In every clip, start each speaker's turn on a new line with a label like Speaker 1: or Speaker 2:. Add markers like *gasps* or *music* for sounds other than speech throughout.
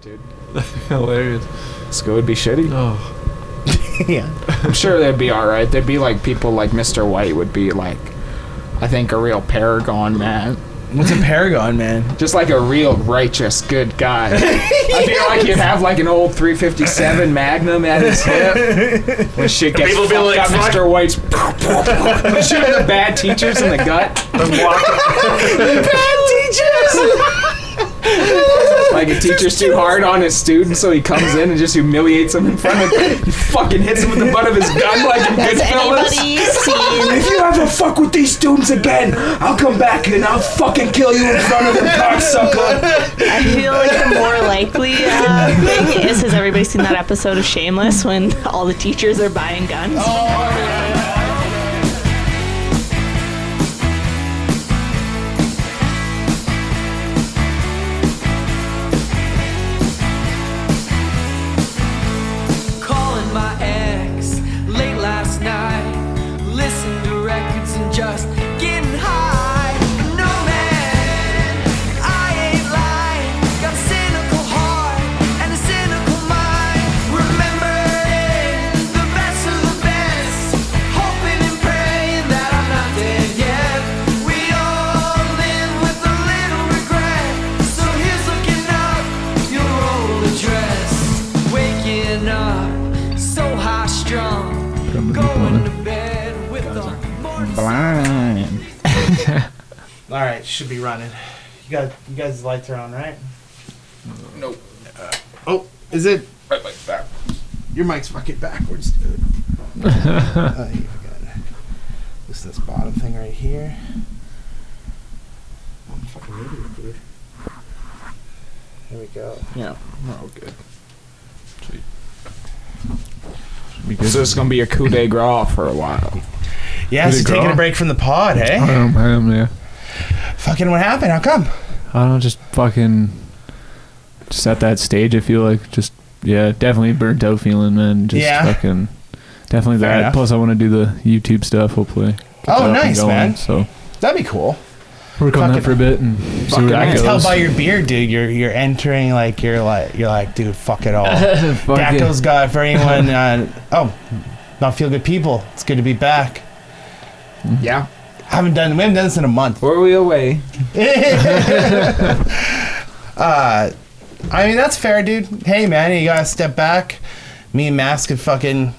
Speaker 1: dude. Hilarious. School would be shitty.
Speaker 2: Oh,
Speaker 3: yeah.
Speaker 1: I'm sure they'd be all right. They'd be like people like Mr. White would be like, I think a real paragon man,
Speaker 3: What's a paragon, man?
Speaker 1: just like a real righteous good
Speaker 4: *laughs*
Speaker 1: guy. I feel like you'd have like an old 357 Magnum at his hip when shit gets
Speaker 2: People be
Speaker 1: fucked
Speaker 2: like,
Speaker 1: up.
Speaker 2: "Fuck."
Speaker 1: Mr. White's *laughs* shooting the bad teachers in the gut. Like a teacher's too hard on his student, so he comes in and just humiliates him in front of. He fucking hits him with the butt of his gun like in
Speaker 4: Has
Speaker 1: Goodfellas.
Speaker 4: anybody seen?
Speaker 1: If you ever fuck with these students again, I'll come back and I'll fucking kill you in front of them, cocksucker.
Speaker 4: I feel like the more likely uh, thing is has everybody seen that episode of Shameless when all the teachers are buying guns?
Speaker 5: calling my ex late last night. Listening to records and just getting high. No man, I ain't lying. Got a cynical heart and a cynical mind. Remembering the best of the best. Hoping and praying that I'm not dead yet. We all live with a little regret. So here's looking up your old address. Waking up so high strung. Going to bed with the morning
Speaker 3: All right, should be running. You got you guys' lights are on, right?
Speaker 1: Nope.
Speaker 3: Oh, is it?
Speaker 1: Right like that.
Speaker 3: Your mic's fucking backwards,
Speaker 2: *laughs*
Speaker 3: dude. oh, you forgot. This this bottom thing right here. I'm a fucking idiot, dude. There we go. Yeah, we're all good.
Speaker 1: So it's gonna be a coup de grace for a while.
Speaker 3: Yeah, so
Speaker 2: Did it
Speaker 3: taking
Speaker 2: grow?
Speaker 3: a break from the pod,
Speaker 2: I
Speaker 3: hey?
Speaker 2: am, Um, I am, yeah.
Speaker 3: Fucking what happened? How come?
Speaker 2: I don't know, just fucking, just at that stage, I feel like just yeah, definitely burnt out feeling, man. Just
Speaker 3: Yeah.
Speaker 2: fucking, definitely
Speaker 3: Fair
Speaker 2: that.
Speaker 3: enough.
Speaker 2: Plus, I want to do the YouTube stuff. Hopefully. Get
Speaker 3: Oh,
Speaker 2: that up and
Speaker 3: nice,
Speaker 2: going,
Speaker 3: man.
Speaker 2: So
Speaker 3: That'd be cool.
Speaker 2: work on
Speaker 3: Fucking-
Speaker 2: that for a bit and see where
Speaker 3: I
Speaker 2: that
Speaker 3: can tell
Speaker 2: goes.
Speaker 3: by your beard, dude. You're you're entering like you're like you're like, dude, fuck it all.
Speaker 2: *laughs* Fuck it.
Speaker 3: Dactyls got for anyone. Uh, oh, not feel good people. It's good to be back.
Speaker 1: Yeah.
Speaker 3: Haven't done we haven't done this in a month.
Speaker 1: Were we away?
Speaker 3: *laughs* Uh, I mean that's fair, dude. Hey man, you gotta step back. Me and Mass could fucking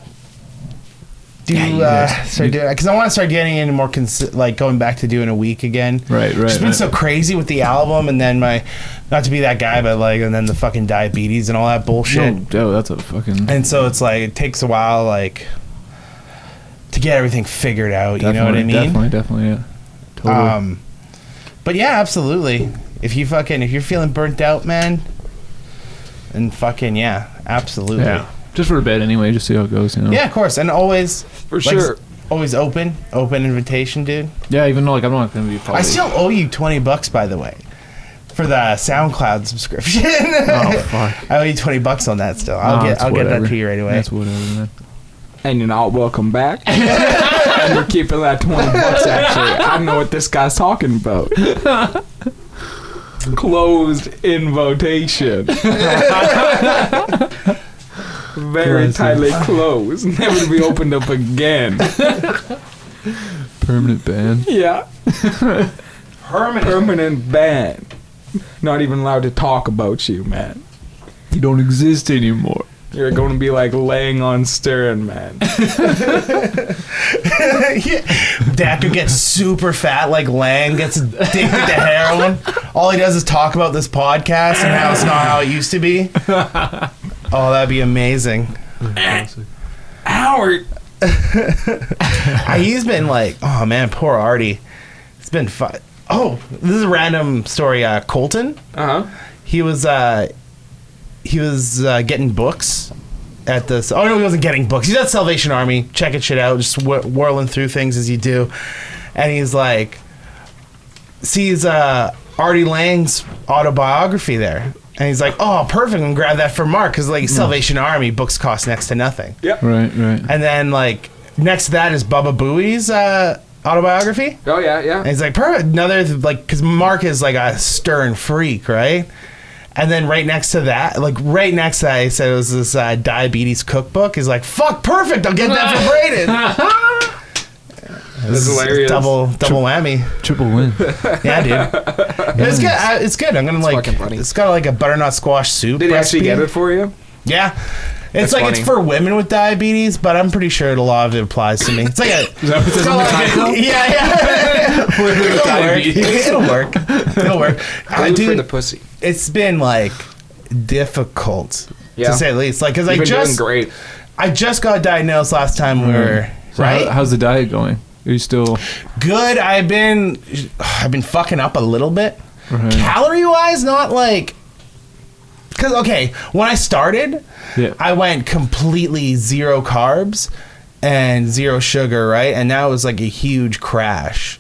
Speaker 3: do
Speaker 2: Yeah, you
Speaker 3: uh,
Speaker 2: guys-
Speaker 3: start
Speaker 2: you-
Speaker 3: doing because I want to start getting into more consi- like going back to doing a week again.
Speaker 2: Right, right.
Speaker 3: It's been
Speaker 2: right.
Speaker 3: so crazy with the album and then my not to be that guy, but like and then the fucking diabetes and all that bullshit.
Speaker 2: Oh, oh, that's a fucking.
Speaker 3: and so it's like it takes a while like to get everything figured out you know what i
Speaker 2: definitely-
Speaker 3: mean
Speaker 2: Definitely, definitely, yeah. Totally.
Speaker 3: um but yeah absolutely if you fucking if you're feeling burnt out man and fucking yeah absolutely
Speaker 2: yeah.
Speaker 3: yeah,
Speaker 2: Just for a bit, anyway. Just see how it goes. You know.
Speaker 3: of course and always
Speaker 1: For
Speaker 3: like, always open open invitation dude
Speaker 2: Yeah. Even though, like, I'm not gonna be. Probably,
Speaker 3: i still owe you 20 bucks by the way for the soundcloud subscription *laughs*
Speaker 2: Oh fuck.
Speaker 3: i owe you 20 bucks on that still i'll
Speaker 2: Nah,
Speaker 3: get
Speaker 2: it's
Speaker 3: i'll get
Speaker 2: whatever.
Speaker 3: that to you right away
Speaker 2: That's whatever, man.
Speaker 1: And you're not welcome back. *laughs* and we're keeping that twenty bucks. Actually, I don't know what this guy's talking about. *laughs* Closed invitation. *laughs* Very
Speaker 2: Closed.
Speaker 1: tightly closed, never to be opened up again.
Speaker 2: Permanent ban.
Speaker 1: *laughs* Yeah,
Speaker 3: permanent
Speaker 1: permanent ban. Not even allowed to talk about you, man.
Speaker 2: You don't exist anymore.
Speaker 1: You're going to be like laying on stern, man.
Speaker 3: *laughs* yeah. Daku gets super fat like Lang, gets addicted to heroin. All he does is talk about this podcast and how it's not how it used to be. Oh, that'd be amazing. *laughs*
Speaker 1: Howard.
Speaker 3: Uh, He's been like, oh man, poor Artie. It's been fun. Oh, this is a random story. Uh, Colton,
Speaker 1: Uh huh.
Speaker 3: he was uh, he was uh, getting books at this. Oh no, he wasn't getting books. He's at Salvation Army, checking shit out, just whir- whirling through things as you do, and he's like, sees uh, Artie Lang's autobiography there, and he's like, oh, perfect, I'm gonna grab that for Mark because like Salvation Army books cost next to nothing,
Speaker 2: Right, right.
Speaker 3: and then like next to that is Bubba Booey's uh, autobiography.
Speaker 1: Oh yeah, yeah.
Speaker 3: And he's like, perfect. Another, like, because Mark is like a stern freak, right? And then right next to that, like right next to that, he said it was this uh, diabetes cookbook. He's like, "Fuck, perfect! I'll get that for Braden."
Speaker 1: *laughs* That's hilarious.
Speaker 3: Double, double whammy.
Speaker 2: Triple *laughs* win.
Speaker 3: Yeah, dude.
Speaker 1: *laughs*
Speaker 3: It's good. I, it's good. I'm gonna like.
Speaker 1: fucking funny.
Speaker 3: It's got like a butternut squash soup.
Speaker 1: Did he actually
Speaker 3: recipe.
Speaker 1: get it for you?
Speaker 3: Yeah. It's
Speaker 1: That's
Speaker 3: like it's
Speaker 1: funny.
Speaker 3: for women with diabetes, but I'm pretty sure a lot of it applies to me. It's like a
Speaker 2: *laughs* Is that what it says on the title?
Speaker 3: yeah, *laughs* yeah.
Speaker 2: *laughs*
Speaker 3: It'll work. It'll work. It'll work. I
Speaker 1: Glue for the
Speaker 3: do.
Speaker 1: pussy.
Speaker 3: It's been like difficult
Speaker 1: Yeah.
Speaker 3: to say the least. Like, cause
Speaker 1: You've
Speaker 3: I
Speaker 1: been
Speaker 3: just
Speaker 1: doing great.
Speaker 3: I just got diagnosed last time we were
Speaker 2: Mm-hmm. So how-
Speaker 3: right.
Speaker 2: how's the diet going? Are you still?
Speaker 3: Good. I've been I've been fucking up a little bit.
Speaker 2: Right.
Speaker 3: Calorie wise, not like. Cause okay, when I started,
Speaker 2: Yeah.
Speaker 3: I went completely zero carbs and zero sugar, right? And that was like a huge crash.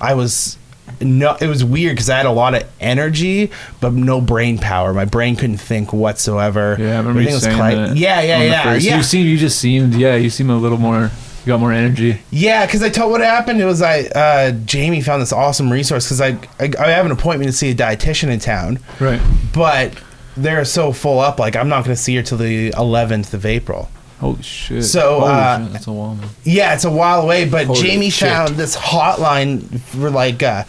Speaker 3: I was no it was weird cuz I had a lot of energy but no brain power. My brain couldn't think whatsoever.
Speaker 2: Yeah, I remember
Speaker 3: Everything
Speaker 2: you
Speaker 3: was
Speaker 2: saying
Speaker 3: cla-
Speaker 2: that.
Speaker 3: Yeah, yeah,
Speaker 2: on the
Speaker 3: yeah.
Speaker 2: first-
Speaker 3: yeah.
Speaker 2: You seem, you just seemed, yeah, you seem a little more. You got more energy.
Speaker 3: Yeah, because I told what happened. It was I uh, Jamie found this awesome resource because I, I I have an appointment to see a dietitian in town,
Speaker 2: Right.
Speaker 3: but they're so full up. Like I'm not going to see her till the 11th of April.
Speaker 2: Holy shit.
Speaker 3: So,
Speaker 2: Holy
Speaker 3: uh,
Speaker 2: shit, that's a while. man.
Speaker 3: Yeah, it's a while away, but
Speaker 1: Holy
Speaker 3: Jamie
Speaker 1: shit.
Speaker 3: found this hotline for like uh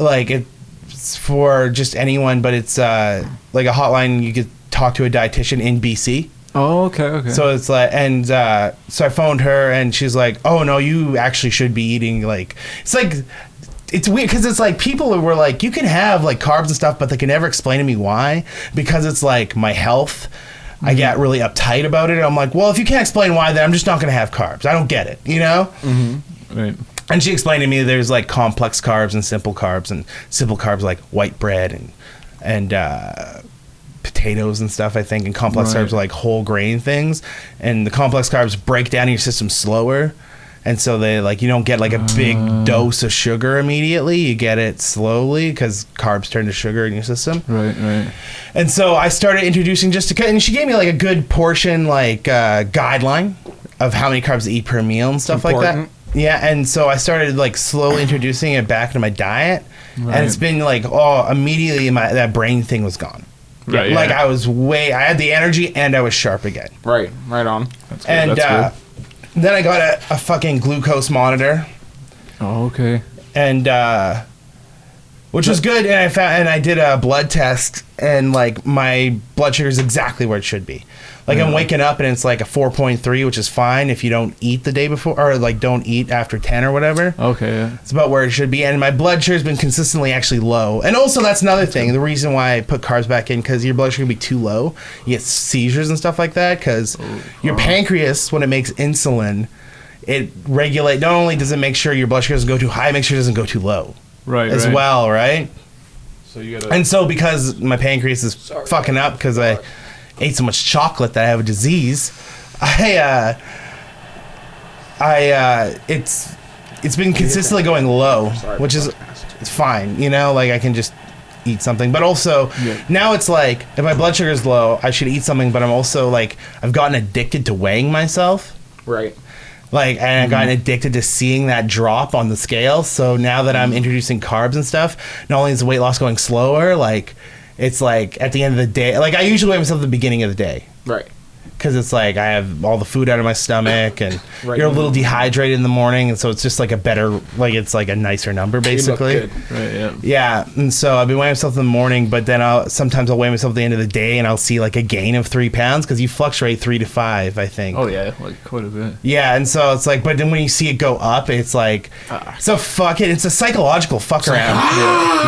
Speaker 3: like it's for just anyone, but it's uh like a hotline you could talk to a dietitian in BC.
Speaker 2: Oh, okay, okay.
Speaker 3: So it's like, and uh, so I phoned her, and she's like, "Oh no, you actually should be eating like it's like." It's weird because it's like people were like, you can have like carbs and stuff, but they can never explain to me why. Because it's like my health, I get really uptight about it. I'm like, well, if you can't explain why, then I'm just not going to have carbs. I don't get it, you know?
Speaker 2: right.
Speaker 3: And she explained to me there's like complex carbs and simple carbs, and simple carbs like white bread and and uh, potatoes and stuff. I think, and complex
Speaker 2: Right.
Speaker 3: carbs are like whole grain things, and the complex carbs break down in your system slower, and so they like you don't get like a big dose of sugar immediately. You get it slowly because carbs turn to sugar in your system.
Speaker 2: Right, right.
Speaker 3: And so I started introducing just to, and she gave me like a good portion, like uh, guideline of how many carbs to eat per meal and stuff like
Speaker 1: Important.
Speaker 3: that. Yeah, and so I started like slowly introducing it back into my diet,
Speaker 2: Right.
Speaker 3: and it's been like oh, immediately my that brain thing was gone.
Speaker 2: Right,
Speaker 3: Like
Speaker 2: yeah.
Speaker 3: I was way, I had the energy and I was sharp again.
Speaker 1: Right, right on.
Speaker 2: That's good,
Speaker 3: and
Speaker 2: that's
Speaker 3: uh,
Speaker 2: good.
Speaker 3: then I got a, a fucking glucose monitor,
Speaker 2: Oh, okay.
Speaker 3: and uh, which was good. And I found and I did a blood test, and like my blood sugar is exactly where it should be. Like I'm waking up and it's like a 4.3, which is fine if you don't eat the day before or like don't eat after 10 or whatever.
Speaker 2: Okay, yeah.
Speaker 3: It's about where it should be. And my blood sugar has been consistently actually low. And also that's another thing. The reason why I put carbs back in because your blood sugar can be too low. You get seizures and stuff like that because
Speaker 2: Oh,
Speaker 3: your pancreas when it makes insulin. It regulate not only does it make sure your blood sugar doesn't go too high, it makes sure it doesn't go too low
Speaker 2: Right,
Speaker 3: as
Speaker 2: right.
Speaker 3: well, right?
Speaker 2: So you gotta.
Speaker 3: And so because my pancreas is fucking up because I ate so much chocolate that I have a disease, I uh, I uh, it's it's been consistently going low, which is it's fine, you know, like I can just eat something. But also
Speaker 2: Yeah.
Speaker 3: now it's like if my blood sugar is low, I should eat something, but I'm also like I've gotten addicted to weighing myself.
Speaker 1: Right.
Speaker 3: Like, and I've
Speaker 1: Mm-hmm.
Speaker 3: gotten addicted to seeing that drop on the scale. So now that
Speaker 1: Mm-hmm.
Speaker 3: I'm introducing carbs and stuff, not only is the weight loss going slower, like, it's like at the end of the day, like, I usually weigh myself at the beginning of the day
Speaker 1: Right.
Speaker 3: because it's like I have all the food out of my stomach and
Speaker 1: *laughs* Right.
Speaker 3: you're a little dehydrated in the morning. And so it's just like a better, like, it's like a nicer number
Speaker 1: You look
Speaker 3: basically.
Speaker 1: good.
Speaker 2: right, yeah.
Speaker 3: Yeah, and so I've been weighing myself in the morning, but then I'll sometimes I'll weigh myself at the end of the day, and I'll see like a gain of three pounds because you fluctuate three to five, I think.
Speaker 2: Oh, yeah, like quite a bit.
Speaker 3: Yeah, and so it's like, but then when you see it go up, it's like,
Speaker 1: Ah.
Speaker 3: it's a fucking, it's a psychological fuck around.
Speaker 1: *gasps*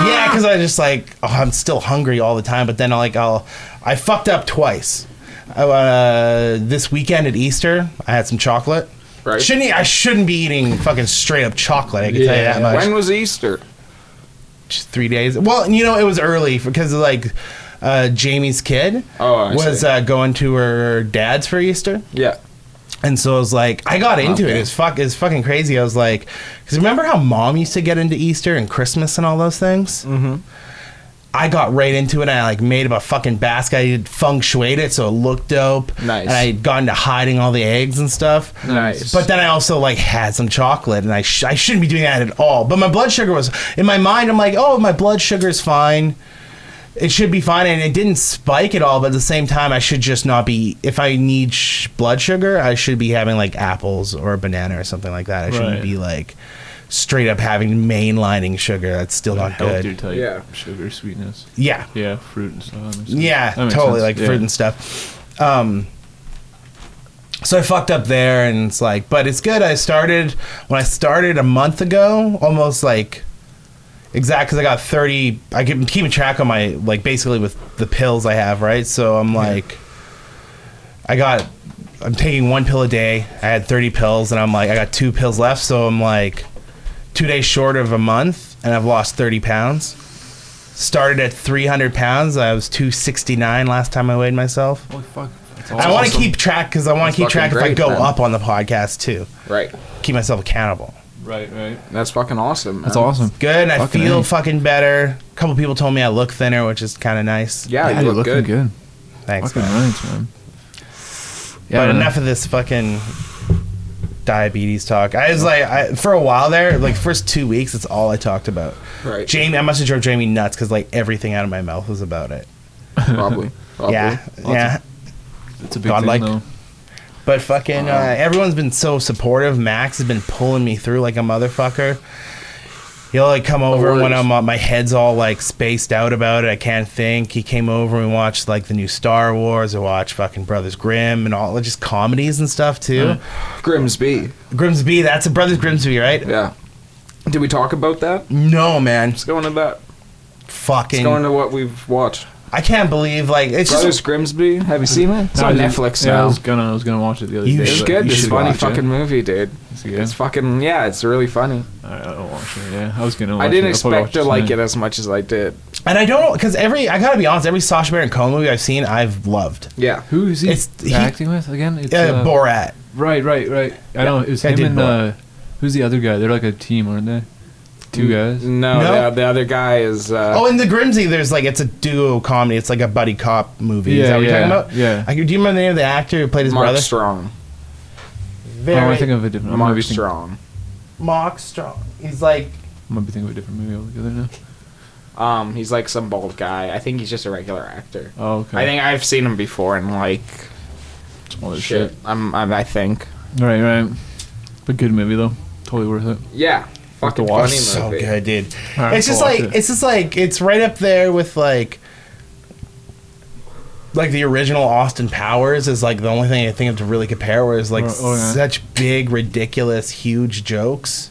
Speaker 3: yeah, because I just like, oh, I'm still hungry all the time, but then I like, I'll, I fucked up twice. Uh, this weekend at Easter, I had some chocolate.
Speaker 1: Right.
Speaker 3: Shouldn't eat- I shouldn't be eating fucking straight up chocolate. I can tell you that much
Speaker 1: When was Easter?
Speaker 3: just three days. Well, you know, it was early because like uh, Jamie's kid
Speaker 1: Oh, I
Speaker 3: was
Speaker 1: see.
Speaker 3: uh, going to her dad's for Easter,
Speaker 1: Yeah.
Speaker 3: and so I was like, I got into it.
Speaker 1: Okay.
Speaker 3: It's fuck, it's fucking crazy. I was like, because remember how mom used to get into Easter and Christmas and all those things. Mm-hmm. I got right into it. and I like made up a fucking basket. I did feng shuied it so it looked dope.
Speaker 1: Nice.
Speaker 3: And I got into hiding all the eggs and stuff.
Speaker 1: Nice.
Speaker 3: But then I also like had some chocolate, and I sh- I shouldn't be doing that at all. But my blood sugar was in my mind. I'm like, oh, my blood sugar's fine. it should be fine, and it didn't spike at all. But at the same time, I should just not be. If I need sh- blood sugar, I should be having like apples or a banana or something like that. I shouldn't
Speaker 2: Right.
Speaker 3: be like straight up having mainlining sugar. That's still not good.
Speaker 2: Healthier type
Speaker 1: Yeah.
Speaker 2: sugar sweetness.
Speaker 3: Yeah,
Speaker 2: Yeah, fruit and stuff. that makes sense.
Speaker 3: yeah,
Speaker 2: That makes
Speaker 3: totally
Speaker 2: sense,
Speaker 3: like
Speaker 2: yeah.
Speaker 3: fruit and stuff. Um, so I fucked up there, and it's like, but it's good. I started when I started a month ago, almost like exact because I got thirty. I can keep track on my like basically with the pills I have, right? So I'm like, I got. I'm taking one pill a day. I had 30 pills, and I'm like, I got two pills left, so I'm like, two days short of a month, and I've lost 30 pounds started at 300 pounds. I was 269 last time I weighed myself.
Speaker 2: Holy fuck. That's
Speaker 3: I want to
Speaker 1: awesome.
Speaker 3: keep track because I want
Speaker 1: That's
Speaker 3: to keep track
Speaker 1: fucking
Speaker 3: if I
Speaker 1: great,
Speaker 3: go
Speaker 1: man.
Speaker 3: up on the podcast too.
Speaker 1: Right.
Speaker 3: Keep myself accountable.
Speaker 2: Right, right.
Speaker 1: That's fucking awesome. Man.
Speaker 2: That's awesome.
Speaker 3: Good. And I
Speaker 2: Fucking
Speaker 3: feel
Speaker 2: A.
Speaker 3: fucking better. A couple people told me I look thinner, which is kind of nice.
Speaker 1: Yeah,
Speaker 2: Yeah,
Speaker 1: you
Speaker 2: you're
Speaker 1: look
Speaker 2: looking
Speaker 1: good.
Speaker 2: good.
Speaker 3: Thanks.
Speaker 2: Fucking
Speaker 3: man.
Speaker 2: nice, man. Yeah,
Speaker 3: but
Speaker 2: man.
Speaker 3: enough of this fucking diabetes talk. I was like, I, for a while there, like first two weeks, that's all I talked about.
Speaker 1: Right.
Speaker 3: Jamie, I must have drove Jamie nuts because like everything out of my mouth was about it.
Speaker 1: *laughs* Probably. Probably.
Speaker 3: Yeah.
Speaker 2: of-
Speaker 3: yeah.
Speaker 2: It's a big
Speaker 3: Godlike.
Speaker 2: thing, though.
Speaker 3: But fucking, uh, everyone's been so supportive. Max has been pulling me through like a motherfucker. He'll like come over when
Speaker 1: worries.
Speaker 3: I'm uh, my head's all like spaced out about it. I can't think. He came over and we watched like the new Star Wars. I watched fucking Brothers Grimm and all just comedies and stuff too.
Speaker 2: Right.
Speaker 1: Grimsby.
Speaker 3: Grimsby, that's a Brothers Grimsby, right?
Speaker 1: Yeah. Did we talk about that?
Speaker 3: No man,
Speaker 1: Let's go into that.
Speaker 3: fucking.
Speaker 1: Let's go into what we've watched.
Speaker 3: I can't believe like it's just
Speaker 1: Brothers Grimsby. Have you seen it? It's
Speaker 2: No,
Speaker 1: on
Speaker 2: I didn't-
Speaker 1: Netflix
Speaker 2: Yeah, I
Speaker 1: now.
Speaker 2: was gonna, I was gonna watch it the other
Speaker 3: You
Speaker 2: day.
Speaker 1: It's
Speaker 2: but
Speaker 1: good.
Speaker 2: you
Speaker 1: It's
Speaker 2: should
Speaker 1: funny
Speaker 2: watch it.
Speaker 1: fucking movie, dude.
Speaker 2: It's good.
Speaker 1: It's fucking yeah. It's really funny.
Speaker 2: Alright, I'll watch it. Yeah, I was gonna. Watch
Speaker 1: I didn't
Speaker 2: it. I'll probably
Speaker 1: expect to
Speaker 2: watch
Speaker 1: like it
Speaker 2: tonight.
Speaker 1: as much as I did.
Speaker 3: and I don't because every I gotta be honest, every Sacha Baron Cohen movie I've seen, I've loved.
Speaker 1: Yeah.
Speaker 2: Who's he
Speaker 3: It's- he-
Speaker 2: acting with again? It's,
Speaker 3: Yeah,
Speaker 2: uh,
Speaker 3: Borat.
Speaker 2: Right, right, right. I know it was
Speaker 3: I
Speaker 2: him
Speaker 3: did
Speaker 2: and
Speaker 3: Borat.
Speaker 2: uh, who's the other guy? They're like a team, aren't they? Two guys.
Speaker 1: No,
Speaker 3: No?
Speaker 1: The, the other guy is. Uh,
Speaker 3: Oh, in the Grimsby, there's like it's a duo comedy. It's like a buddy cop movie. Is
Speaker 2: Yeah,
Speaker 3: that what
Speaker 2: yeah,
Speaker 3: you're talking about?
Speaker 2: yeah.
Speaker 3: I, do you remember the name of the actor who played his
Speaker 1: Mark
Speaker 3: brother?
Speaker 1: Strong.
Speaker 3: Very,
Speaker 2: Oh, I think of a different. I might
Speaker 1: Mark
Speaker 2: be thinking, I
Speaker 1: Strong.
Speaker 3: Mark Strong. He's like
Speaker 2: might be thinking of a different movie altogether now.
Speaker 1: Um, he's like some bald guy. I think he's just a regular actor.
Speaker 2: Oh, okay.
Speaker 1: I think I've seen him before and like
Speaker 2: Some other
Speaker 1: shit. I'm, I'm I think.
Speaker 2: Right, right. But good movie though. Totally worth it.
Speaker 1: Yeah. Fucking
Speaker 2: watch.
Speaker 1: funny movie.
Speaker 3: so good, dude.
Speaker 2: Alright,
Speaker 3: it's just
Speaker 2: I'll watch
Speaker 3: like
Speaker 2: it.
Speaker 3: it's just like it's right up there with like like the original Austin Powers is like the only thing I think of to really compare. Whereas like
Speaker 2: Oh, oh, yeah.
Speaker 3: such big, ridiculous, huge jokes.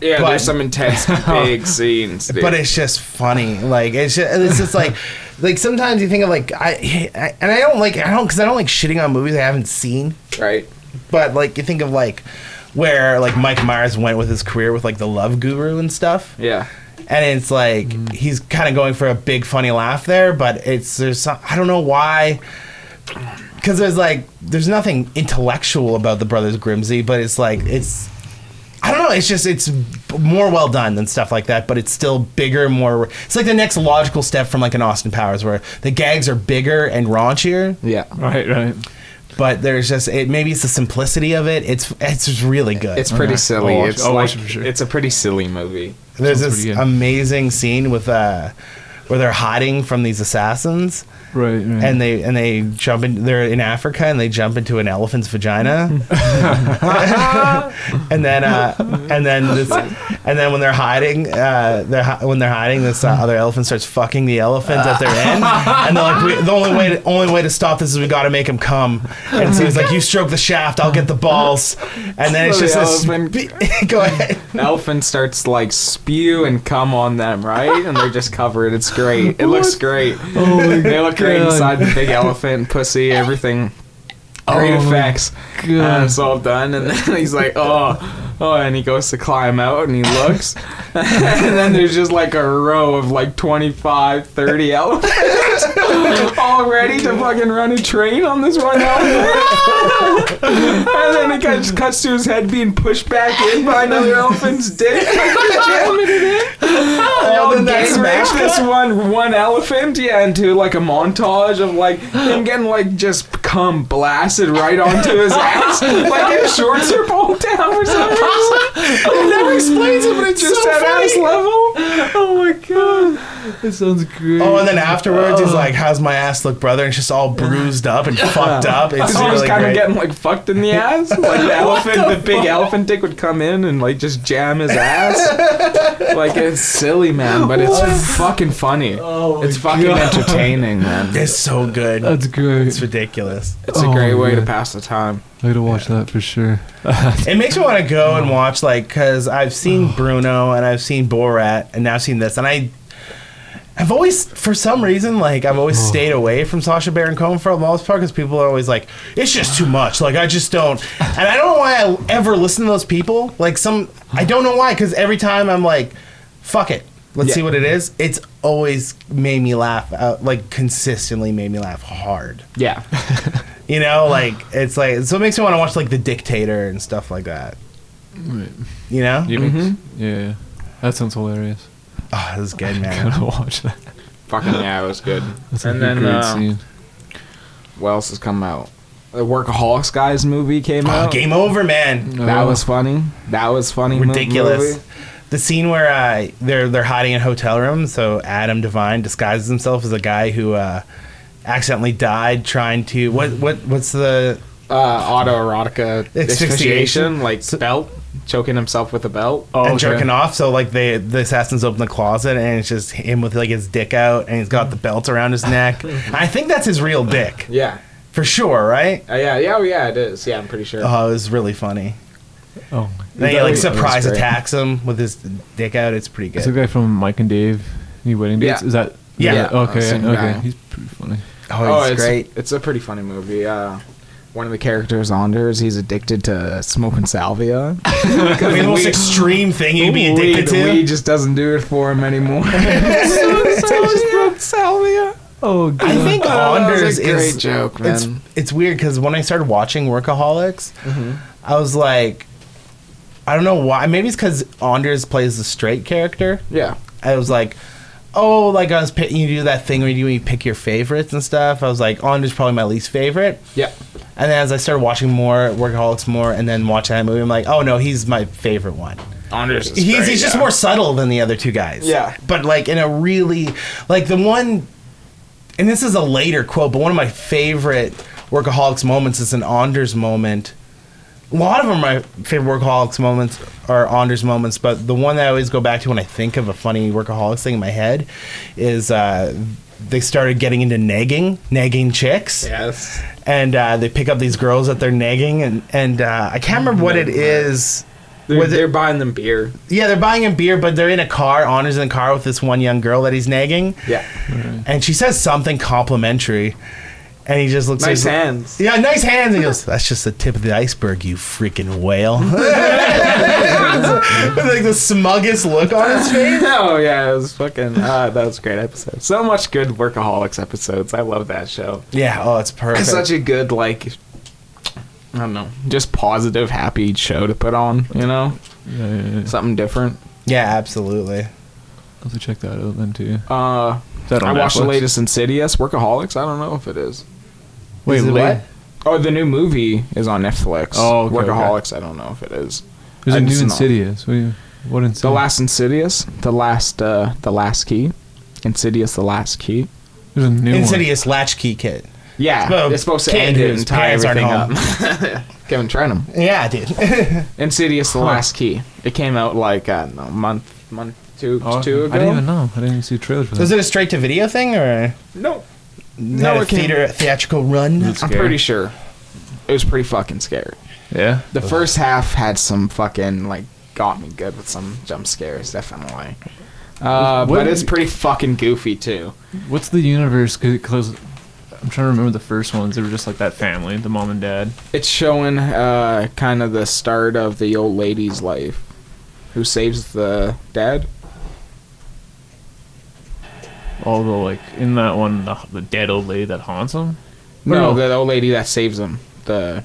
Speaker 1: Yeah,
Speaker 3: But-
Speaker 1: there's some intense big scenes. Dude.
Speaker 3: but it's just funny. Like it's just, it's just like like sometimes you think of like I, I and I don't like I don't because I don't like shitting on movies I haven't seen.
Speaker 1: right.
Speaker 3: But like you think of like where like Mike Myers went with his career with like the Love Guru and stuff,
Speaker 1: Yeah.
Speaker 3: and it's like
Speaker 2: Mm.
Speaker 3: he's kind of going for a big funny laugh there, but it's there's some, I don't know why. Because there's like there's nothing intellectual about the Brothers Grimsey, but it's like it's I don't know. It's just it's b- more well done than stuff like that, but it's still bigger, more. It's like the next logical step from like an Austin Powers, where the gags are bigger and raunchier,
Speaker 1: Yeah.
Speaker 2: Right, right.
Speaker 3: but there's just it. Maybe it's the simplicity of it. It's it's just really good.
Speaker 1: It's pretty
Speaker 2: Okay.
Speaker 1: silly.
Speaker 2: I'll watch-
Speaker 1: it's
Speaker 2: I'll
Speaker 1: like
Speaker 2: watch it for sure.
Speaker 1: it's a pretty silly movie.
Speaker 3: there's
Speaker 2: sounds
Speaker 3: this
Speaker 2: pretty good.
Speaker 3: amazing scene with uh where they're hiding from these assassins
Speaker 2: Right, right.
Speaker 3: and they and they jump in they're in Africa and they jump into an elephant's vagina *laughs* and then uh and then this and then when they're hiding uh they're hi- when they're hiding this uh, other elephant starts fucking the elephant at their end and they're like we, the only way to, only way to stop this is we got to make him come and so he's like you stroke the shaft I'll get the balls and then it's
Speaker 1: So the
Speaker 3: just this
Speaker 1: elephant-
Speaker 3: *laughs* go ahead
Speaker 1: *laughs* elephant starts like spew and cum on them, right? And they're just covered. It's great. It looks great.
Speaker 2: Oh my
Speaker 1: they look great
Speaker 2: God.
Speaker 1: inside the big elephant, pussy, everything. Great
Speaker 2: Oh my
Speaker 1: effects.
Speaker 2: God.
Speaker 1: And it's all done. And then *laughs* he's like, oh, oh, and he goes to climb out and he looks. *laughs* and then there's just like a row of like 25, 30 *laughs* elephants all ready to fucking run a train on this one elephant. and then it cuts, cuts to his head being pushed back in by another elephant's *laughs* dick. Just jamming it in.
Speaker 3: Oh,
Speaker 1: Oh,
Speaker 3: then
Speaker 1: the
Speaker 3: that's
Speaker 1: gang raped
Speaker 3: smashed.
Speaker 1: this one one elephant, yeah, into like a montage of like him getting like just cum blasted right onto his *laughs* ass, like his shorts are pulled *laughs* down for some reason. it never explains it, but it's just
Speaker 3: so
Speaker 1: at ass
Speaker 3: funny.
Speaker 1: level. Oh my god.
Speaker 2: That sounds great.
Speaker 3: Oh, and then afterwards, he's like, "How's my ass look, brother?" And it's just all bruised up and fucked up. It's
Speaker 1: Because he was
Speaker 3: really
Speaker 1: kind of
Speaker 3: great.
Speaker 1: getting like fucked in the ass. Like the elephant, the, big elephant dick would come in and like just jam his ass. like it's silly, man, but it's fucking funny.
Speaker 2: Oh my
Speaker 1: it's fucking
Speaker 2: God.
Speaker 1: entertaining, man.
Speaker 3: it's so good.
Speaker 2: That's great.
Speaker 3: It's ridiculous.
Speaker 1: It's a
Speaker 2: Oh,
Speaker 1: great way to
Speaker 2: yeah.
Speaker 1: pass the time.
Speaker 2: I gotta watch that for sure.
Speaker 3: *laughs* It makes me want to go and watch like because I've seen Bruno and I've seen Borat and now I've seen this and I. I've always, for some reason, like I've always stayed away from Sasha Baron Cohen for the most part because people are always like, "It's just too much." Like I just don't, and I don't know why I ever listen to those people. Like some, I don't know why because every time I'm like, "Fuck it, let's
Speaker 1: Yeah.
Speaker 3: see what it is." It's always made me laugh, uh, like consistently made me laugh hard.
Speaker 1: Yeah.
Speaker 3: You know, like it's like so it makes me want to watch like The Dictator and stuff like that.
Speaker 2: Right.
Speaker 3: You know?
Speaker 2: Yeah,
Speaker 1: Mhm.
Speaker 2: yeah, yeah. That sounds *laughs* hilarious.
Speaker 3: Oh, this is good,
Speaker 2: I
Speaker 3: man.
Speaker 2: gotta watch that.
Speaker 1: Fucking yeah, it was good.
Speaker 2: That's
Speaker 1: and
Speaker 2: like a
Speaker 1: then
Speaker 2: great
Speaker 1: uh,
Speaker 2: scene.
Speaker 1: what else has come out? The Workaholics guys movie came
Speaker 3: Oh,
Speaker 1: out.
Speaker 3: game over, man.
Speaker 1: That was funny. That was funny. mo-
Speaker 3: Ridiculous.
Speaker 1: movie.
Speaker 3: The scene where uh, they're they're hiding in a hotel room, so Adam Devine disguises himself as a guy who uh, accidentally died trying to what what what's the
Speaker 1: Uh, autoerotica
Speaker 3: Asphyxiation.
Speaker 1: asphyxiation, like
Speaker 3: So-
Speaker 1: belt, choking himself with a belt.
Speaker 2: Oh,
Speaker 3: and
Speaker 2: okay.
Speaker 3: jerking off. So like they the assassins open the closet and it's just him with like his dick out and he's got the belt around his neck. I think that's his real dick
Speaker 1: Yeah.
Speaker 3: for sure, right?
Speaker 1: Uh, yeah, yeah, oh, yeah, it is. Yeah, I'm pretty sure.
Speaker 3: Oh, it was really funny.
Speaker 2: Oh, my
Speaker 3: Then he
Speaker 1: That
Speaker 3: like
Speaker 1: was- that was
Speaker 3: surprise
Speaker 1: great.
Speaker 3: attacks him with his dick out. It's pretty
Speaker 2: It's the
Speaker 3: good.
Speaker 2: guy from Mike and Dave. New wedding dates.
Speaker 1: Yeah.
Speaker 2: Is that?
Speaker 3: Yeah.
Speaker 2: is that-
Speaker 1: Yeah,
Speaker 2: Okay.
Speaker 1: same
Speaker 2: okay.
Speaker 1: guy.
Speaker 2: He's pretty funny.
Speaker 3: Oh, it's, great.
Speaker 1: It's a pretty funny movie. Uh, one of the characters, Anders, he's addicted to smoking
Speaker 3: *laughs*
Speaker 1: salvia.
Speaker 3: I mean, the most
Speaker 1: We-
Speaker 3: extreme thing you can be addicted
Speaker 1: weed,
Speaker 3: to.
Speaker 1: weed just doesn't do it for him
Speaker 3: *laughs*
Speaker 1: anymore. salvia. salvia.
Speaker 2: Oh,
Speaker 3: I think
Speaker 1: Oh, *laughs* that was a
Speaker 3: Anders
Speaker 1: great
Speaker 3: is
Speaker 1: joke,
Speaker 3: It's,
Speaker 1: man. Mm-hmm.
Speaker 3: it's weird because when I started watching Workaholics, I was like, I don't know why. Maybe it's because Anders plays the straight character.
Speaker 1: Yeah.
Speaker 3: I was like, oh, like I was pick, you do that thing where you do you pick your favorites and stuff. I was like, Anders probably my least favorite.
Speaker 1: Yeah.
Speaker 3: And then as I started watching more Workaholics more, and then watching that movie, I'm like, oh no, he's my favorite one.
Speaker 1: Anders is
Speaker 3: he's
Speaker 1: great,
Speaker 3: he's just
Speaker 1: yeah.
Speaker 3: more subtle than the other two guys.
Speaker 1: Yeah.
Speaker 3: But like in a really like the one and this is a later quote, but one of my favorite workaholics moments is an Anders moment. A lot of them are my favorite workaholics moments are Anders moments, but the one that I always go back to when I think of a funny workaholics thing in my head is uh, they started getting into nagging, nagging chicks
Speaker 1: Yes.
Speaker 3: and uh, they pick up these girls that they're nagging, and and uh, I can't remember what it is.
Speaker 1: They're,
Speaker 3: Was it-
Speaker 1: they're buying them beer.
Speaker 3: Yeah, they're buying him beer, but they're in a car. Honor's in a car with this one young girl that he's nagging,
Speaker 1: Yeah.
Speaker 3: and she says something complimentary, and he just looks
Speaker 1: Nice
Speaker 3: like,
Speaker 1: hands.
Speaker 3: Yeah, nice hands. And he goes, "That's just the tip of the iceberg, you
Speaker 1: *laughs*
Speaker 3: freaking whale." With like the smuggest look on his face.
Speaker 1: *laughs* oh yeah, it was fucking. Uh, that was a great episode. So much good workaholics episodes. I love that show.
Speaker 3: Yeah, oh, it's perfect.
Speaker 1: It's such a good like I don't know, just positive, happy show to put on. You know,
Speaker 2: Yeah, yeah, yeah.
Speaker 1: something different.
Speaker 3: yeah, absolutely.
Speaker 2: I'll have to check that out then too.
Speaker 1: Uh,
Speaker 2: Is that
Speaker 1: I
Speaker 2: on
Speaker 1: watched the
Speaker 2: Netflix?
Speaker 1: latest Insidious, Workaholics. I don't know if it is.
Speaker 2: Wait,
Speaker 3: Is it
Speaker 2: wait.
Speaker 3: what?
Speaker 1: Oh, the new movie is on Netflix.
Speaker 2: Oh, okay, okay.
Speaker 1: Workaholics. I don't know if it is.
Speaker 2: There's
Speaker 1: I
Speaker 2: a new
Speaker 1: just know.
Speaker 2: Insidious. What, do you- what Insidious?
Speaker 1: The last Insidious, the last, uh, the last key, Insidious, the last key.
Speaker 2: There's a new
Speaker 3: Insidious latchkey kid.
Speaker 1: Yeah,
Speaker 3: Well,
Speaker 1: it's supposed to
Speaker 3: kid
Speaker 1: end it
Speaker 3: whose
Speaker 1: and tie
Speaker 3: parents aren't
Speaker 1: everything up. *laughs* Kevin Trenum.
Speaker 3: Yeah, dude. *laughs*
Speaker 1: Insidious: The Last Key. It came out like I don't know, a month, month two,
Speaker 2: one. Oh,
Speaker 1: two ago.
Speaker 2: I didn't even know. I didn't even see a trailer for that.
Speaker 3: Was it a straight to video thing or?
Speaker 1: No,
Speaker 3: No,
Speaker 1: no,
Speaker 3: had a
Speaker 1: it came-
Speaker 3: theater, theatrical run.
Speaker 1: I'm pretty sure. It was pretty fucking scary.
Speaker 2: yeah.
Speaker 1: The first half had some fucking like got me good with some jump scares, definitely. Uh,
Speaker 2: What-
Speaker 1: but it's pretty fucking goofy too.
Speaker 2: What's the universe? Because I'm trying to remember the first ones. They were just like that family, the mom and dad.
Speaker 1: It's showing uh, kind of the start of the old lady's life, who saves the dad.
Speaker 2: Although, like in that one, the, the dead old lady that haunts them.
Speaker 1: No,
Speaker 2: no.
Speaker 1: the old lady that saves him. The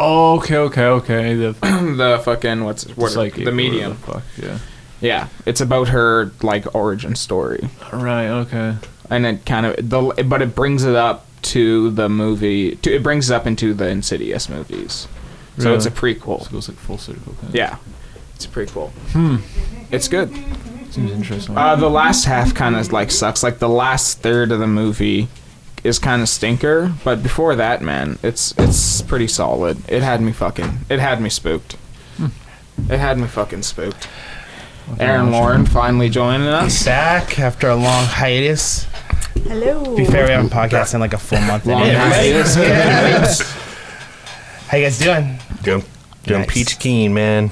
Speaker 2: Oh, okay, okay, okay. The
Speaker 1: the fucking what's what
Speaker 2: psychic
Speaker 1: the
Speaker 2: or
Speaker 1: medium.
Speaker 2: fuck, yeah.
Speaker 1: Yeah, it's about her like origin story,
Speaker 2: Right. Okay.
Speaker 1: and it kind of the but it brings it up to the movie. To, it brings it up into the Insidious movies, so it's a
Speaker 2: Really?
Speaker 1: prequel.
Speaker 2: So it goes like full circle. Kind
Speaker 1: Yeah, it's a prequel. Hmm, it's good.
Speaker 2: Seems interesting.
Speaker 1: Uh, the last half kind of like sucks. Like the last third of the movie is kind of stinker, but before that, man, it's it's pretty solid. It had me fucking. It had me spooked.
Speaker 3: Hmm.
Speaker 1: It had me fucking spooked. Aaron Warren finally joining us.
Speaker 3: Back after a long hiatus.
Speaker 4: Hello.
Speaker 3: Be fair, we haven't podcasted in like a full month.
Speaker 1: Long
Speaker 3: Yeah, right?
Speaker 1: hiatus.
Speaker 3: How you guys doing?
Speaker 6: Doing, doing
Speaker 3: Nice.
Speaker 6: peachy keen, man.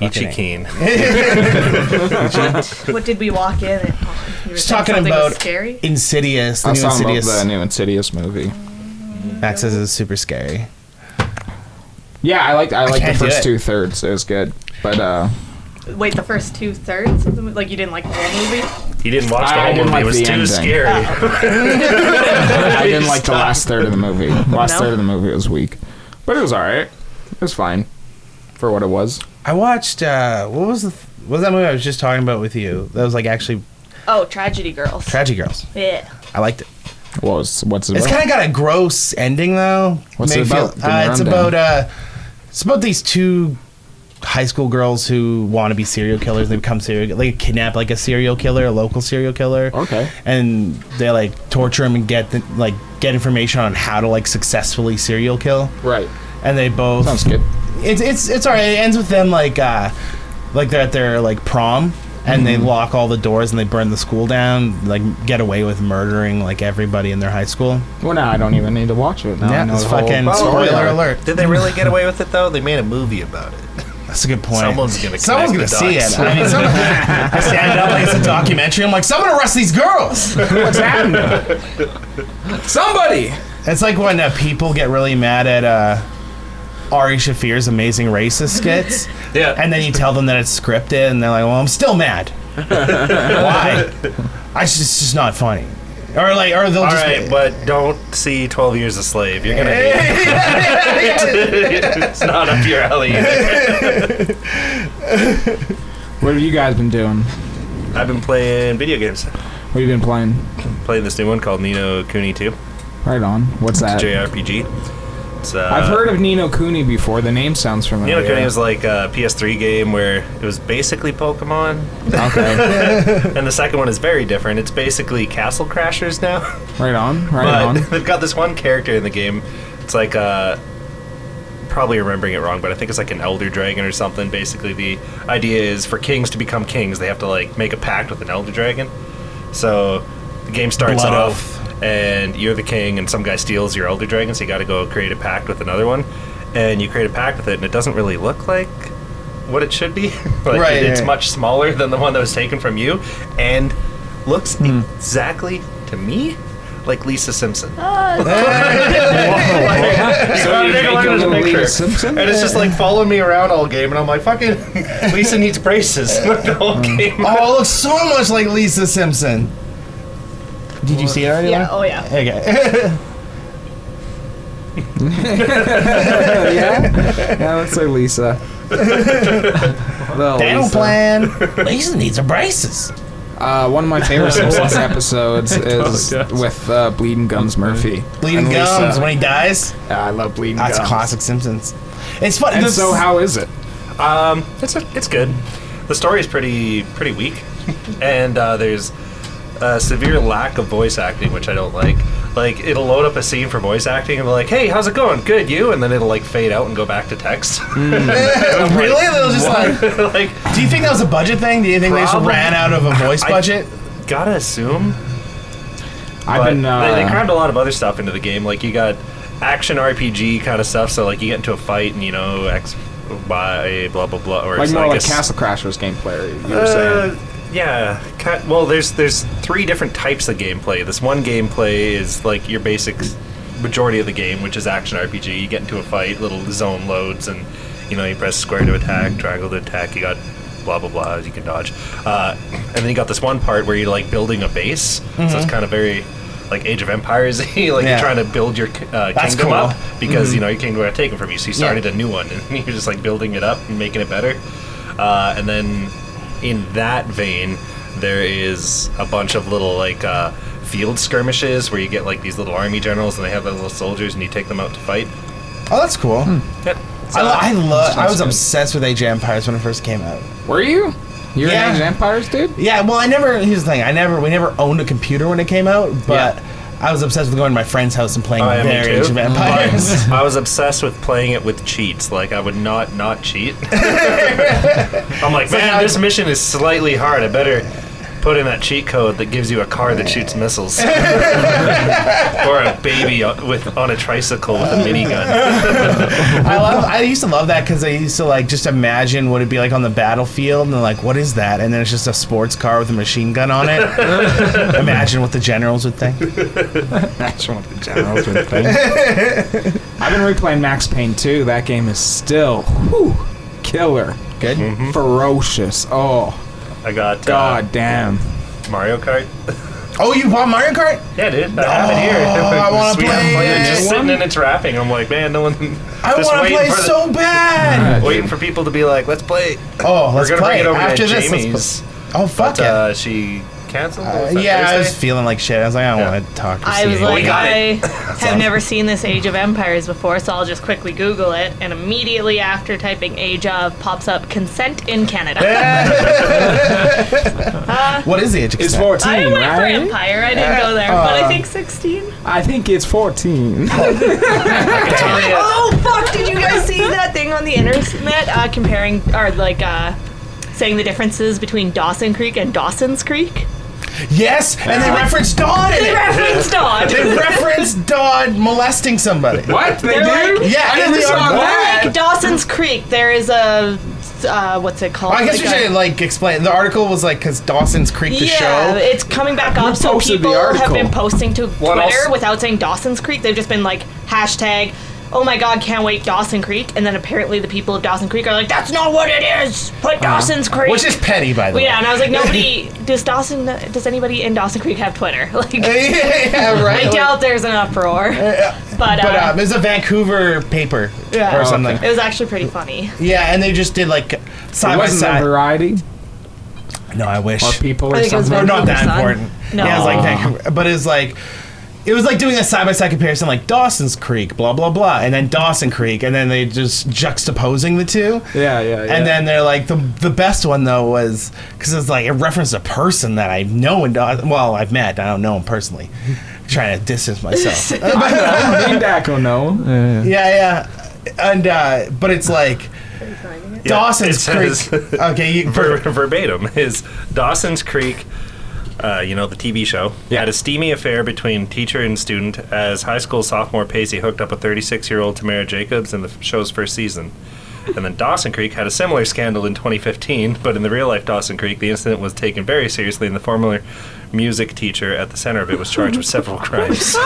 Speaker 6: Peachy
Speaker 3: Fucking A.
Speaker 6: keen.
Speaker 7: What did we walk in at? You were
Speaker 3: Just
Speaker 7: saying
Speaker 3: talking
Speaker 7: something
Speaker 3: about
Speaker 7: was scary.
Speaker 3: Insidious. The
Speaker 1: I
Speaker 3: new
Speaker 1: saw about
Speaker 3: Insidious.
Speaker 1: the new Insidious movie.
Speaker 3: Max says it's super scary.
Speaker 1: Yeah, I liked I liked the
Speaker 3: can't do
Speaker 1: first
Speaker 3: it.
Speaker 1: two thirds. It was good, but
Speaker 3: *laughs*
Speaker 1: uh,
Speaker 7: Wait, the first two thirds of the movie? Like, you didn't like the whole movie?
Speaker 6: He didn't watch the
Speaker 1: I
Speaker 6: whole
Speaker 1: didn't
Speaker 6: movie.
Speaker 1: like
Speaker 6: it was
Speaker 1: the
Speaker 6: too
Speaker 1: ending.
Speaker 6: scary.
Speaker 3: Oh.
Speaker 1: I didn't like the last third of the movie. Last third of the movie was weak, but it was all right. It was fine for what it was.
Speaker 3: I watched. Uh, what was the? Th- what was that movie I was just talking about with you? That was like actually
Speaker 7: Oh, Tragedy Girls.
Speaker 3: Tragedy Girls.
Speaker 7: yeah.
Speaker 3: I liked it.
Speaker 1: What was what's it
Speaker 3: It's
Speaker 1: about?
Speaker 3: kind of got a gross ending though.
Speaker 1: What's
Speaker 3: Made
Speaker 1: it
Speaker 3: me
Speaker 1: about? Give me a
Speaker 3: uh, it's
Speaker 1: rundown.
Speaker 3: about uh, it's about these two high school girls who want to be serial killers. They become serial, like kidnap like a serial killer, a local serial killer.
Speaker 1: Okay.
Speaker 3: And they like torture him and get the, like get information on how to like successfully serial kill.
Speaker 1: right.
Speaker 3: And they both
Speaker 1: Sounds good.
Speaker 3: it's it's it's alright. It ends with them like uh like they're at their like prom and they lock all the doors and they burn the school down, like get away with murdering like everybody in their high school.
Speaker 1: Well, now I don't even need to watch it. Now I
Speaker 3: yeah,
Speaker 1: know
Speaker 3: it's
Speaker 1: the whole-
Speaker 3: fucking
Speaker 1: Oh,
Speaker 3: spoiler
Speaker 1: yeah.
Speaker 3: alert.
Speaker 6: Did they really get away with it though? They made a movie about it.
Speaker 3: That's a good point.
Speaker 6: Someone's gonna.
Speaker 3: Someone's gonna
Speaker 6: connect the
Speaker 3: see
Speaker 6: dots.
Speaker 3: it. *laughs* I mean, someone, I stand up like it's a documentary. I'm like, someone arrest these girls. *laughs*
Speaker 1: What's happening? Somebody.
Speaker 3: It's like when uh, people get really mad at uh, Ari Shafir's amazing racist *laughs* skits,
Speaker 6: Yeah.
Speaker 3: and then you tell them that it's scripted, and they're like, "Well, I'm still *laughs* mad. Why? I just, it's just not funny." Or like, or they'll
Speaker 6: all
Speaker 3: just.
Speaker 6: right, but don't see Twelve Years a Slave. You're gonna.
Speaker 3: *laughs*
Speaker 6: hate it. it's not up your alley.
Speaker 3: *laughs*
Speaker 1: What have you guys been doing?
Speaker 6: I've been playing video games.
Speaker 1: What have you been playing?
Speaker 6: Playing this new one called Nino Cooney 2.
Speaker 1: Right on. What's that?
Speaker 6: JRPG. It's, uh,
Speaker 1: I've heard of Nino Cooney before. The name sounds familiar.
Speaker 6: Nino Cooney was like a PS3 game where it was basically
Speaker 3: *laughs*
Speaker 6: Pokemon,
Speaker 1: okay.
Speaker 6: and the second one is very different. It's basically Castle Crashers now. *laughs*
Speaker 1: Right on. Right
Speaker 6: but *laughs*
Speaker 1: on.
Speaker 6: they've got this one character in the game. It's like uh probably remembering it wrong, but I think it's like an elder dragon or something. Basically, the idea is for kings to become kings, they have to like make a pact with an elder dragon. So the game starts
Speaker 3: Blood
Speaker 6: off and you're the king and some guy steals your elder dragon, so you got to go create a pact with another one. And you create a pact with it and it doesn't really look like what it should be. *laughs* like
Speaker 3: Right,
Speaker 6: it- it's
Speaker 3: right.
Speaker 6: much smaller than the one that was taken from you and looks
Speaker 1: Hmm.
Speaker 6: exactly to me like Lisa Simpson. *laughs*
Speaker 1: So you
Speaker 6: Take
Speaker 1: make
Speaker 6: a look
Speaker 1: a
Speaker 6: at this
Speaker 1: little
Speaker 6: picture.
Speaker 1: Lisa Simpson?
Speaker 6: And it's just like following me around all game, and I'm like, fucking, *laughs* Lisa needs braces *laughs* the whole
Speaker 1: Hmm.
Speaker 6: game.
Speaker 3: Oh, it looks so much like Lisa Simpson. Did you see it already?
Speaker 7: Yeah,
Speaker 3: Lana?
Speaker 7: oh yeah.
Speaker 3: Okay. *laughs*
Speaker 1: yeah. Yeah. Let's say
Speaker 3: *laughs*
Speaker 1: Lisa. Little
Speaker 3: Dental
Speaker 1: Lisa.
Speaker 3: plan. *laughs* Lisa needs her braces.
Speaker 1: Uh, one of my *laughs* favorite Simpsons *laughs* episodes is
Speaker 2: Apologize.
Speaker 1: with uh, Bleeding Gums Murphy.
Speaker 3: Bleeding
Speaker 1: And Lisa.
Speaker 3: gums when he dies.
Speaker 1: Yeah, I love Bleeding
Speaker 3: That's
Speaker 1: Gums.
Speaker 3: classic Simpsons. It's fun.
Speaker 1: And
Speaker 3: this-
Speaker 1: so, how is it?
Speaker 6: Um, it's a, it's good. The story is pretty pretty weak, *laughs* and uh, there's a severe lack of voice acting, which I don't like. Like it'll load up a scene for voice acting and be like, "Hey, how's it going? Good, you?" And then it'll like fade out and go back to text. *laughs*
Speaker 1: Mm.
Speaker 3: *laughs* really? They'll just like.
Speaker 6: like,
Speaker 3: Do you think that was a budget thing? Do you think they just
Speaker 6: Probably.
Speaker 3: ran out of a voice
Speaker 6: I-
Speaker 3: budget?
Speaker 6: gotta assume
Speaker 1: I've
Speaker 6: But
Speaker 1: been. Uh,
Speaker 6: they, they crammed a lot of other stuff into the game. Like you got action RPG kind of stuff. So like you get into a fight and you know X, Y, blah blah blah. Or
Speaker 1: like
Speaker 6: so
Speaker 1: more
Speaker 6: I
Speaker 1: like
Speaker 6: guess-
Speaker 1: Castle Crashers gameplay. You were
Speaker 6: Uh,
Speaker 1: saying.
Speaker 6: yeah. Ca- well, there's there's three different types of gameplay. This one gameplay is like your basic majority of the game, which is action RPG. You get into a fight, little zone loads, and you know you press square to attack, triangle to attack. You got blah blah blah. You can dodge, uh, and then you got this one part where you're like building a base. So it's kind of very like Age of Empires, *laughs* like
Speaker 3: Yeah.
Speaker 6: you're trying to build your ki- uh,
Speaker 3: That's
Speaker 6: kingdom
Speaker 3: cool.
Speaker 6: up because you know your kingdom got taken from you, so you started a new one, and *laughs* you're just like building it up and making it better. Uh, and then, in that vein, there is a bunch of little like uh, field skirmishes where you get like these little army generals, and they have their little soldiers, and you take them out to fight.
Speaker 3: Oh, that's cool.
Speaker 6: Yep.
Speaker 3: I, lo- I love. I was
Speaker 1: good.
Speaker 3: obsessed with Age of Empires when it first came out.
Speaker 1: Were you? You're
Speaker 3: Yeah.
Speaker 1: an Age of Empires
Speaker 3: *laughs*
Speaker 1: dude?
Speaker 3: Yeah, well, I never. Here's the thing: I never, we never owned a computer when it came out, but I was obsessed with going to my friend's house and playing
Speaker 6: I am
Speaker 3: their
Speaker 6: Oh, too.
Speaker 3: Age of Empires.
Speaker 6: I was obsessed with playing it with cheats. Like I would not
Speaker 3: *laughs*
Speaker 6: not cheat. I'm like, man, this mission is slightly hard. I better put in that cheat code that gives you a car that
Speaker 3: *laughs*
Speaker 6: shoots missiles, or a baby on, with on a tricycle with a minigun.
Speaker 3: I love. I used to love that because I used to like just imagine what it'd be like on the battlefield, and they're like, "What is that?" And then it's just a sports car with a machine gun on
Speaker 6: *laughs*
Speaker 3: it. imagine what the generals would think.
Speaker 1: That's one of the generals would think. *laughs* I've been replaying Max Payne 2. That game is still whew, killer.
Speaker 3: Good.
Speaker 1: Mm-hmm. Ferocious. Oh,
Speaker 6: I got uh,
Speaker 1: god damn.
Speaker 6: Mario Kart.
Speaker 3: Oh, you bought Mario Kart?
Speaker 6: Yeah, dude, I have it here.
Speaker 3: Oh, I wanna
Speaker 6: *laughs* Sweet, I'm
Speaker 3: play
Speaker 6: playing
Speaker 3: it.
Speaker 6: Just
Speaker 3: One-
Speaker 6: sitting in its wrapping. I'm like, man, no one.
Speaker 3: I
Speaker 6: just
Speaker 3: want to
Speaker 6: waiting
Speaker 3: play
Speaker 6: for the-
Speaker 3: so
Speaker 6: *laughs*
Speaker 3: bad.
Speaker 6: Waiting for people to be like, let's play.
Speaker 3: Oh, let's
Speaker 6: We're gonna
Speaker 3: play
Speaker 6: bring it over
Speaker 3: after
Speaker 6: to
Speaker 3: this. let's
Speaker 6: Jamie's.
Speaker 3: pl- oh fuck
Speaker 6: But
Speaker 3: it.
Speaker 6: uh, she canceled.
Speaker 3: Uh,
Speaker 6: Was that
Speaker 3: yeah, I was
Speaker 6: Thursday?
Speaker 3: feeling like shit. I was like, I don't
Speaker 6: Yeah.
Speaker 3: want to talk. To
Speaker 4: I was
Speaker 3: CA.
Speaker 4: like,
Speaker 6: got
Speaker 4: I
Speaker 6: it.
Speaker 4: have never seen this Age of Empires before, so I'll just quickly Google it. And immediately after typing Age of, pops up consent in Canada.
Speaker 3: what is the age of
Speaker 1: It's
Speaker 3: consent?
Speaker 1: 14,
Speaker 4: I went for
Speaker 1: right?
Speaker 4: Empire. I didn't go there, but I think 16.
Speaker 1: I think it's 14.
Speaker 4: Oh fuck! Did you guys
Speaker 3: *laughs*
Speaker 4: see that thing on the internet uh, comparing or like uh, saying the differences between Dawson Creek and Dawson's Creek?
Speaker 3: Yes, and they reference Dawn in
Speaker 4: They
Speaker 6: *laughs*
Speaker 4: *laughs*
Speaker 3: it.
Speaker 4: referenced Dawn.
Speaker 3: They reference Dawn molesting somebody.
Speaker 1: what? They
Speaker 4: They're
Speaker 1: do?
Speaker 4: like-
Speaker 3: Yeah,
Speaker 1: I never
Speaker 3: it's
Speaker 1: saw
Speaker 3: like,
Speaker 1: that.
Speaker 4: like Dawson's Creek, there is a uh, what's it called?
Speaker 3: I guess we
Speaker 4: Like a-
Speaker 3: should like explain. The article was like because Dawson's Creek, the
Speaker 4: yeah,
Speaker 3: show.
Speaker 4: it's coming back up. So
Speaker 1: posted the
Speaker 4: people have
Speaker 1: article.
Speaker 4: been posting to
Speaker 6: What
Speaker 4: Twitter
Speaker 6: else?
Speaker 4: without saying Dawson's Creek. They've just been like hashtag. Oh my God! Can't wait, Dawson Creek. And then apparently the people of Dawson Creek are like, "That's not what it is. Put Dawson's Creek."
Speaker 3: Uh-huh. Which is petty, by the
Speaker 4: Well, yeah,
Speaker 3: way.
Speaker 4: and I was like, nobody does Dawson. Does anybody in Dawson Creek have Twitter? *laughs* Like,
Speaker 3: *laughs* yeah, right.
Speaker 4: I doubt there's an uproar. But, uh,
Speaker 3: But um, it was a Vancouver paper
Speaker 4: Yeah.
Speaker 3: or
Speaker 4: Oh,
Speaker 3: something.
Speaker 4: it was actually pretty funny.
Speaker 3: Yeah, and they just did like side
Speaker 1: It
Speaker 3: by
Speaker 1: wasn't a
Speaker 3: side.
Speaker 1: variety
Speaker 3: No, I wish.
Speaker 1: or people or
Speaker 4: think it was
Speaker 1: something.
Speaker 3: Or not that
Speaker 4: Vancouver Sun?
Speaker 3: important.
Speaker 4: No.
Speaker 3: Yeah, it was like Vancouver, but it was like. It was like doing a side by side comparison, like Dawson's Creek, blah blah blah, and then Dawson Creek, and then they just juxtaposing the two.
Speaker 1: Yeah, yeah, yeah.
Speaker 3: And then they're like the the best one though was because it's like it referenced a person that I know and well I've met I don't know him personally, *laughs* trying to distance myself.
Speaker 1: *laughs*
Speaker 3: yeah, *laughs*
Speaker 1: Me and Daco know.
Speaker 2: Yeah, yeah.
Speaker 3: yeah, and uh, but it's like Dawson's
Speaker 6: it
Speaker 3: Creek.
Speaker 6: says-
Speaker 3: *laughs* okay,
Speaker 1: *laughs*
Speaker 3: you,
Speaker 6: Ver- *laughs* verbatim is Dawson's Creek. Uh, you know the TV show had a steamy affair between teacher and student as high school sophomore Paisley hooked up a 36-year-old Tamara Jacobs in the f- show's first season, and then Dawson Creek had a similar scandal in 2015. But in the real-life Dawson Creek, the incident was taken very seriously, and the former music teacher at the center of it was charged with *laughs* several crimes.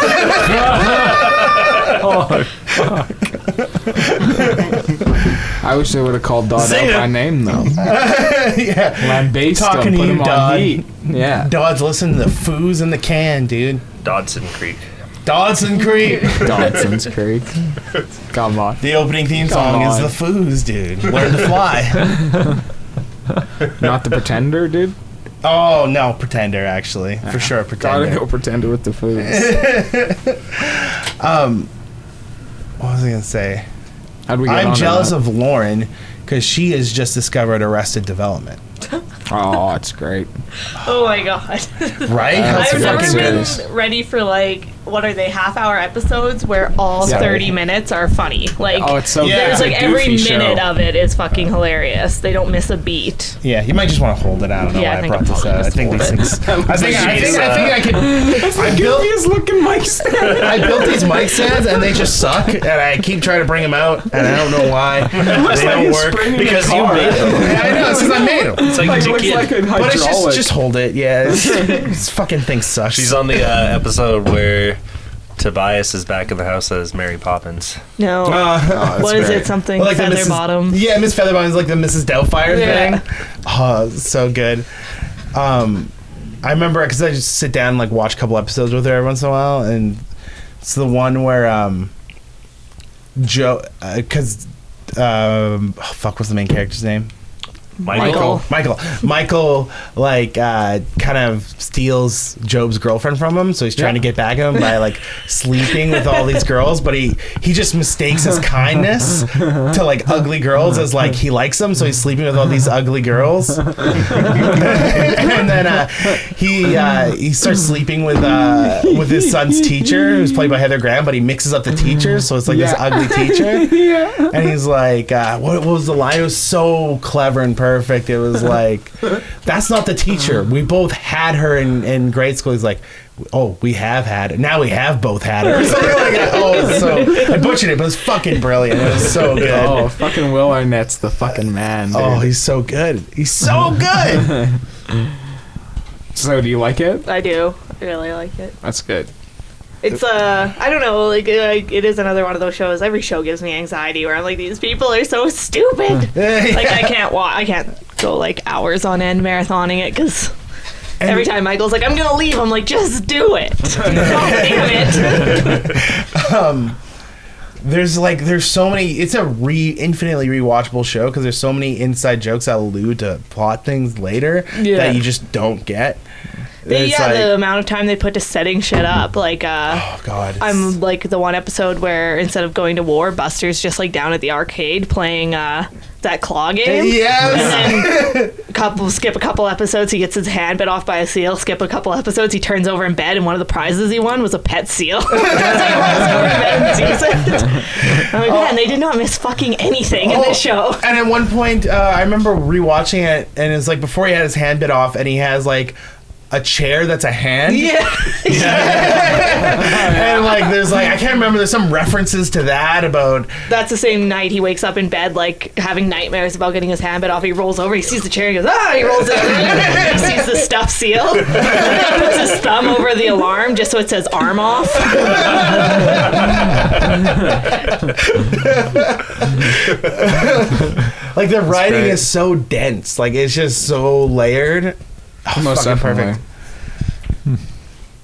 Speaker 1: I wish they would have called Dodd
Speaker 3: Zing
Speaker 1: out
Speaker 3: it.
Speaker 1: by name
Speaker 3: *laughs*
Speaker 1: though.
Speaker 3: yeah,
Speaker 1: Lambaste
Speaker 3: Talking
Speaker 1: him,
Speaker 3: to
Speaker 1: put
Speaker 3: you,
Speaker 1: him
Speaker 3: Dodd.
Speaker 1: on heat. *laughs* Yeah,
Speaker 3: Dodds listen to the foos in the can, dude.
Speaker 6: Dodson Creek.
Speaker 1: *laughs*
Speaker 3: Dawson Creek.
Speaker 1: Dodson's
Speaker 3: *laughs*
Speaker 1: Creek. Come on.
Speaker 3: The opening theme song
Speaker 1: Come
Speaker 3: is
Speaker 1: on.
Speaker 3: the foos, dude. Learn to fly.
Speaker 1: *laughs* Not the Pretender,
Speaker 3: *laughs*
Speaker 1: dude.
Speaker 3: oh no, Pretender actually for sure Pretender.
Speaker 1: Gotta go Pretender with the foods.
Speaker 3: What was I gonna say?
Speaker 1: How'd we get
Speaker 3: I'm
Speaker 1: on to
Speaker 3: jealous
Speaker 1: that?
Speaker 3: of Lauren because she has just discovered Arrested Development.
Speaker 1: Oh, it's great.
Speaker 4: Oh my god.
Speaker 3: Right?
Speaker 1: That's
Speaker 4: *laughs* I've
Speaker 1: a
Speaker 4: never
Speaker 1: fucking
Speaker 4: been
Speaker 1: series.
Speaker 4: ready for like what are they half hour episodes where all
Speaker 1: Yeah.
Speaker 4: 30 minutes are funny. Like
Speaker 1: Oh, it's so
Speaker 3: Yeah.
Speaker 1: good.
Speaker 4: there's
Speaker 1: It's
Speaker 4: like
Speaker 1: a
Speaker 4: every
Speaker 1: goofy show.
Speaker 4: minute of it is fucking hilarious. They don't miss a beat.
Speaker 3: yeah, you might just want to hold it. I don't know
Speaker 4: Yeah, I
Speaker 3: why I,
Speaker 4: think
Speaker 3: brought
Speaker 4: I'll
Speaker 3: this
Speaker 4: probably
Speaker 3: up. I
Speaker 4: just hold
Speaker 3: think these
Speaker 4: it. *laughs*
Speaker 3: things. I think I think I think I can. I built
Speaker 1: He's looking
Speaker 3: *laughs*
Speaker 1: Mike Stanley.
Speaker 3: I built these mic stands and they just suck and I keep trying to bring them out and I don't know
Speaker 4: *laughs*
Speaker 3: why they don't work.
Speaker 6: because you made them.
Speaker 3: *laughs* Yeah, I know since I made them.
Speaker 6: It's like,
Speaker 1: *laughs* Like, looks
Speaker 6: a kid.
Speaker 1: like a hydraulic.
Speaker 3: But it's just just hold it. Yeah,
Speaker 4: *laughs*
Speaker 3: it's, this fucking thing sucks.
Speaker 6: She's
Speaker 3: *laughs*
Speaker 6: on the uh, episode where Tobias is back in the house as Mary Poppins.
Speaker 4: No.
Speaker 1: Oh,
Speaker 3: Uh,
Speaker 4: what is it? Something
Speaker 3: Well, the
Speaker 4: feather
Speaker 3: Mrs.
Speaker 4: bottom.
Speaker 3: Yeah, Miss Featherbottom is like the Mrs. Doubtfire
Speaker 4: Yeah.
Speaker 3: thing. Oh, so good. Um, I remember because I just sit down and like watch a couple episodes with her every once in a while, and it's the one where um, uh, Joe, because um, oh, fuck, what's the main character's name?
Speaker 6: Michael.
Speaker 3: Michael. Michael, like, uh, kind of steals Job's girlfriend from him, so he's trying to get back at him by like sleeping with all these girls. But he he just mistakes his kindness to like ugly girls as like he likes them, so he's sleeping with all these ugly girls. and then uh, he uh, he starts sleeping with uh, with his son's teacher, who's played by Heather Graham, but he mixes up the teachers, so it's like this
Speaker 1: Yeah.
Speaker 3: ugly teacher and he's like, uh, what, what was the line? It was so clever and perfect.
Speaker 1: *laughs*
Speaker 3: It was like, that's not the teacher. We both had her in, in grade school. He's like, oh, we have had it. Now we have both
Speaker 1: *laughs*
Speaker 3: had her. Something like that. Oh, so I butchered it, but it was fucking brilliant. It
Speaker 1: *laughs*
Speaker 3: was so good.
Speaker 1: Oh,
Speaker 3: Oh,
Speaker 1: fucking Will Arnett's the fucking Oh, man. Dude.
Speaker 3: he's so good. He's so
Speaker 1: *laughs*
Speaker 3: good. *laughs*
Speaker 1: so do you like it?
Speaker 4: I do. I really like it.
Speaker 1: That's good.
Speaker 3: Oh,
Speaker 4: It's uh, I don't know, like, uh, like it is another one of those shows. Every show gives me anxiety where I'm like, these people are so stupid. Like I can't walk, I can't go like hours on end marathoning it because every time Michael's like, I'm gonna leave, I'm like, just do
Speaker 3: *laughs*
Speaker 4: it. God damn it.
Speaker 3: there's like there's so many it's a re infinitely rewatchable show because there's so many inside jokes that allude to plot things later
Speaker 1: Yeah.
Speaker 3: that you just don't get
Speaker 4: But
Speaker 3: It's
Speaker 4: yeah,
Speaker 3: like-
Speaker 4: the amount of time they put to setting shit up, like uh.
Speaker 3: oh god it's-
Speaker 4: I'm like the one episode where instead of going to war, Buster's just like down at the arcade playing uh, that claw game.
Speaker 3: yes
Speaker 4: couple skip a couple episodes he gets his hand bit off by a seal skip a couple episodes he turns over in bed and one of the prizes he won was a pet seal *laughs* He rolls over in bed and sees it. i'm like man they did not miss fucking anything *laughs* in this
Speaker 3: Oh,
Speaker 4: show
Speaker 3: And at one point, uh, I remember rewatching it, and it's like before he had his hand bit off, and he has like a chair that's a hand.
Speaker 4: *laughs* yeah
Speaker 3: *laughs* And like, there's like, I can't remember. There's some references to that about.
Speaker 4: that's the same night he wakes up in bed like having nightmares about getting his hand bit off he rolls over he sees the chair he goes ah he rolls over he sees the stuffed seal *laughs* he puts his thumb over the alarm just so it says arm off
Speaker 3: Like the writing
Speaker 6: great.
Speaker 3: is so dense. Like it's just so layered. Oh,
Speaker 1: Most
Speaker 3: fucking
Speaker 1: definitely.
Speaker 3: perfect.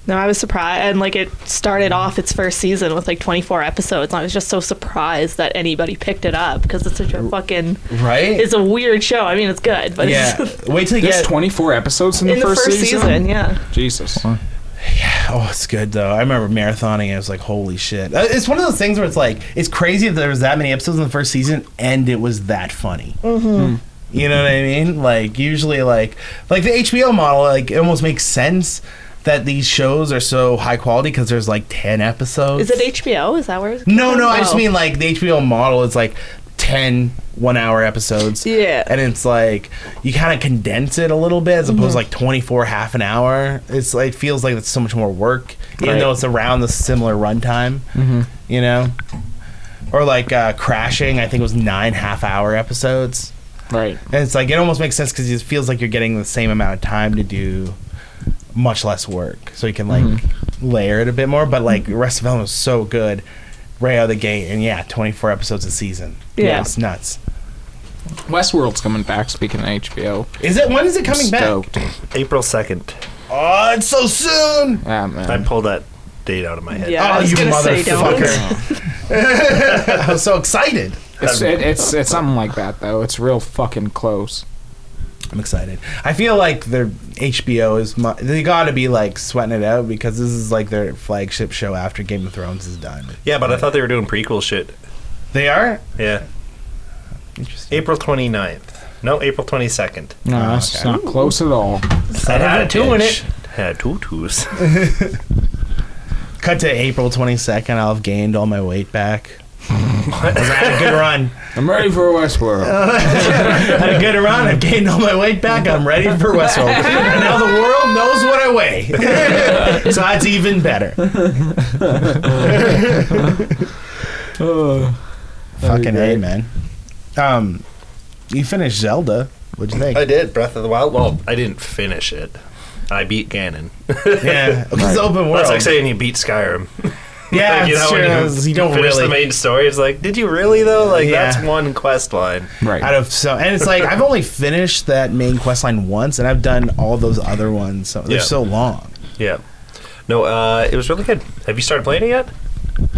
Speaker 4: No, I was surprised, and like it started off its first season with like 24 episodes, and I was just so surprised that anybody picked it up because it's such a fucking.
Speaker 3: Right?
Speaker 4: It's a weird show. I mean, it's good, but *laughs*
Speaker 3: *laughs* yeah.
Speaker 4: it's
Speaker 3: Wait till you
Speaker 1: There's
Speaker 3: get.
Speaker 1: 24 episodes in,
Speaker 4: in the first, season? yeah.
Speaker 1: Jesus.
Speaker 3: *sighs* Oh, it's good though. I remember marathoning. it. I was like, holy shit. Uh, It's one of those things where it's like, it's crazy that there was that many episodes in the first season, and it was that funny. Mm-hmm. You know what I mean? Like usually, like like the HBO model, like it almost makes sense that these shows are so high quality because there's like ten episodes.
Speaker 4: Is it HBO? Is that where? It's
Speaker 3: no, no. I just
Speaker 4: Oh.
Speaker 3: mean like the HBO model is like 10 one hour episodes.
Speaker 4: Yeah.
Speaker 3: And it's like you kind of condense it a little bit as opposed to like 24 half an hour. It's like feels like it's so much more work, even
Speaker 1: Right.
Speaker 3: though it's around the similar runtime, you know? Or like uh, Crashing, I think it was nine half hour episodes.
Speaker 1: Right.
Speaker 3: And it's like it almost makes sense because it feels like you're getting the same amount of time to do much less work, so you can like
Speaker 4: Mm-hmm.
Speaker 3: layer it a bit more. But like Rest of Ellen was so good right out of the gate, and yeah, 24 episodes a season.
Speaker 4: Yeah.
Speaker 3: it's nuts.
Speaker 1: Westworld's coming back. Speaking of HBO,
Speaker 3: Is it? When is it coming back?
Speaker 1: stoked.
Speaker 6: April 2nd.
Speaker 3: Oh, it's so soon.
Speaker 1: Ah,
Speaker 6: I
Speaker 1: man.
Speaker 6: pulled that date out of my head.
Speaker 4: Yeah, I
Speaker 3: oh,
Speaker 4: was
Speaker 3: you
Speaker 4: gonna say don't.
Speaker 3: motherfucker!
Speaker 4: *laughs*
Speaker 3: *laughs* I was so excited.
Speaker 1: It's, it, it's it's something like that though. It's real fucking close.
Speaker 3: I'm excited. I feel like their HBO is mu- they got to be like sweating it out because this is like their flagship show after Game of Thrones is done.
Speaker 6: Yeah, but I thought they were doing prequel shit.
Speaker 3: They are
Speaker 6: Yeah.
Speaker 3: interesting.
Speaker 6: April 29th. No, April 22nd.
Speaker 1: No, that's
Speaker 3: okay.
Speaker 1: not close at all.
Speaker 6: I
Speaker 3: had a two in it.
Speaker 6: Had two twos.
Speaker 3: Cut to April 22nd. I'll have gained all my weight back. 'Cause I had a good run.
Speaker 1: I'm ready for Westworld.
Speaker 3: I had a good run. I've gained all my weight back. I'm ready for Westworld. And now the world knows what I weigh. *laughs* so that's even
Speaker 6: *laughs*
Speaker 3: better. Fucking A,
Speaker 1: great.
Speaker 3: man. Um, you finished Zelda. What'd you
Speaker 6: I
Speaker 3: think?
Speaker 6: did. Breath of the Wild. Well, I didn't finish it. I beat Ganon. *laughs*
Speaker 3: Yeah, it's open world.
Speaker 6: That's like saying you beat Skyrim.
Speaker 3: yeah,
Speaker 6: Like, you
Speaker 3: it's
Speaker 6: know, when
Speaker 3: true. You, don't
Speaker 6: finish
Speaker 3: really. *laughs*
Speaker 6: the main story. It's like, did you really though? Like
Speaker 3: Yeah.
Speaker 6: that's one quest line.
Speaker 1: right.
Speaker 3: out of so and it's like I've only finished that main quest line once and I've done all those other ones so they're
Speaker 6: Yeah.
Speaker 3: so long.
Speaker 6: Yeah. No, uh, it was really good. Have you started playing it yet?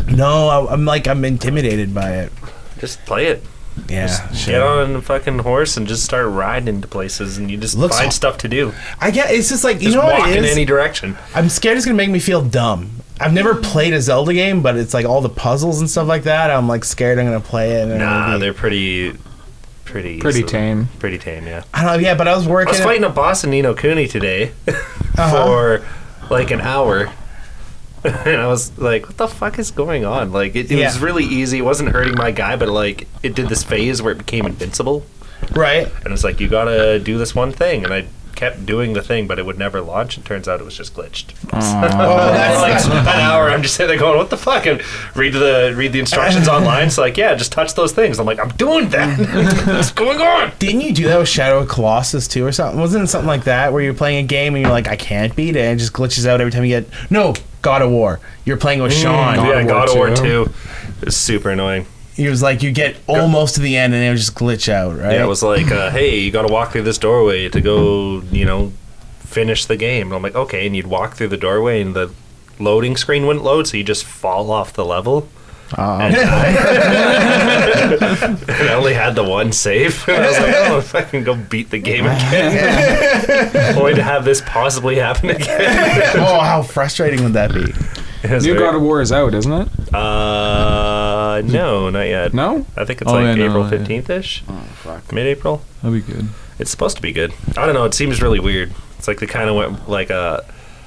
Speaker 3: No, I, I'm like I'm intimidated by it.
Speaker 6: Just play it.
Speaker 3: Yeah,
Speaker 6: Get on a fucking horse and just start riding into places, and you just
Speaker 3: Looks
Speaker 6: find
Speaker 3: aw-
Speaker 6: stuff to do.
Speaker 3: I get it's just like you
Speaker 6: Just
Speaker 3: know
Speaker 6: walk
Speaker 3: what it
Speaker 6: in
Speaker 3: is.
Speaker 6: any direction.
Speaker 3: I'm scared it's gonna make me feel dumb. I've never played a Zelda game, but it's like all the puzzles and stuff like that. I'm like scared I'm gonna play it. And it'll
Speaker 6: Nah,
Speaker 3: be-
Speaker 6: they're pretty, pretty,
Speaker 1: Pretty
Speaker 6: so-
Speaker 1: tame.
Speaker 6: Pretty tame, yeah.
Speaker 3: I don't know. Yeah, but I was
Speaker 6: I
Speaker 3: working.
Speaker 6: was fighting a boss in Nino Cooney today *laughs* for like an hour. *laughs* And I was like, what the fuck is going on? Like, it, it was
Speaker 3: Yeah.
Speaker 6: really easy. It wasn't hurting my guy, but like, it did this phase where it became invincible.
Speaker 3: right.
Speaker 6: And it's like, you gotta do this one thing. And I kept doing the thing, but it would never launch. And turns out it was just glitched. *laughs*
Speaker 3: Oh,
Speaker 6: And,
Speaker 3: that's
Speaker 6: like an hour, I'm just sitting there going, "What the fuck?" And read the read
Speaker 3: *laughs*
Speaker 6: the instructions online. It's like, yeah, just touch those things. I'm like, I'm doing that. *laughs* What's going on?
Speaker 3: Didn't you do that with Shadow of Colossus too, or something? Wasn't it something like that where you're playing a game and you're like, I can't beat it, and it just glitches out every time you get no God of War. You're playing with Sean.
Speaker 6: yeah, Mm, God of
Speaker 1: War
Speaker 6: War Two. It's super annoying.
Speaker 3: He was like, you get almost to the end and it would just glitch out, right? *laughs*
Speaker 6: Yeah, it was like, uh, hey, you got to walk through this doorway to go, you know, finish the game. And I'm like, okay, and you'd walk through the doorway, and the loading screen wouldn't load, so you just fall off the level. And, die. And *laughs* I only had the one save. *laughs* And I was like, oh, if I can go beat the game again, I'm going to have this possibly
Speaker 3: *laughs*
Speaker 6: happen again.
Speaker 3: oh, how frustrating would that be?
Speaker 6: It was
Speaker 1: New
Speaker 6: very-
Speaker 1: God of War is out, isn't it?
Speaker 6: Uh, no, not yet.
Speaker 1: No?
Speaker 6: I think it's
Speaker 2: Oh,
Speaker 6: like
Speaker 2: yeah, no,
Speaker 6: April
Speaker 2: yeah.
Speaker 6: 15th ish, mid-April.
Speaker 2: That'd be good.
Speaker 6: It's supposed to be good. I don't know. It seems really weird. It's like they kind of went like uh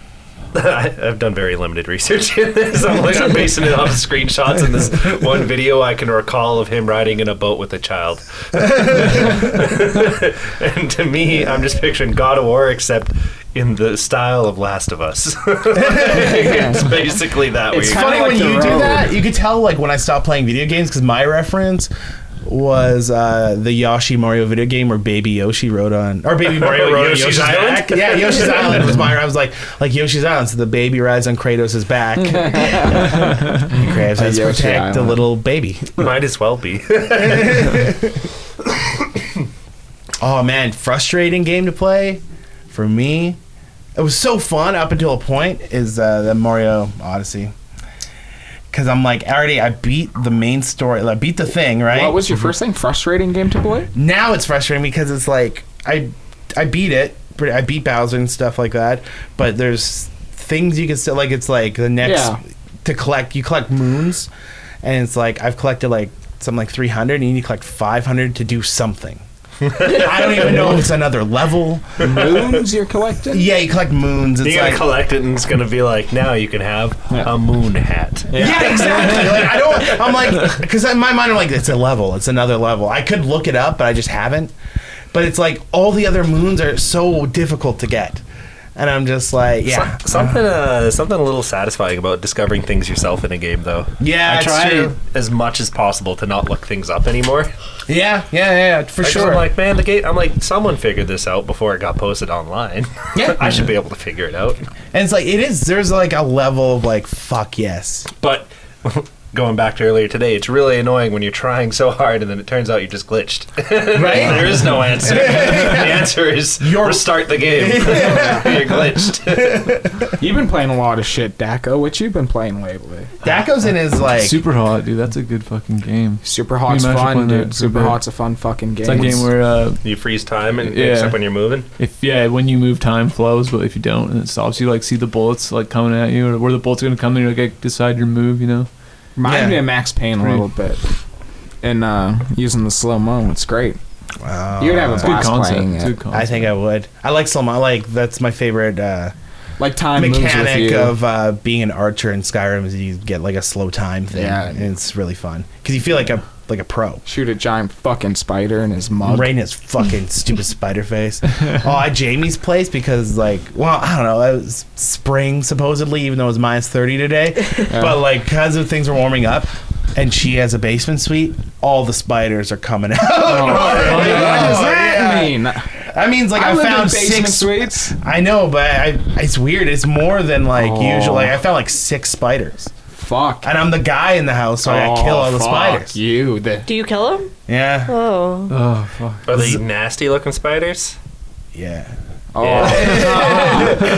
Speaker 6: *laughs* I, I've done very limited research in this. I'm like I'm basing it off screenshots
Speaker 3: *laughs*
Speaker 6: and this one video I can recall of him riding in a boat with
Speaker 3: *laughs*
Speaker 6: a child. and to me, I'm just picturing God of War except in the style of Last of Us. *laughs* it's basically that
Speaker 3: It's
Speaker 6: weird.
Speaker 3: funny
Speaker 1: like
Speaker 3: when
Speaker 1: The
Speaker 3: you do
Speaker 1: Road.
Speaker 3: that, you could tell like when I stopped playing video games because my reference was uh, the Yoshi Mario video game where Baby Yoshi rode on
Speaker 1: *laughs*
Speaker 3: or Baby Mario rode
Speaker 6: Yoshi's
Speaker 3: on Yoshi's
Speaker 6: Island?
Speaker 3: back. Yeah, Yoshi's Island was my. I was like like Yoshi's Island, so the baby rides on Kratos'
Speaker 1: *laughs*
Speaker 3: back. and Kratos has to
Speaker 1: Yoshi
Speaker 3: protect the
Speaker 1: Island.
Speaker 3: little baby.
Speaker 6: Might as well be.
Speaker 3: Oh man, frustrating game to play for me. It was so fun up until a point is uh, the Mario Odyssey. Cause I'm like I already I beat the main story, I beat the thing, right?
Speaker 1: What was your first thing? Frustrating game to play?
Speaker 3: now it's frustrating because it's like I I beat it, pretty- I beat Bowser and stuff like that, but there's things you can still like. It's like the next
Speaker 1: Yeah.
Speaker 3: to collect. You collect moons, and it's like I've collected like something like 300, and you need to collect 500 to do something. I don't even know if it's another level.
Speaker 1: Moons you're collecting?
Speaker 3: Yeah, you collect moons. It's
Speaker 6: You're gonna
Speaker 3: like
Speaker 6: collect it and it's gonna be like, now you can have
Speaker 1: Yeah.
Speaker 6: a moon hat.
Speaker 3: *laughs* Yeah, exactly. Like, I *laughs* don't. I'm like, because in my mind, I'm like, it's a level. It's another level. I could look it up, but I just haven't. But it's like all the other moons are so difficult to get, and I'm just like, yeah,
Speaker 6: So- something, uh, something a little satisfying about discovering things yourself in a game, though.
Speaker 3: Yeah,
Speaker 6: I
Speaker 3: it's
Speaker 6: try
Speaker 3: true.
Speaker 6: as much as possible to not look things up anymore.
Speaker 3: yeah, yeah, yeah, yeah, for
Speaker 6: I just-
Speaker 3: sure.
Speaker 6: I'm like, man, the gate. I'm like, someone figured this out before it got posted online.
Speaker 3: Yeah.
Speaker 6: *laughs* I should be able to figure it out.
Speaker 3: and it's like it is. There's like a level of like, fuck yes.
Speaker 6: But *laughs* going back to earlier today, it's really annoying when you're trying so hard and then it turns out you just glitched. *laughs*
Speaker 3: Right.
Speaker 6: there is no
Speaker 3: *laughs*
Speaker 6: answer. the answer is
Speaker 3: You're-
Speaker 6: restart the
Speaker 3: *laughs*
Speaker 6: game. *laughs* you're glitched.
Speaker 1: You've been playing a lot of shit, Daco. What you been playing lately?
Speaker 3: Daco's in his like.
Speaker 2: Super hot, dude. That's a good fucking game.
Speaker 1: Super Hot's
Speaker 2: imagine
Speaker 1: fun,
Speaker 2: playing that
Speaker 1: dude.
Speaker 2: for a
Speaker 1: Super
Speaker 2: bit.
Speaker 1: Hot's a fun fucking game.
Speaker 2: It's that game where uh,
Speaker 6: You freeze time, and
Speaker 2: Yeah.
Speaker 6: except when you're moving.
Speaker 2: if yeah, when you move, time flows, but if you don't and it stops, you like see the bullets like coming at you or where the bullets are gonna come, and you like decide your move. You know,
Speaker 1: Reminded
Speaker 3: Yeah.
Speaker 1: me of Max Payne a little bit. And uh, using the slow mo, it's great.
Speaker 3: Wow.
Speaker 1: You'd have a
Speaker 2: it's a good
Speaker 1: blast
Speaker 2: concept.
Speaker 1: playing
Speaker 2: It's a
Speaker 1: it.
Speaker 2: good concept.
Speaker 3: I think I would. I like Slum. I like that's my favorite uh,
Speaker 1: Like time moves with
Speaker 3: mechanic
Speaker 1: you.
Speaker 3: of uh, being an archer in Skyrim is you get like a slow time thing,
Speaker 1: Yeah.
Speaker 3: and it's really fun because you feel like a like a pro.
Speaker 1: Shoot a giant fucking spider in his mug.
Speaker 3: Right in his fucking stupid spider face. Oh, at Jamie's place because like, well, I don't know. It was spring supposedly, even though it was minus thirty today. But like, because of things were warming up, and she has a basement suite, all the spiders are coming out. *laughs*
Speaker 1: Oh, what does
Speaker 3: Oh,
Speaker 1: that
Speaker 3: yeah.
Speaker 1: mean?
Speaker 3: That means like I,
Speaker 1: I, live
Speaker 3: found
Speaker 1: in basement
Speaker 3: six.
Speaker 1: suites.
Speaker 3: I know, but I, it's weird. It's more than like
Speaker 1: Oh.
Speaker 3: usual. Like, I found like six spiders,
Speaker 1: Fuck.
Speaker 3: and I'm the guy in the house, so I gotta
Speaker 1: Oh,
Speaker 3: kill all the
Speaker 1: fuck
Speaker 3: spiders.
Speaker 1: You the
Speaker 4: Do you kill him?
Speaker 3: Yeah,
Speaker 4: Oh.
Speaker 2: Oh fuck.
Speaker 6: Are they nasty looking spiders?
Speaker 3: yeah.
Speaker 1: oh,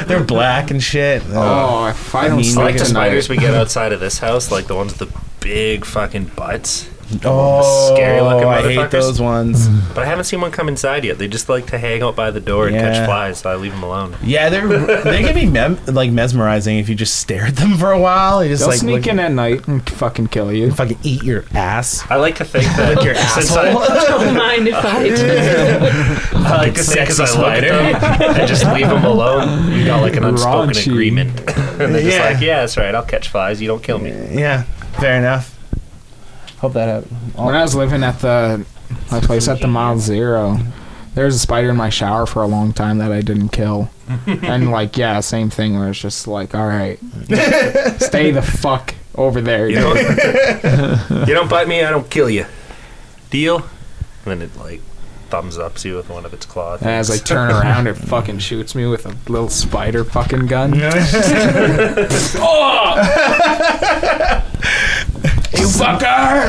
Speaker 3: They're black and shit.
Speaker 1: oh if I
Speaker 3: I
Speaker 1: don't
Speaker 3: mean,
Speaker 1: sleep
Speaker 6: I like the
Speaker 1: tonight.
Speaker 6: spiders we get outside of this house, like the ones with the big fucking butts.
Speaker 3: Oh,
Speaker 6: Scary looking
Speaker 3: I hate
Speaker 6: motherfuckers.
Speaker 3: those ones.
Speaker 6: But I haven't seen one come inside yet. They just like to hang out by the door and
Speaker 3: Yeah.
Speaker 6: catch flies, so I leave them alone.
Speaker 3: Yeah, they're they can be mem- like mesmerizing if you just stare at them for a while. You just
Speaker 1: They'll
Speaker 3: like
Speaker 1: sneak
Speaker 3: look-
Speaker 1: in at night and fucking kill you.
Speaker 3: fucking eat your ass.
Speaker 6: I like to think
Speaker 3: *laughs*
Speaker 6: that
Speaker 3: Your
Speaker 6: since
Speaker 3: asshole.
Speaker 6: I,
Speaker 4: Don't mind if
Speaker 3: *laughs*
Speaker 4: I do.
Speaker 6: *laughs* I like to think
Speaker 3: Sexy
Speaker 6: 'cause I like them, I just leave them alone. We got like an unspoken
Speaker 1: Raunchy.
Speaker 6: agreement, *laughs* and they're just
Speaker 3: Yeah.
Speaker 6: like, "Yeah, that's right. I'll catch flies. You don't kill me."
Speaker 3: yeah, fair enough. Hope that out.
Speaker 1: When I was living at the my place at the mile zero, there was a spider in my shower for a long time that I didn't
Speaker 3: *laughs*
Speaker 1: kill. and like, yeah, same thing where it's just like, all
Speaker 3: *laughs*
Speaker 1: right, stay the fuck over there.
Speaker 6: You don't, you don't bite me, I don't kill you. Deal? And then it like thumbs ups you with one of its claws.
Speaker 1: And as I turn around, it fucking shoots me with a little spider fucking gun. *laughs* You fucker!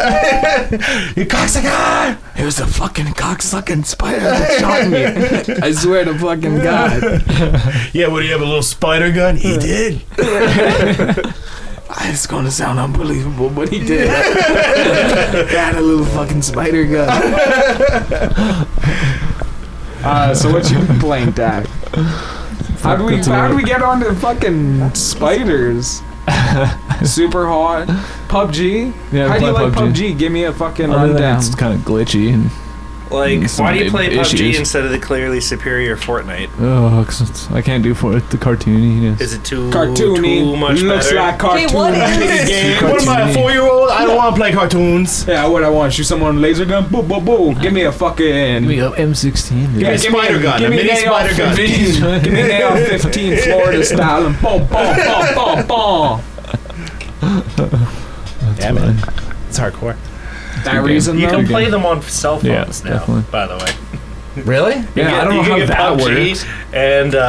Speaker 3: you cocksucker!
Speaker 1: It was a fucking cocksucking spider that shot me. I swear to fucking God.
Speaker 3: Yeah, what do you have a little spider gun? He *laughs* did.
Speaker 1: It's gonna sound unbelievable, but he
Speaker 2: *laughs*
Speaker 1: did. Got a little fucking spider gun. uh, so what's your complaint, Dak? How do we how do we get onto fucking
Speaker 2: *laughs*
Speaker 1: spiders? Super hot. PUBG?
Speaker 2: Yeah,
Speaker 1: how do you
Speaker 2: play
Speaker 1: like
Speaker 2: PUBG.
Speaker 1: PUBG? Give me a fucking
Speaker 2: Other than
Speaker 1: rundown.
Speaker 2: it's kind of glitchy and
Speaker 6: Like,
Speaker 2: Some
Speaker 6: why do you play
Speaker 2: big issues.
Speaker 6: PUBG instead of the clearly superior Fortnite?
Speaker 2: oh, 'cause it's- I can't do for it. The cartoony.
Speaker 6: Is it too
Speaker 1: Cartoony.
Speaker 6: Too much
Speaker 1: looks
Speaker 6: better?
Speaker 1: like cartoon.
Speaker 8: Okay, what is-
Speaker 1: *laughs* game.
Speaker 3: What am I, a four-year-old? I don't want to play cartoons.
Speaker 1: Yeah, what I want, shoot someone with a laser gun, boom, boom, boom. Give me a fucking.
Speaker 2: We have M16.
Speaker 1: Yeah,
Speaker 2: dude.
Speaker 3: a spider gun, a mini spider gun.
Speaker 1: 15,
Speaker 6: *laughs*
Speaker 1: give me an AR 15 Florida style and boom, boom, boom, boom, boom.
Speaker 3: Damn it, it's hardcore.
Speaker 1: That reason
Speaker 6: You
Speaker 1: though?
Speaker 6: can
Speaker 2: Good
Speaker 6: play
Speaker 2: game.
Speaker 6: them on cell
Speaker 2: Yeah,
Speaker 6: phones now.
Speaker 2: definitely.
Speaker 6: By the way,
Speaker 3: Really?
Speaker 6: You
Speaker 2: Yeah,
Speaker 6: can
Speaker 2: I don't
Speaker 6: you
Speaker 2: know
Speaker 6: can
Speaker 2: how
Speaker 6: get
Speaker 2: that
Speaker 6: PUBG
Speaker 2: works.
Speaker 6: And uh,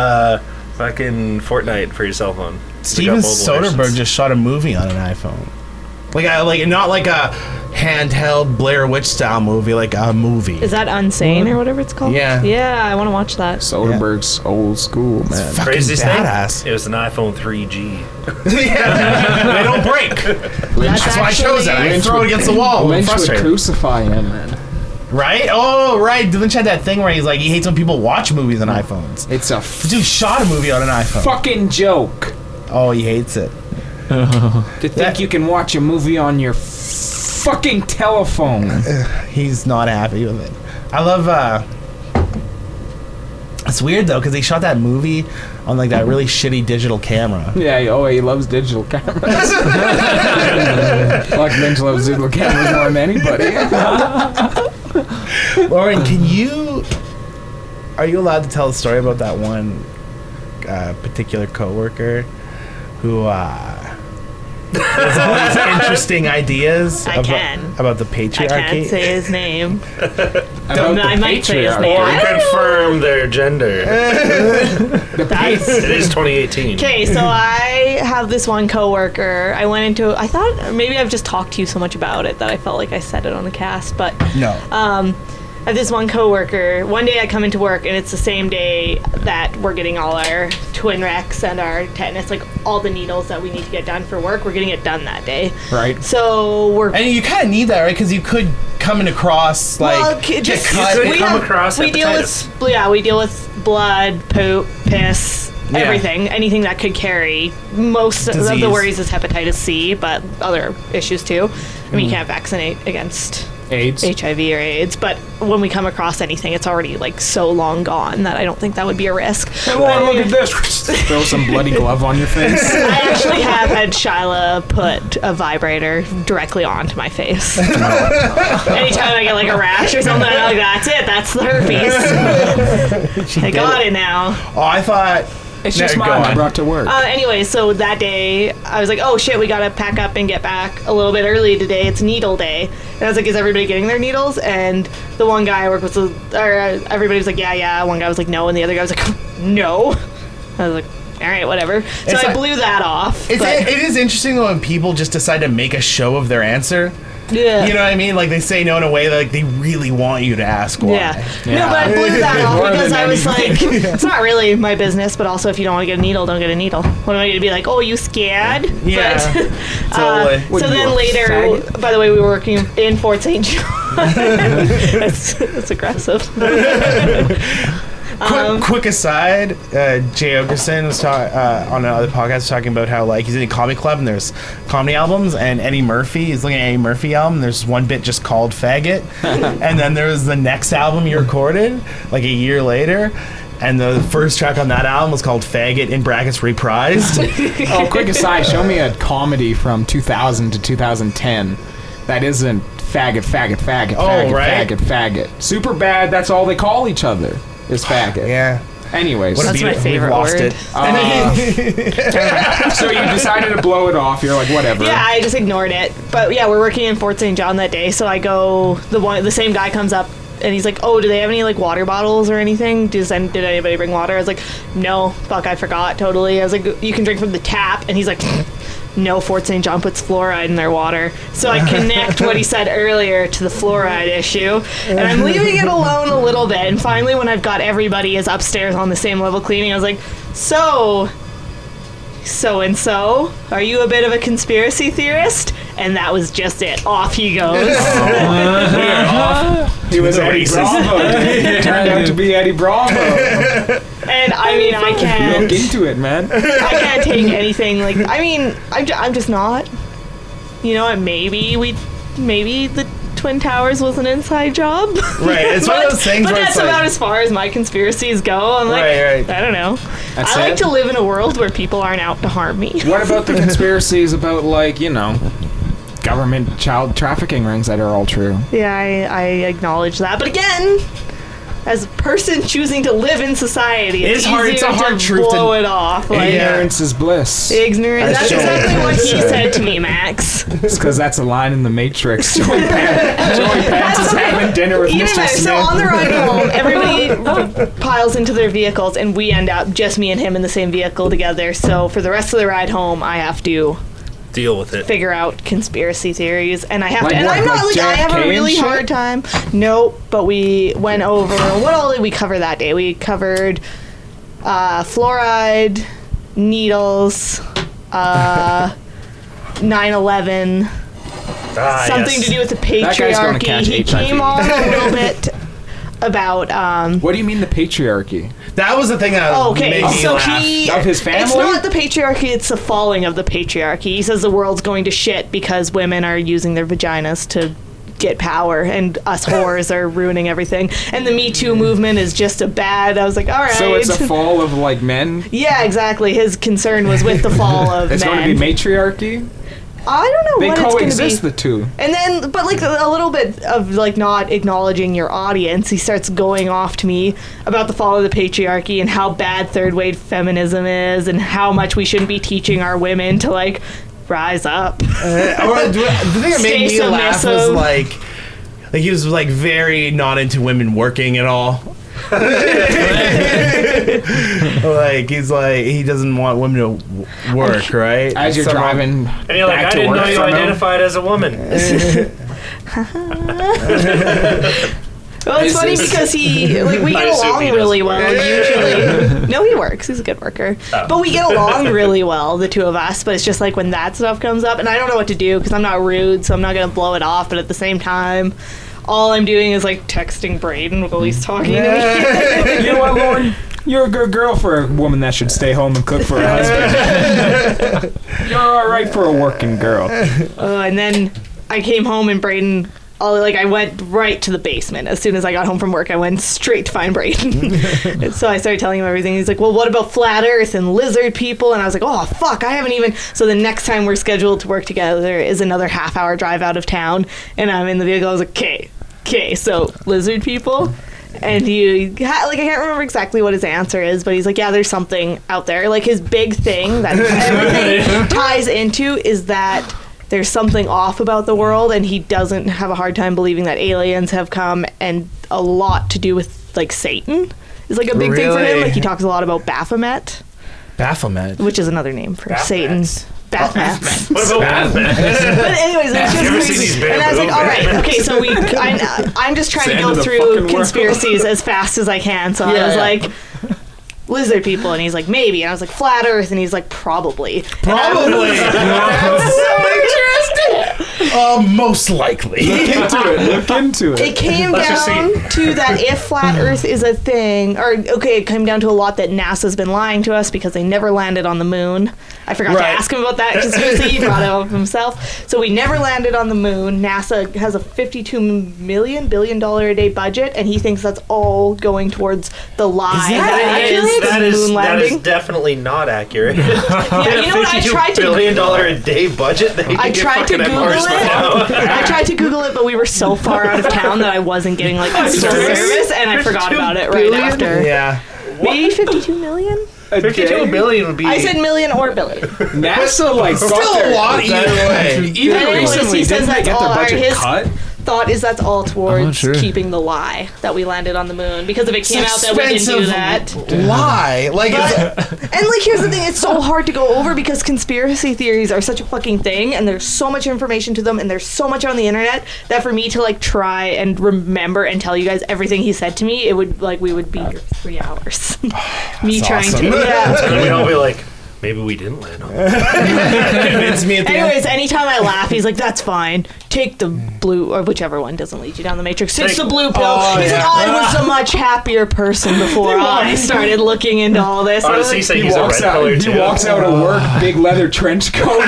Speaker 6: fucking Fortnite for your cell phone. They got
Speaker 3: Steven
Speaker 6: mobile
Speaker 3: Soderbergh
Speaker 6: versions.
Speaker 3: just shot a movie on an iPhone. Like, I, like not like a handheld Blair Witch style movie, like a movie.
Speaker 4: Is that Unsane or whatever it's called?
Speaker 3: Yeah.
Speaker 4: Yeah, I want to watch that.
Speaker 1: Soderbergh's old school, man.
Speaker 3: fucking
Speaker 6: Crazy thing,
Speaker 3: badass.
Speaker 6: It was an iPhone 3G.
Speaker 3: *laughs* yeah, they don't break.
Speaker 2: *laughs*
Speaker 3: That's why I chose that. I can throw it against the wall.
Speaker 1: Lynch would
Speaker 3: Frustrated.
Speaker 1: crucify him, man.
Speaker 3: Right? Oh, right. Lynch had that thing where he's like, he hates when people watch movies on iPhones.
Speaker 1: It's a
Speaker 3: The dude shot a movie on an iPhone.
Speaker 1: fucking joke.
Speaker 3: Oh, he hates it.
Speaker 1: To think you can watch a movie on your fucking telephone.
Speaker 3: He's not happy with it. I love. uh It's weird though, because they shot that movie on like that really shitty digital camera.
Speaker 1: Yeah, oh, he loves digital *laughs* cameras. Fuck, Lynch loves digital cameras more than anybody.
Speaker 3: Lauren, can you? Are you allowed to tell a story about that one uh, particular coworker who uh, has all these
Speaker 4: *laughs*
Speaker 3: interesting ideas
Speaker 4: I
Speaker 3: about,
Speaker 4: can.
Speaker 3: about the
Speaker 4: I
Speaker 3: patriarchy?
Speaker 4: can't say his name.
Speaker 1: About
Speaker 4: I might say his
Speaker 1: patriarchy.
Speaker 4: name.
Speaker 6: Or confirm their gender.
Speaker 4: That's-
Speaker 6: It is 2018.
Speaker 4: Okay,
Speaker 3: *laughs*
Speaker 4: so I have this one coworker. I went into. I thought maybe I've just talked to you so much about it that I felt like I said it on the cast, but
Speaker 3: No.
Speaker 4: um, I have this one coworker. One day I come into work and it's the same day that we're getting all our twin recs and our tetanus, like all the needles that we need to get done for work. We're getting it done that day.
Speaker 1: Right.
Speaker 4: So we're
Speaker 3: and you kind of need that, right? Because you could coming across like
Speaker 4: well, c-
Speaker 3: get
Speaker 4: just
Speaker 3: cut.
Speaker 6: could come across
Speaker 4: we deal
Speaker 6: hepatitis.
Speaker 4: with yeah, we deal with blood, poop, piss,
Speaker 3: Yeah.
Speaker 4: everything, anything that could carry. Most of
Speaker 3: Disease.
Speaker 4: the worries is hepatitis C, but other issues too. I
Speaker 3: Mm.
Speaker 4: mean, you can't vaccinate against
Speaker 1: AIDS.
Speaker 4: HIV or AIDS, but when we come across anything, it's already like so long gone that I don't think that would be a risk.
Speaker 1: Come on, look at this. Throw some bloody glove on your face.
Speaker 4: I actually have had Shyla put a vibrator directly onto
Speaker 1: *laughs*
Speaker 4: my face. Anytime I get like a rash or something, I'm like, that's it. That's the herpes.
Speaker 3: *laughs*
Speaker 4: I got it now.
Speaker 3: Oh, I thought
Speaker 1: It's
Speaker 3: No,
Speaker 1: just
Speaker 3: go
Speaker 1: mine. I
Speaker 3: on.
Speaker 1: brought to work.
Speaker 4: Uh, anyway, so that day, I was like, oh shit, we gotta pack up and get back a little bit early today. It's needle day. And I was like, is everybody getting their needles? And the one guy I work with, was, or uh, everybody was like, yeah, yeah. One guy was like, no. And the other guy was like, *laughs* no. I was like, all right, whatever. So
Speaker 3: It's
Speaker 4: I
Speaker 3: like-
Speaker 4: blew that off.
Speaker 3: it's,
Speaker 4: but-
Speaker 3: it is interesting though when people just decide to make a show of their answer.
Speaker 4: Yeah.
Speaker 3: You know what I mean? Like they say no in a way that like they really want you to ask why.
Speaker 4: Yeah. No, but I blew
Speaker 3: *laughs*
Speaker 4: that off because I was like, it's not really my business, but also if you don't want to get a needle, don't get a needle. What am I going to be like, oh, you scared?
Speaker 3: Yeah.
Speaker 4: But,
Speaker 3: Totally.
Speaker 4: *laughs* uh,
Speaker 1: What,
Speaker 4: so
Speaker 1: you
Speaker 4: then
Speaker 1: a
Speaker 4: later,
Speaker 1: faggot?
Speaker 4: by the way, we were working in Fort St. John. *laughs* that's, that's aggressive.
Speaker 3: Quick, quick aside, uh, Jay Ogerson was ta- uh, on another podcast talking about how like he's in a comedy club and there's comedy albums and Eddie Murphy is looking at Eddie Murphy album. And there's one bit just called "Faggot," and then there was the next album he recorded like a year later. And the first track on that album was called "Faggot" in brackets reprised.
Speaker 1: *laughs* Oh, quick aside, show me a comedy from 2000 to 2010 that isn't faggot, faggot, faggot,
Speaker 3: Oh,
Speaker 1: faggot,
Speaker 3: right.
Speaker 1: faggot, faggot. Super bad, that's all they call each other *sighs* is faggot.
Speaker 3: yeah,
Speaker 1: Anyways, uh,
Speaker 3: What a
Speaker 4: That's
Speaker 3: beat
Speaker 4: my
Speaker 3: it. We've
Speaker 4: favorite
Speaker 3: lost
Speaker 4: word.
Speaker 3: It.
Speaker 1: *laughs* so you decided to blow it off. You're like, whatever.
Speaker 4: Yeah, I just ignored it. But yeah, we're working in Fort St. John that day, so I go. The one, the same guy comes up and he's like, "Oh, do they have any like water bottles or anything? Does any- did anybody bring water?" I was like, "No, fuck, I forgot totally." I was like, "You can drink from the tap," and he's like. No, Fort St. John puts fluoride in their water. So I connect what he said earlier to the fluoride issue. And I'm leaving it alone a little bit. And finally, when I've got everybody is upstairs on the same level cleaning, I was like, so so and so, are you a bit of a conspiracy theorist? And that was just it. Off he goes.
Speaker 3: *laughs*
Speaker 1: he was
Speaker 3: The
Speaker 1: Eddie
Speaker 3: racist.
Speaker 1: Bravo. *laughs* dude. Turned out to be Eddie
Speaker 4: *laughs*
Speaker 1: Bravo.
Speaker 4: and I mean, I
Speaker 1: Look
Speaker 4: can't,
Speaker 1: into it, man.
Speaker 4: I can't take anything.
Speaker 3: *laughs*
Speaker 4: Like, I mean, I'm, ju- I'm just not. You know what? Maybe we, maybe the Twin Towers was an inside job.
Speaker 3: Right, it's one of those things
Speaker 4: *laughs* But
Speaker 3: where
Speaker 4: that's
Speaker 3: it's like-
Speaker 4: about as far as my conspiracies go. I'm like,
Speaker 3: Right, right.
Speaker 4: I don't know.
Speaker 1: That's
Speaker 4: I like
Speaker 1: it?
Speaker 4: to live in a world where people aren't out to harm me.
Speaker 1: What about the conspiracies about like you know, government child trafficking rings that are all true?
Speaker 4: Yeah, I, I acknowledge that. But again, as a person choosing to live in society, it's,
Speaker 3: It is hard- it's
Speaker 4: easier
Speaker 3: a hard
Speaker 4: to
Speaker 3: truth to-
Speaker 4: blow it off. Like,
Speaker 3: Yeah.
Speaker 1: Ignorance is bliss.
Speaker 4: Ignorant. That's
Speaker 3: true.
Speaker 4: exactly what he said to me, Max.
Speaker 1: It's because that's a line in the
Speaker 4: *laughs*
Speaker 1: Matrix. Joey, Pan- Joey Pants is having dinner with
Speaker 4: Even
Speaker 1: Mr.
Speaker 4: though,
Speaker 1: Smith.
Speaker 4: so on the ride home,
Speaker 3: *laughs*
Speaker 4: everybody piles into their vehicles, and we end up just me and him in the same vehicle together. So for the rest of the ride home, I have to
Speaker 6: Deal with it.
Speaker 4: figure out conspiracy theories, and I have
Speaker 1: Like
Speaker 4: to. And
Speaker 1: what,
Speaker 4: I'm not
Speaker 1: like
Speaker 4: like, I have
Speaker 1: JFK
Speaker 4: a
Speaker 1: and
Speaker 4: really
Speaker 1: shit?
Speaker 4: hard time. Nope. But we went over what all did we cover that day? We covered uh, fluoride, needles, uh, *laughs* 9/11,
Speaker 6: Ah,
Speaker 4: something
Speaker 6: yes.
Speaker 4: to do with the
Speaker 1: That guy's gonna
Speaker 4: patriarchy.
Speaker 1: catch
Speaker 4: He
Speaker 1: HIV.
Speaker 4: came on a little
Speaker 1: *laughs*
Speaker 4: bit about. Um,
Speaker 1: What do you mean the patriarchy?
Speaker 3: That was the thing that
Speaker 4: Oh, Okay,
Speaker 3: made me
Speaker 4: so
Speaker 3: laugh.
Speaker 4: he
Speaker 1: Of his
Speaker 4: It's
Speaker 1: family?
Speaker 4: not the patriarchy; it's the falling of the patriarchy. He says the world's going to shit because women are using their vaginas to get power, and
Speaker 1: *laughs*
Speaker 4: us whores are ruining everything. And the Me Too movement is just a bad. I was like, all right,
Speaker 1: So it's a fall of like men.
Speaker 4: *laughs* yeah, exactly. His concern was with the fall of
Speaker 1: It's
Speaker 4: men.
Speaker 1: going to be matriarchy.
Speaker 4: I don't know
Speaker 1: They
Speaker 4: what it's going to be.
Speaker 1: coexist the two.
Speaker 4: And then, but like a little bit of like not acknowledging your audience, he starts going off to me about the fall of the patriarchy and how bad third wave feminism is and how much we shouldn't be teaching our women to like rise up.
Speaker 3: Or the the thing that made
Speaker 4: Stay
Speaker 3: me laugh was
Speaker 4: submissive.
Speaker 3: like, like he was like very not into women working
Speaker 1: *laughs*
Speaker 3: at all. like he's like he doesn't want women to w- work, right?
Speaker 1: As you're
Speaker 3: Somehow-
Speaker 1: driving
Speaker 6: And you're like,
Speaker 1: back
Speaker 6: I
Speaker 1: to
Speaker 6: didn't know
Speaker 1: work
Speaker 6: you
Speaker 1: from home.
Speaker 6: identified as a woman.
Speaker 4: Well, it's
Speaker 1: Is
Speaker 4: funny
Speaker 1: this-
Speaker 4: because
Speaker 6: *laughs*
Speaker 4: he like we
Speaker 6: I
Speaker 4: get
Speaker 6: assume
Speaker 4: along
Speaker 6: he doesn't
Speaker 4: really well
Speaker 6: *laughs*
Speaker 4: usually. No, he works. He's a good worker.
Speaker 6: Oh.
Speaker 4: But we get along really well, the two of us. But it's just like when that stuff comes up, and I don't know what to do because I'm not rude, so I'm not gonna blow it off. But at the same time, all I'm doing is like texting Braden while he's talking to me.
Speaker 1: You know what, Lauren? You're a good girl for a woman that should stay home and cook for her husband. You're all right for a working girl.
Speaker 4: Uh, and then I came home and Braden. All, like I went right to the basement as soon as I got home from work. I went straight to find Brayden. And so I started telling him everything. He's like, "Well, what about flat Earth and lizard people?" And I was like, "Oh fuck, I haven't even." So the next time we're scheduled to work together is another half hour drive out of town, and I'm in the vehicle. I was like, "Okay, okay, so lizard people." And he ha- like I can't remember exactly what his answer is, but he's like, "Yeah, there's something out there." Like his big thing that everything ties into is that there's something off about the world and he doesn't have a hard time believing that aliens have come and a lot to do with like satan is like a big thing for him
Speaker 3: Really?
Speaker 4: like he talks a lot about baphomet
Speaker 3: Baphomet.
Speaker 4: which is another name for satan baphomet
Speaker 6: What about Batman?
Speaker 4: but anyways it's just
Speaker 9: seen these
Speaker 4: and I was like,
Speaker 9: bamboo
Speaker 4: all right,
Speaker 9: men."
Speaker 4: okay,
Speaker 1: *laughs*
Speaker 4: so we. I, I'm just trying
Speaker 1: It's the end
Speaker 4: to go
Speaker 1: of the fucking
Speaker 4: through
Speaker 1: world.
Speaker 4: conspiracies as fast as I can. So I
Speaker 3: Yeah,
Speaker 4: was
Speaker 3: yeah.
Speaker 4: like, lizard people, and he's like, maybe, and I was like, flat Earth, and he's like, probably.
Speaker 1: *laughs*
Speaker 3: Probably. uh, most likely.
Speaker 1: Look into it. Look into it.
Speaker 4: It came
Speaker 9: Let's just
Speaker 4: down to that if flat Earth is a thing, or okay, it came down to a lot that NASA's been lying to us because they never landed on the moon. I forgot to
Speaker 3: Right.
Speaker 4: ask him about that conspiracy. he brought it up himself. So we never landed on the moon. NASA has a fifty-two million billion dollar a day budget, and he thinks that's all going towards the lie
Speaker 3: that
Speaker 4: that it is
Speaker 6: that
Speaker 4: moon
Speaker 6: is that
Speaker 4: landing.
Speaker 6: is definitely not accurate. *laughs*
Speaker 4: yeah, you know what? I tried to
Speaker 6: billion dollar a day budget. They
Speaker 4: I
Speaker 6: could get
Speaker 4: tried to
Speaker 6: fucking
Speaker 4: Google
Speaker 6: MRs
Speaker 4: it.
Speaker 6: now.
Speaker 4: I tried to Google it, but we were so far out of town that I wasn't getting like a
Speaker 1: sorry.
Speaker 4: service, and I forgot about it right
Speaker 6: billion?
Speaker 4: after.
Speaker 3: yeah.
Speaker 4: Maybe 52 million?
Speaker 1: A
Speaker 6: Fifty-two
Speaker 1: day?
Speaker 6: billion would be.
Speaker 4: I said million or billion.
Speaker 1: NASA like got
Speaker 3: Still
Speaker 1: their,
Speaker 3: a lot either way.
Speaker 4: I
Speaker 1: Even
Speaker 4: know,
Speaker 1: recently,
Speaker 4: he says
Speaker 1: didn't they get
Speaker 4: that's
Speaker 1: their
Speaker 4: all our-
Speaker 1: budget
Speaker 4: his-
Speaker 1: cut?
Speaker 4: Thought is that's all
Speaker 10: not
Speaker 4: towards
Speaker 10: sure.
Speaker 4: keeping the lie that we landed on the moon because if it came out that we didn't do that.
Speaker 3: Lie. Like, it's-
Speaker 4: And like, here's the thing: it's so hard to go over because conspiracy theories are such a fucking thing, and there's so much information to them, and there's so much on the internet that for me to like try and remember and tell you guys everything he said to me, it would like we would be here for three
Speaker 3: *sighs*
Speaker 4: hours. *laughs* me trying
Speaker 3: awesome.
Speaker 4: to.
Speaker 3: *laughs*
Speaker 4: Yeah.
Speaker 6: And we'd all be like, maybe we didn't land on. it."
Speaker 3: convince me at the end.
Speaker 4: Anyways, anytime I laugh, he's like, "That's fine. Take the blue or whichever one doesn't lead you down the matrix. It's the blue pill."
Speaker 3: Oh,
Speaker 4: he's
Speaker 3: yeah.
Speaker 4: like, "I was a much happier
Speaker 3: *laughs*
Speaker 4: person before I started looking into all this." I was
Speaker 6: Honestly,
Speaker 4: like,
Speaker 6: saying
Speaker 1: He
Speaker 6: he's a red
Speaker 1: walks out.
Speaker 6: color
Speaker 1: He
Speaker 6: too.
Speaker 1: walks out of work, big leather trench coat.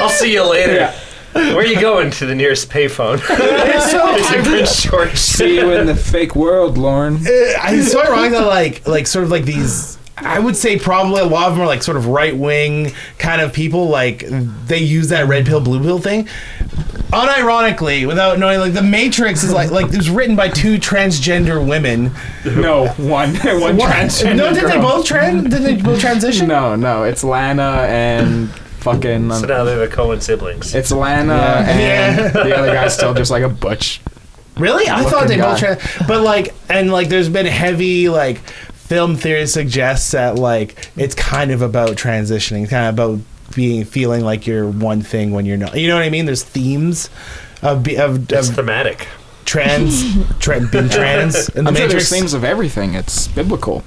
Speaker 6: I'll see you later.
Speaker 1: Yeah.
Speaker 6: Where are you going to the nearest
Speaker 1: *laughs*
Speaker 6: payphone? it's a good short.
Speaker 1: See you in the fake world, Lauren.
Speaker 3: I- it's so ironic that like like sort of like these I would say probably a lot of them are like sort of right wing kind of people. Like they use that red pill blue pill thing. Unironically, without knowing, like the Matrix is like like it was written by two transgender women.
Speaker 1: No, one, *laughs* one transgender.
Speaker 3: no, did they
Speaker 1: girl.
Speaker 3: both trans? Did they both transition?
Speaker 1: No, no, it's Lana and fucking.
Speaker 6: So now they're the Cohen siblings.
Speaker 1: it's Lana and the other guy's still just like a butch.
Speaker 3: Really? I thought they
Speaker 1: Looking
Speaker 3: both
Speaker 1: guy.
Speaker 3: trans. But like, and like, there's been heavy like film theory suggests that like it's kind of about transitioning, kind of about being feeling like you're one thing when you're not. You know what I mean? There's themes of be, of,
Speaker 6: It's
Speaker 1: um,
Speaker 3: of
Speaker 6: thematic.
Speaker 3: trans, tra-
Speaker 1: *laughs*
Speaker 3: being trans in the
Speaker 1: I'm sure
Speaker 3: Matrix.
Speaker 1: there's themes of everything. It's biblical.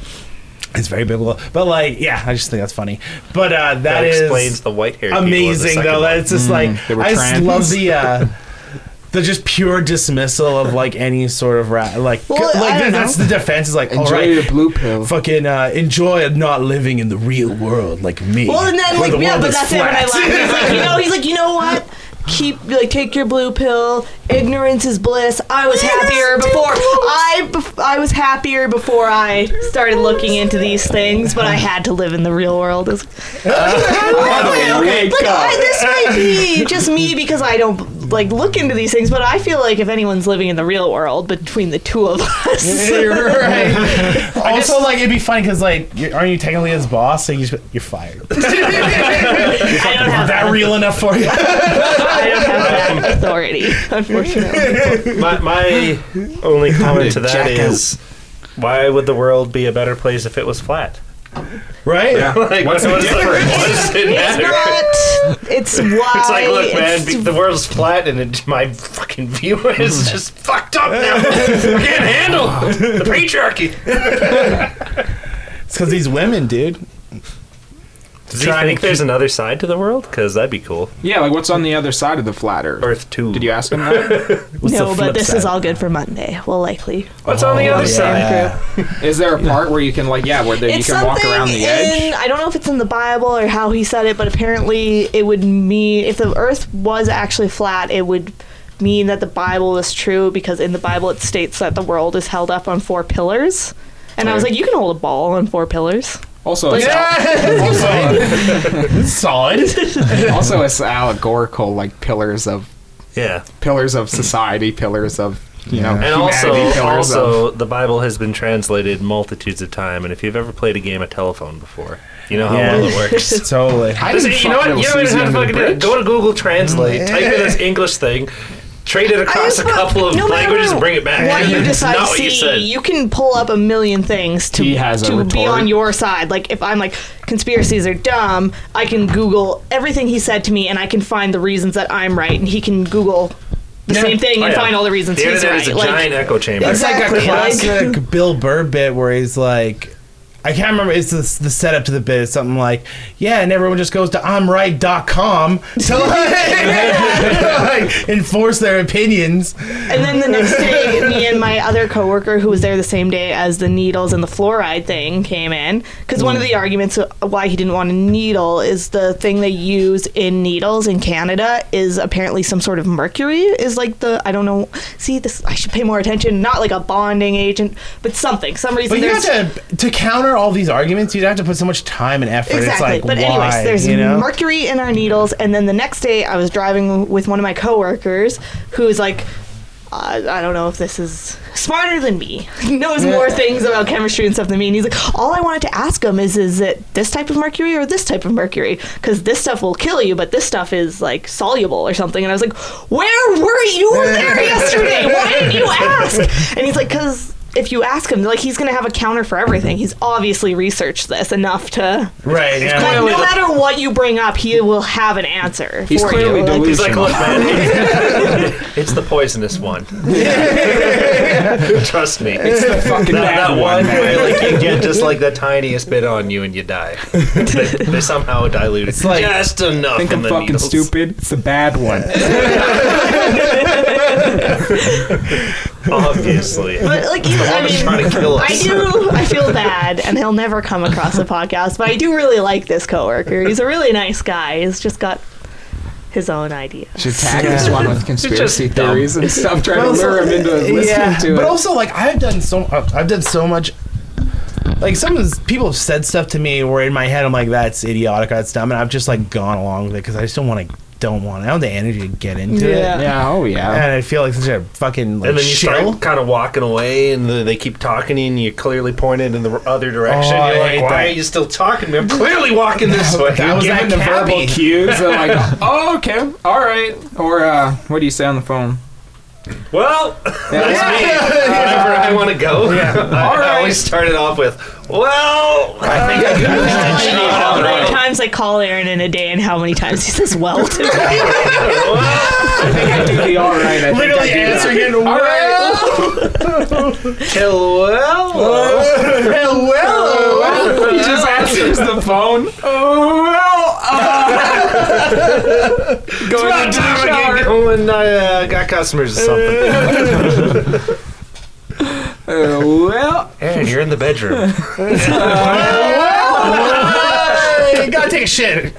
Speaker 3: It's very biblical, but like, yeah, I just think that's funny. But uh,
Speaker 6: That
Speaker 3: that is
Speaker 6: explains the white hair.
Speaker 3: amazing though. That's
Speaker 4: Mm,
Speaker 3: just
Speaker 1: they
Speaker 3: like
Speaker 1: were
Speaker 3: I just
Speaker 1: trans.
Speaker 3: love
Speaker 4: *laughs*
Speaker 3: the uh, the just pure dismissal of like any sort of ra- like
Speaker 4: Well,
Speaker 3: like
Speaker 4: I don't
Speaker 3: that's the defense is like all
Speaker 1: Enjoy
Speaker 3: right.
Speaker 1: your blue pill.
Speaker 3: Fucking uh, enjoy not living in the real world like me.
Speaker 4: Well, and then like
Speaker 3: where the
Speaker 4: yeah,
Speaker 3: world
Speaker 4: but
Speaker 3: is
Speaker 4: that's it. When I
Speaker 3: flat.
Speaker 4: laugh, he's
Speaker 3: *laughs*
Speaker 4: *laughs* like, you know, he's like, you know what? Keep like take your blue pill. Ignorance is bliss. I was happier before I bef- I was happier before I started looking into these things, but I had to live in the real world. It's-
Speaker 3: *laughs*
Speaker 1: Wake
Speaker 4: Like
Speaker 1: up.
Speaker 4: I, this might be just me because I don't like look into these things, but I feel like if anyone's living in the real world between the two of
Speaker 3: *laughs*
Speaker 4: us, *laughs*
Speaker 3: right. also, like it'd be funny because like you- aren't you technically his boss? So you just, you're fired.
Speaker 4: *laughs* I don't
Speaker 3: Is
Speaker 4: have
Speaker 3: that real enough for
Speaker 4: *laughs*
Speaker 3: you?
Speaker 4: I don't have that authority, unfortunately.
Speaker 1: *laughs*
Speaker 6: My, my only comment to that
Speaker 1: Jack
Speaker 6: is, why would the world be a better place if it was flat?
Speaker 3: right?
Speaker 6: Like, what's, what's the what does it
Speaker 4: It's
Speaker 6: matter?
Speaker 4: not. It's why.
Speaker 6: It's like, look, man,
Speaker 4: it's-
Speaker 6: be- the world's flat, and it, my fucking view is just fucked up *laughs* now. I can't handle the patriarchy.
Speaker 3: It's because these women, dude.
Speaker 6: Does he think there's another side to the world? Because that'd be cool.
Speaker 1: Yeah, like what's on the other side of the flat Earth?
Speaker 6: Earth two.
Speaker 1: Did you ask him
Speaker 6: *laughs*
Speaker 1: that?
Speaker 4: no,
Speaker 3: the
Speaker 4: but
Speaker 3: flip
Speaker 4: this is
Speaker 3: side?
Speaker 4: all good for Monday. We'll likely.
Speaker 6: What's on the
Speaker 4: Oh,
Speaker 6: other side?
Speaker 1: Is there a part where you can like yeah, where there, you
Speaker 4: It's
Speaker 1: can walk
Speaker 4: something
Speaker 1: around the
Speaker 4: in.
Speaker 1: edge?
Speaker 4: I don't know if it's in the Bible or how he said it, but apparently it would mean if the Earth was actually flat, it would mean that the Bible is true because in the Bible it states that the world is held up on four pillars. And I was
Speaker 1: Right.
Speaker 4: like, you can hold a ball on four pillars.
Speaker 1: Also, it's *laughs*
Speaker 3: Solid.
Speaker 1: also it's allegorical like pillars of
Speaker 6: Yeah.
Speaker 1: pillars of society, pillars of you know,
Speaker 6: And also,
Speaker 1: humanity, pillars of
Speaker 6: also, the Bible has been translated multitudes of time, and if you've ever played a game of telephone before, you know how
Speaker 3: Yeah.
Speaker 6: well it works.
Speaker 3: Totally.
Speaker 1: I
Speaker 6: Just-
Speaker 1: didn't
Speaker 6: you know
Speaker 1: fuck
Speaker 6: what?
Speaker 1: little
Speaker 6: You don't
Speaker 1: Susie
Speaker 6: even have to
Speaker 1: under the
Speaker 6: fucking do it.
Speaker 1: bridge.
Speaker 6: Go to Google Translate. Type in this English thing. Trade it across a
Speaker 4: Mm. just thought-
Speaker 6: couple of
Speaker 4: no matter
Speaker 6: languages and bring it back.
Speaker 4: What you
Speaker 6: It's
Speaker 4: decide to
Speaker 6: *laughs* not what you
Speaker 4: see,
Speaker 6: said.
Speaker 4: you, can pull up a million things to,
Speaker 1: He has a
Speaker 4: to be
Speaker 1: retort.
Speaker 4: on your side. Like, if I'm like, conspiracies are dumb, I can Google everything he said to me and I can find the reasons that I'm right, and he can Google the same thing
Speaker 6: Oh,
Speaker 4: and
Speaker 6: yeah.
Speaker 4: find all the reasons
Speaker 6: the
Speaker 4: he's
Speaker 6: internet
Speaker 4: right.
Speaker 6: is a
Speaker 4: like,
Speaker 6: giant echo chamber.
Speaker 4: It's
Speaker 3: It's like
Speaker 4: Exactly,
Speaker 3: a
Speaker 4: *laughs*
Speaker 3: classic Bill Burr bit where he's like, I can't remember. It's the, the setup to the bit. It's something like, yeah, and everyone just goes to I'mRight.com
Speaker 4: *laughs*
Speaker 3: to *laughs* like, like enforce their opinions.
Speaker 4: And then the next day, me and my other coworker, who was there the same day as the needles and the fluoride thing, came in because one of
Speaker 3: Mm.
Speaker 4: the arguments why he didn't want a needle is the thing they use in needles in Canada is apparently some sort of mercury. Is like the I don't know. See this, I should pay more attention. Not like a bonding agent, but something. Some reason
Speaker 3: But you
Speaker 4: there's
Speaker 3: have to to counter all these arguments. You'd have to put so much time and effort.
Speaker 4: Exactly.
Speaker 3: It's like,
Speaker 4: but
Speaker 3: why?
Speaker 4: anyways, there's
Speaker 3: you know?
Speaker 4: mercury in our needles, and then the next day I was driving with one of my coworkers who's like. I I don't know if this is smarter than me. *laughs* Knows more things about chemistry and stuff than me. And he's like, all I wanted to ask him is, is it this type of mercury or this type of mercury? Because this stuff will kill you, but this stuff is like soluble or something. And I was like, where were
Speaker 3: *laughs*
Speaker 4: you? You were there yesterday. Why didn't you ask? And he's like, because if you ask him, like he's gonna have a counter for everything. He's obviously researched this enough to
Speaker 3: right. Yeah.
Speaker 4: like, no matter what you bring up, he will have an answer.
Speaker 1: He's
Speaker 4: for
Speaker 1: clearly
Speaker 4: you. Like,
Speaker 6: He's like,
Speaker 1: delusional.
Speaker 6: look, man,
Speaker 4: *laughs*
Speaker 6: *laughs* it's the poisonous one. *laughs* Trust me. It's
Speaker 1: the fucking
Speaker 6: *laughs* that,
Speaker 1: bad
Speaker 6: that one where like
Speaker 4: *laughs*
Speaker 6: you get just like the tiniest bit on you and you die. they, they somehow dilute it
Speaker 3: like-
Speaker 6: just enough.
Speaker 1: I think
Speaker 6: in
Speaker 1: I'm
Speaker 6: the
Speaker 1: fucking
Speaker 6: needles.
Speaker 1: stupid. It's the bad one.
Speaker 4: *laughs*
Speaker 6: Obviously,
Speaker 4: but like,
Speaker 6: *laughs*
Speaker 4: you, I
Speaker 6: I'm just trying
Speaker 4: mean,
Speaker 6: to kill
Speaker 4: I
Speaker 6: us.
Speaker 4: do. I feel bad, and he'll never come across
Speaker 6: *laughs*
Speaker 4: the podcast. But I do really like this coworker. He's a really nice guy. He's just got his own idea.
Speaker 1: Should tag this one with conspiracy
Speaker 6: just dumb.
Speaker 1: theories and stuff. Trying
Speaker 3: But
Speaker 1: to
Speaker 3: also-
Speaker 1: lure him
Speaker 6: *laughs*
Speaker 1: into listening to
Speaker 3: But
Speaker 1: it.
Speaker 3: also, like I've done so, I've done so much. Like some of these people have said stuff to me where in my head I'm like, "That's idiotic, that's dumb," and I've just like gone along with it because I just don't want to, don't want, I don't have the energy to get into it.
Speaker 1: yeah, oh yeah.
Speaker 3: And I feel like such a fucking like
Speaker 6: And then you
Speaker 3: shill.
Speaker 6: start kind of walking away, and the, they keep talking, and you're clearly pointed in the other direction.
Speaker 3: Oh, I
Speaker 6: you're
Speaker 3: hate
Speaker 6: like, why
Speaker 3: that.
Speaker 6: are you still talking
Speaker 3: *laughs*
Speaker 6: to me? I'm clearly walking this way.
Speaker 3: that was
Speaker 6: Giving
Speaker 3: that
Speaker 6: the
Speaker 3: cabbie.
Speaker 6: verbal
Speaker 1: Cues are
Speaker 6: *laughs*
Speaker 1: like, oh okay, all right. Or uh, what do you say on the phone?
Speaker 3: *laughs*
Speaker 6: Well,
Speaker 1: Yeah.
Speaker 6: that's me. Whenever I want to go, *laughs* I, I always start it off with, "Well, I think I
Speaker 4: How many
Speaker 6: do."
Speaker 4: times I call Aaron in a day, and how many times he says
Speaker 6: *laughs*
Speaker 4: "well" to me?
Speaker 1: I think I do the all right. I think I
Speaker 3: Literally
Speaker 1: do that.
Speaker 3: answering it.
Speaker 1: All
Speaker 6: *laughs*
Speaker 1: right.
Speaker 6: Hello.
Speaker 3: *laughs*
Speaker 1: Well, he just answers the phone. Oh well. uh, going
Speaker 6: About
Speaker 1: into the
Speaker 6: time I get
Speaker 1: shower.
Speaker 6: going. I uh, got customers or something.
Speaker 1: Oh, well.
Speaker 6: Aaron, you're in the bedroom.
Speaker 3: You gotta take a shit.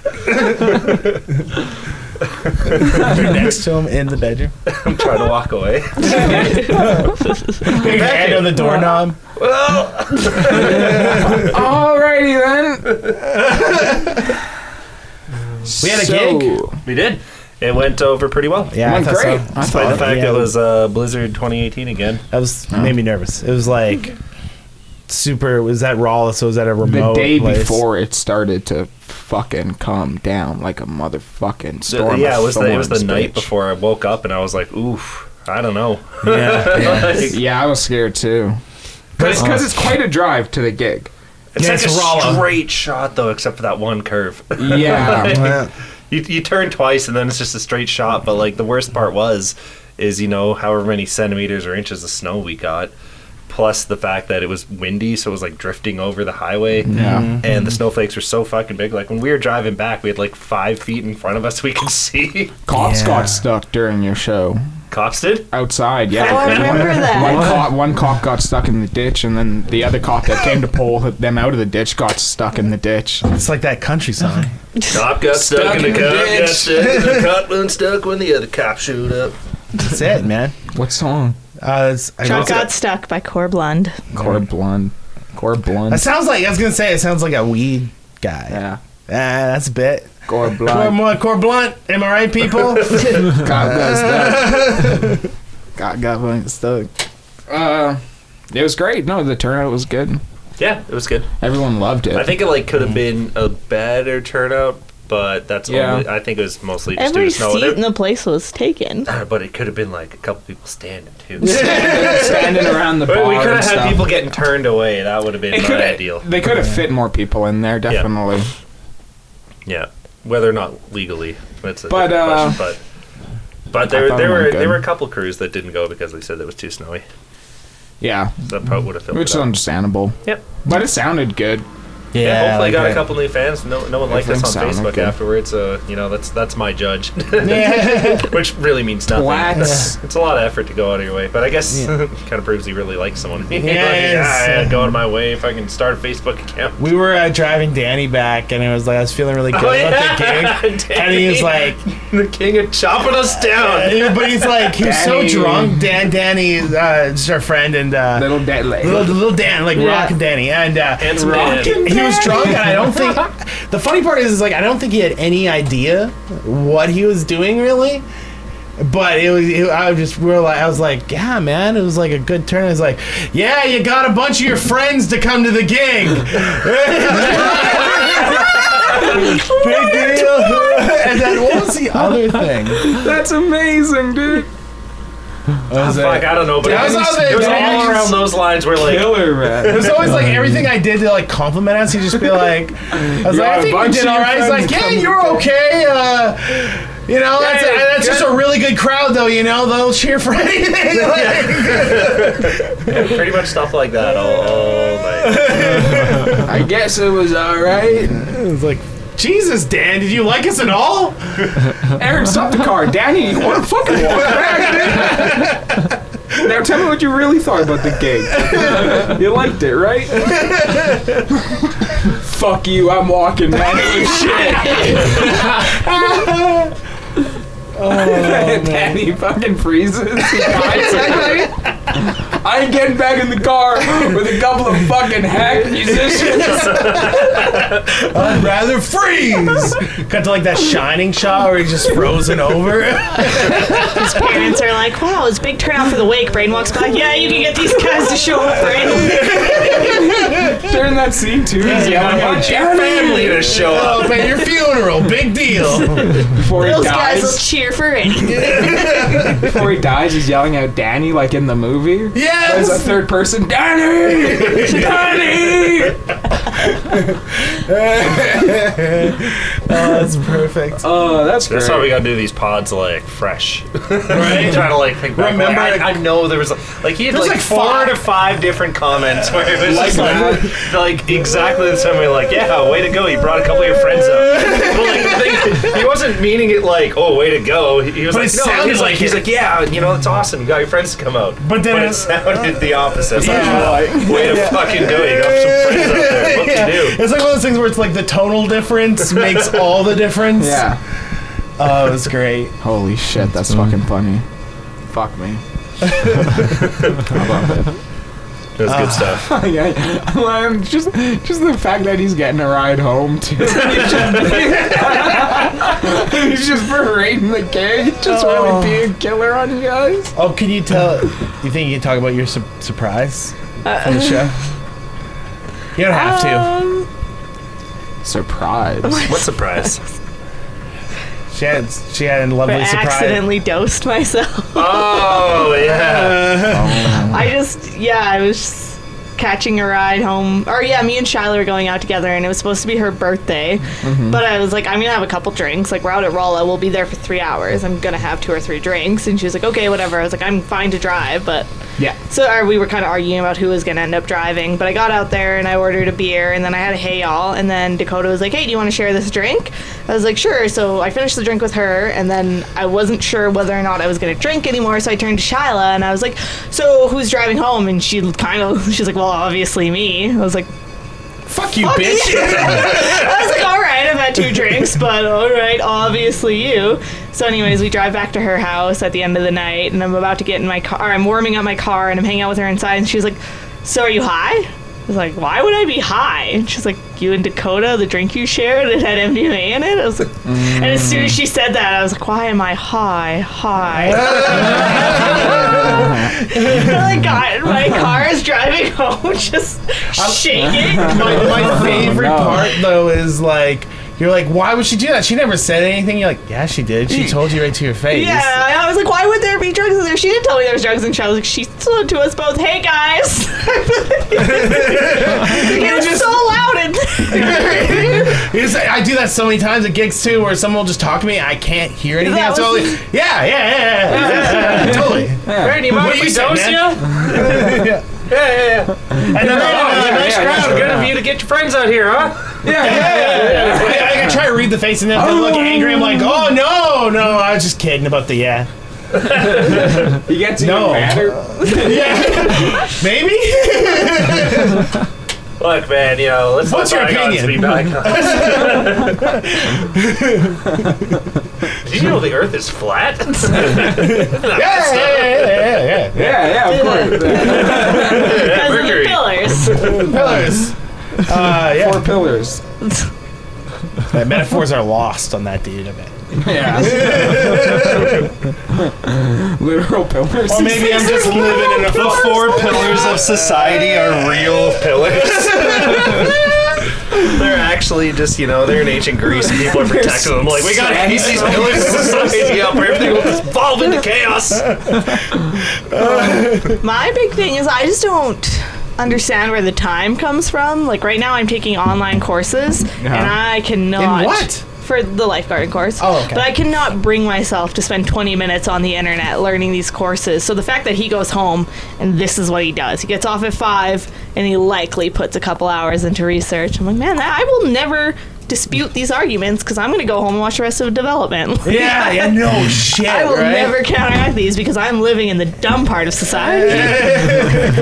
Speaker 3: You're next to him in the bedroom.
Speaker 6: *laughs* I'm trying to
Speaker 3: *laughs*
Speaker 6: walk away.
Speaker 3: Your hand on the doorknob.
Speaker 1: *laughs* Alrighty then.
Speaker 3: We had a gig.
Speaker 6: We did. It went over pretty well.
Speaker 3: Yeah, I
Speaker 1: Went
Speaker 3: thought
Speaker 1: great.
Speaker 3: so.
Speaker 1: I
Speaker 6: Despite the
Speaker 1: thought.
Speaker 6: fact
Speaker 3: yeah.
Speaker 6: it was uh, Blizzard 2018 again.
Speaker 3: That was made me nervous. It was like super. Was that raw? So was that
Speaker 1: The
Speaker 3: a remote?
Speaker 1: day
Speaker 3: place?
Speaker 1: before it started to fucking calm down like a motherfucking storm.
Speaker 6: yeah, it
Speaker 1: of
Speaker 6: was the, it was the
Speaker 1: thorns,
Speaker 6: night
Speaker 1: bitch.
Speaker 6: before I woke up, and I was like, "Oof, I don't know." *laughs*
Speaker 3: Yeah.
Speaker 6: Like,
Speaker 1: Yeah, I was scared too. Uh-huh. But it's because it's quite a drive to the gig.
Speaker 6: It's
Speaker 3: Yeah,
Speaker 6: like
Speaker 3: it's
Speaker 6: a
Speaker 3: Rolla.
Speaker 6: straight shot though, except for that one curve. *laughs*
Speaker 1: Yeah.
Speaker 3: Yeah.
Speaker 6: you, you turn twice and then it's just a straight shot. But like the worst part was, is you know however many centimeters or inches of snow we got, plus the fact that it was windy, so it was like drifting over the highway.
Speaker 1: Yeah.
Speaker 3: Mm-hmm.
Speaker 6: And the snowflakes were so fucking big. Like when we were driving back, we had like five feet in front of us we could *laughs* see.
Speaker 1: Cops
Speaker 3: Yeah.
Speaker 1: got stuck during your show
Speaker 6: Cops did.
Speaker 1: outside. Yeah.
Speaker 4: Oh, I remember
Speaker 1: One
Speaker 4: that.
Speaker 1: cop, one cop got stuck in the ditch, and then the other cop that came to pull them out of the ditch got stuck in the ditch.
Speaker 3: It's like that country song.
Speaker 6: Cop got stuck, in the,
Speaker 1: in the
Speaker 6: cop got
Speaker 1: ditch.
Speaker 6: stuck in
Speaker 1: *laughs*
Speaker 6: the cop went stuck when the other cop showed up.
Speaker 3: That's it, man.
Speaker 1: What song?
Speaker 3: Uh, it's, I
Speaker 4: Chuck
Speaker 3: wrote it.
Speaker 4: got stuck by Core Blund.
Speaker 1: Core Blonde. Core
Speaker 3: That
Speaker 1: Blonde.
Speaker 3: sounds like I was gonna say. It sounds like a weed guy.
Speaker 1: Yeah.
Speaker 3: Ah, that's a bit.
Speaker 1: Core
Speaker 3: Core,
Speaker 1: Blonde.
Speaker 3: more, core blunt. Am I right, people?
Speaker 1: Cop got stuck. Cop got fucking stuck. Uh, it was great. No, the turnout was good.
Speaker 6: Yeah, it was good.
Speaker 1: Everyone loved it.
Speaker 6: Mm-hmm. I think it like could have been a better turnout, but that's
Speaker 1: Yeah.
Speaker 6: only. I think it was mostly just
Speaker 4: Every
Speaker 6: due to snow.
Speaker 4: seat
Speaker 6: There-
Speaker 4: in the place was taken.
Speaker 6: Ah, *clears throat* but it could have been like a couple people standing too.
Speaker 1: *laughs* standing around the
Speaker 6: But
Speaker 1: bar.
Speaker 6: we could
Speaker 1: and
Speaker 6: have had
Speaker 1: stuff.
Speaker 6: people getting turned away. That would have been
Speaker 1: It
Speaker 6: my
Speaker 1: coulda-
Speaker 6: ideal.
Speaker 1: They could have fit more people in there, definitely.
Speaker 6: Yeah, whether or not legally, that's a
Speaker 1: But,
Speaker 6: but,
Speaker 1: uh,
Speaker 6: question. But but there
Speaker 1: thought it
Speaker 6: there were
Speaker 1: went good.
Speaker 6: there were a couple crews that didn't go because they said it was too snowy.
Speaker 1: Yeah,
Speaker 6: So that probably would have filled
Speaker 1: which
Speaker 6: it
Speaker 1: is
Speaker 6: up.
Speaker 1: understandable.
Speaker 6: Yep.
Speaker 1: But it sounded good.
Speaker 3: Yeah,
Speaker 6: Yeah, hopefully
Speaker 3: like
Speaker 6: got
Speaker 3: that.
Speaker 6: a couple new fans. No, no one liked us on
Speaker 1: Everything sounded
Speaker 6: Facebook
Speaker 1: good.
Speaker 6: afterwards, so you know that's that's my judge, *laughs* which really means nothing.
Speaker 1: Blacks.
Speaker 6: It's a lot of effort to go out of your way, but I guess *laughs* kind of proves he really likes someone. *laughs* Like, "Ah,
Speaker 3: Yes.
Speaker 6: yeah, I go out of my way if I can start a Facebook
Speaker 3: *laughs*
Speaker 6: account.
Speaker 3: We were uh, driving Danny back, and it was like I was feeling really good
Speaker 4: Oh,
Speaker 3: about
Speaker 6: *laughs*
Speaker 3: the gig. And he
Speaker 4: *laughs*
Speaker 3: was like, "Ah,
Speaker 6: the king of chopping us down. *laughs*
Speaker 3: Yeah, but he's like, he was so
Speaker 1: Danny.
Speaker 3: drunk. Dan, Danny, uh, just our friend, and uh,
Speaker 1: Little dead leg.
Speaker 3: little, little Dan, like
Speaker 4: Yeah.
Speaker 3: rockin' Danny, and uh,
Speaker 6: And some Dan.
Speaker 3: he was drunk. And I don't think the funny part is, is like I don't think he had any idea what he was doing really. But it was, it, I was just realized, I was like, yeah, man, it was like a good turn. I was like, yeah, you got a bunch of your friends to come to the gig. *laughs* Big deal. and then what was the other thing?
Speaker 1: *laughs* That's amazing, dude.
Speaker 3: Was
Speaker 6: Fuck,
Speaker 3: it-
Speaker 6: I don't know, but
Speaker 3: Yeah,
Speaker 6: it
Speaker 3: I
Speaker 6: was,
Speaker 3: saw that
Speaker 6: it was all
Speaker 3: Dan's-
Speaker 6: around those lines where like
Speaker 1: Killer man.
Speaker 3: It's always like everything I did to like compliment us. He'd just be like, I was
Speaker 1: You're a
Speaker 3: like, I think we
Speaker 1: bunch
Speaker 3: did
Speaker 1: of
Speaker 3: all right. He's like,
Speaker 1: friends
Speaker 3: yeah,
Speaker 1: come
Speaker 3: you're
Speaker 1: with
Speaker 3: okay. Uh, you know, that's,
Speaker 6: Yeah, yeah,
Speaker 3: that's just a really good crowd, though. You know, they'll cheer for *laughs* anything. Like,
Speaker 6: pretty much stuff like that all, all night.
Speaker 1: I guess it was alright.
Speaker 3: it's like, Jesus, Dan, did you like us at all?
Speaker 1: Aaron, stop the car. Danny, you want to fucking walk back, dude? Now tell me what you really thought about the gig. You liked it, right? Fuck you, I'm walking, man. It was shit. Oh, *laughs* Danny fucking freezes. He dies. I'm getting back in the car with a couple of fucking hack musicians.
Speaker 3: I'd rather freeze. Got to like that shining shot where he's just frozen over. *laughs*
Speaker 4: Parents are like, wow, it's big turnout for the wake. Brain walks by. Yeah, you can get these guys to show up, Brain.
Speaker 1: During that scene, too, he's yelling at
Speaker 6: Your family to show up.
Speaker 3: oh, man, your funeral, big deal.
Speaker 1: before he
Speaker 4: Those guys will
Speaker 1: dies.
Speaker 4: cheer for anything.
Speaker 1: Before he dies, he's yelling out Danny like in the movie. As a
Speaker 3: Yes.
Speaker 1: third person, Danny! Danny!
Speaker 3: Oh, that's perfect.
Speaker 1: Oh, that's great.
Speaker 6: That's why we gotta do these pods like fresh. *laughs*
Speaker 3: Right?
Speaker 6: Trying to like think back.
Speaker 3: Remember-
Speaker 6: like, I, I know there was like he had
Speaker 3: There's,
Speaker 6: like,
Speaker 3: like,
Speaker 6: four
Speaker 3: five-
Speaker 6: to five different comments where it was just
Speaker 3: *laughs*
Speaker 6: like, like exactly the same way. Like yeah, way to go. You brought a couple of your
Speaker 3: *laughs*
Speaker 6: friends up. But, like, the thing- he wasn't meaning it like oh way to go. He, he was
Speaker 3: But
Speaker 6: like
Speaker 3: it
Speaker 6: no.
Speaker 3: sounded
Speaker 6: He's like
Speaker 3: like
Speaker 6: he's
Speaker 3: it.
Speaker 6: like yeah. You know it's awesome. You got your friends to come out.
Speaker 3: But then
Speaker 6: it
Speaker 3: it-
Speaker 6: sounded the opposite.
Speaker 3: Yeah.
Speaker 6: Like,
Speaker 3: *laughs*
Speaker 6: way to fucking go. You got some friends out there. What
Speaker 3: "Oh, Yeah.
Speaker 6: to do?
Speaker 3: It's like one of those things where it's like the tonal difference
Speaker 6: *laughs*
Speaker 3: makes all the difference.
Speaker 1: yeah.
Speaker 3: Oh, it's great.
Speaker 1: Holy shit, that's fucking funny. Fuck *laughs* me.
Speaker 6: It was
Speaker 3: Ah.
Speaker 6: good stuff.
Speaker 1: yeah, well, I'm just just the fact that he's getting a ride home too. *laughs* he's, just, he's just berating the gang, just
Speaker 3: Oh.
Speaker 1: really being killer on you guys.
Speaker 3: Oh, can you tell? You think you can talk about your su- surprise from the show? You don't have to.
Speaker 4: Um,
Speaker 1: Surprise.
Speaker 3: *laughs*
Speaker 6: What surprise?
Speaker 3: She had she had a
Speaker 4: I
Speaker 3: lovely surprise.
Speaker 4: accidentally dosed myself.
Speaker 6: oh yeah.
Speaker 3: Uh-huh.
Speaker 4: I just, yeah, I was just catching a ride home. Or, yeah, me and Shiloh were going out together, and it was supposed to be her birthday. But I was like, I'm going to have a couple drinks. Like, we're out at Rolla. We'll be there for three hours. I'm going to have two or three drinks. And she was like, okay, whatever. I was like, I'm fine to drive, but
Speaker 1: Yeah.
Speaker 4: So or we were kind of arguing about who was going to end up driving, but I got out there and I ordered a beer and then I had a hey y'all and then Dakota was like, "Hey, do you want to share this drink?" I was like, "Sure." So I finished the drink with her and then I wasn't sure whether or not I was going to drink anymore, so I turned to Shyla and I was like, "So, who's driving home?" And she kind of *laughs* she's like, "Well, obviously me." I was like,
Speaker 3: Fuck you, bitch.
Speaker 4: I was like, all right, I've had two drinks, but all right, obviously you. So, anyways, we drive back to her house at the end of the night, and I'm about to get in my car. I'm warming up my car, and I'm hanging out with her inside, and she's like, "So, are you high?" I was like, "Why would I be high?" And she's like, "You and Dakota, the drink you shared, it had MDMA in it." I was like, and as soon as she said that, I was like, "Why am I high? High?" *laughs* I got in my car, is driving home, *laughs* just shaking.
Speaker 3: My, my favorite
Speaker 1: no.
Speaker 3: part though is like You're like, why would she do that? She never said anything. You're like, yeah, she did. She told you right to your face.
Speaker 4: Yeah, I was like, why would there be drugs in there? She didn't tell me there was drugs in there. I was like, she said to us both, hey guys. *laughs* it was so loud in there.
Speaker 3: It's- I do that so many times at gigs too, where someone will just talk to me. I can't hear anything.
Speaker 4: That
Speaker 3: I'm
Speaker 4: was-
Speaker 3: totally, yeah, yeah, yeah, yeah, yeah, yeah, totally.
Speaker 8: Randy, mind
Speaker 3: What
Speaker 8: if
Speaker 3: you
Speaker 8: we
Speaker 3: said,
Speaker 8: dose
Speaker 3: man? *laughs*
Speaker 8: you? Yeah, yeah, yeah.
Speaker 3: And then they're,
Speaker 8: Oh, you're a
Speaker 3: oh, yeah,
Speaker 8: nice
Speaker 1: yeah, yeah,
Speaker 8: crowd.
Speaker 1: sure,
Speaker 8: Good
Speaker 1: yeah.
Speaker 8: of you to get your friends out here, huh?
Speaker 3: I, I can try to read the face, and then if they look angry. I'm like, oh no, no, I was just kidding about the yeah.
Speaker 1: *laughs* You get to
Speaker 3: No.
Speaker 1: no. matter.
Speaker 3: Maybe. *laughs*
Speaker 8: Look, man, you know, let's
Speaker 3: What's
Speaker 8: let
Speaker 3: your
Speaker 8: bygones
Speaker 3: opinion?
Speaker 8: Be bygones. Did you know the Earth is flat? *laughs*
Speaker 3: yeah, yeah, yeah, yeah, yeah, yeah.
Speaker 1: Yeah, yeah, *laughs* of course.
Speaker 4: Because of the
Speaker 8: Mercury.
Speaker 4: pillars.
Speaker 3: Pillars. Uh,
Speaker 1: Four
Speaker 3: yeah.
Speaker 1: pillars.
Speaker 3: Uh, metaphors are lost on that dude. I bet.
Speaker 1: Yeah. *laughs* Literal pillars. *laughs*
Speaker 3: Or maybe I'm just living in a
Speaker 8: The four pillars of society are real pillars. *laughs* they're actually just, you know, they're in ancient Greece and
Speaker 3: *laughs*
Speaker 8: people are protecting them. Like, we gotta piece these pillars of society up or everything will just fall into chaos.
Speaker 4: My big thing is I just don't understand where the time comes from. Like right now, I'm taking online courses, and I cannot.
Speaker 3: In what?
Speaker 4: For the lifeguarding course.
Speaker 3: Oh, okay.
Speaker 4: But I cannot bring myself to spend 20 minutes on the internet learning these courses. So the fact that he goes home and this is what he does. He gets off at 5 and he likely puts a couple hours into research. I'm like, man, that, I will never dispute these arguments because I'm going to go home and watch the rest of development.
Speaker 3: Yeah, yeah,
Speaker 8: *laughs*
Speaker 3: no shit.
Speaker 4: I will
Speaker 3: right?
Speaker 4: never counteract these because I'm living in the dumb part of society.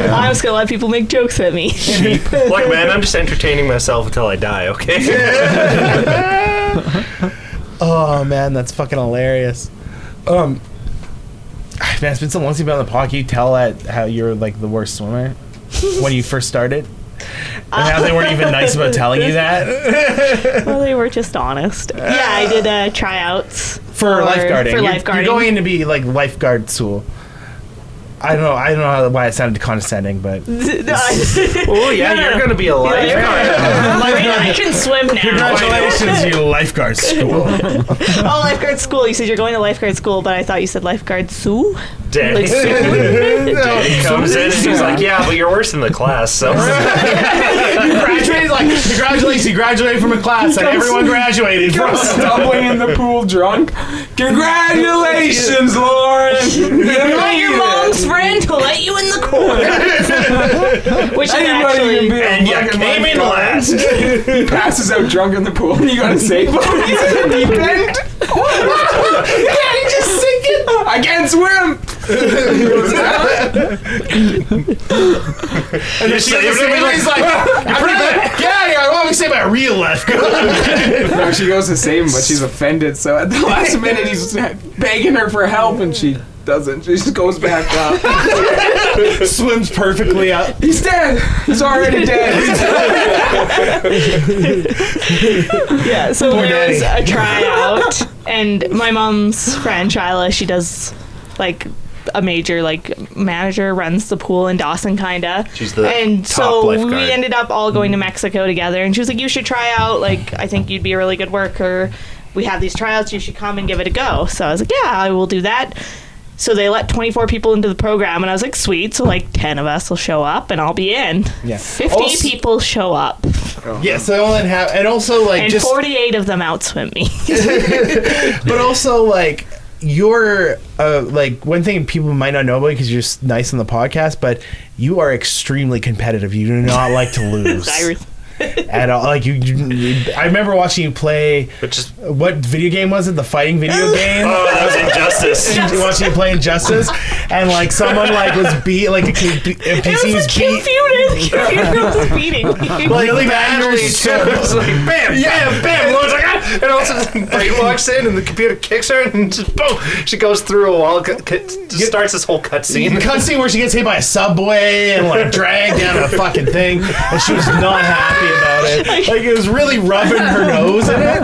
Speaker 4: I'm just gonna let people make jokes at *laughs* me.
Speaker 8: Look, man, I'm just entertaining myself until I die, okay?
Speaker 3: *laughs*
Speaker 8: *laughs*
Speaker 3: Oh man, that's fucking hilarious. Um, man, it's been so long since you've been on the pod. Can you tell that how you're like the worst swimmer when you first started, and how they weren't even nice about telling
Speaker 8: *laughs*
Speaker 3: you that
Speaker 4: well, they were just honest. Yeah, I did uh, *laughs* tryouts
Speaker 3: for
Speaker 4: Or
Speaker 3: lifeguarding.
Speaker 4: For
Speaker 3: You're-
Speaker 4: lifeguarding,
Speaker 3: you're going in to be like lifeguard tool. I don't know. I don't know how, why it sounded condescending, but
Speaker 4: No, I-
Speaker 8: oh, yeah, you're gonna be alive.
Speaker 4: Oh, You're *laughs* I can swim *laughs* now.
Speaker 3: congratulations, you lifeguard school. *laughs*
Speaker 4: Oh, lifeguard school. You said you're going to lifeguard school, but I thought you said lifeguard Sue.
Speaker 8: Danny,
Speaker 4: *laughs* Like Sue.
Speaker 8: Danny comes in and he's like, yeah, but you're worse than the class, so.
Speaker 3: graduated like congratulations, you graduated from a class that everyone graduated from.
Speaker 1: Stumbling in the pool drunk. Congratulations, *laughs* Lauren! You
Speaker 4: Not
Speaker 1: made
Speaker 4: your
Speaker 1: it.
Speaker 4: mom's friend who let you in the corner. *laughs* Which is
Speaker 1: Anybody can
Speaker 4: actually
Speaker 1: be a
Speaker 8: And you
Speaker 1: fucking
Speaker 8: came in
Speaker 1: lifeguard.
Speaker 8: last.
Speaker 1: *laughs* He passes out drunk in the pool and you gotta save him. *laughs* He's in the deep *laughs* end. Can he just sink it? I can't swim! He goes down.
Speaker 8: You saved him, he's like,
Speaker 3: Everybody's like, "I'm *laughs* not- get out of here! I want to say my real lifeguard.
Speaker 1: No, she goes to save him, but she's offended. So at the last minute, he's begging her for help, and she doesn't. She just goes back up.
Speaker 3: Swims perfectly up.
Speaker 1: He's dead. He's already dead.
Speaker 4: Yeah, so
Speaker 3: Poor
Speaker 4: there was
Speaker 3: *laughs* daddy.
Speaker 4: a tryout, and my mom's friend Shyla, she does like a major like manager runs the pool in Dawson, kinda.
Speaker 8: She's the top
Speaker 4: and so
Speaker 8: lifeguard.
Speaker 4: we ended up all going to
Speaker 3: Mm-hmm.
Speaker 4: Mexico together, and she was like, "You should try out. Like, I think you'd be a really good worker. We have these tryouts. You should come and give it a go." So I was like, "Yeah, I will do that." So they let 24 people into the program, and I was like, "Sweet!" So like 10 of us will show up, and I'll be in.
Speaker 3: Yeah.
Speaker 4: 50
Speaker 3: Also-
Speaker 4: people show up,
Speaker 3: Yeah, so I only have, and also like
Speaker 4: and
Speaker 3: just,
Speaker 4: 48 of them outswim me. *laughs*
Speaker 3: but also like you're uh, like one thing people might not know about because you're just nice on the podcast, but you are extremely competitive. You do not like to lose
Speaker 4: I re-
Speaker 3: at all. Like you, you, I remember watching you play.
Speaker 8: *laughs* Which is,
Speaker 3: What video game was it? The fighting video game.
Speaker 8: oh, that was injustice.
Speaker 3: watching, watching you play Injustice, and like someone like was beat like a, kid- a PC
Speaker 4: It was
Speaker 3: was
Speaker 4: the
Speaker 3: beat
Speaker 4: *laughs* computer. The computer was beating *laughs* me.
Speaker 3: like really badly.
Speaker 8: It's like bam, bam, bam. Lauren's like, ah! And all of a sudden, Bright walks in, and the computer kicks her, and just boom, she goes through a wall. Cu- cu- just starts this whole
Speaker 3: *laughs* The
Speaker 8: cutscene.
Speaker 3: cutscene where she gets hit by a subway and like dragged down a fucking thing, and she was not happy about it. Like it was really rubbing her nose in it.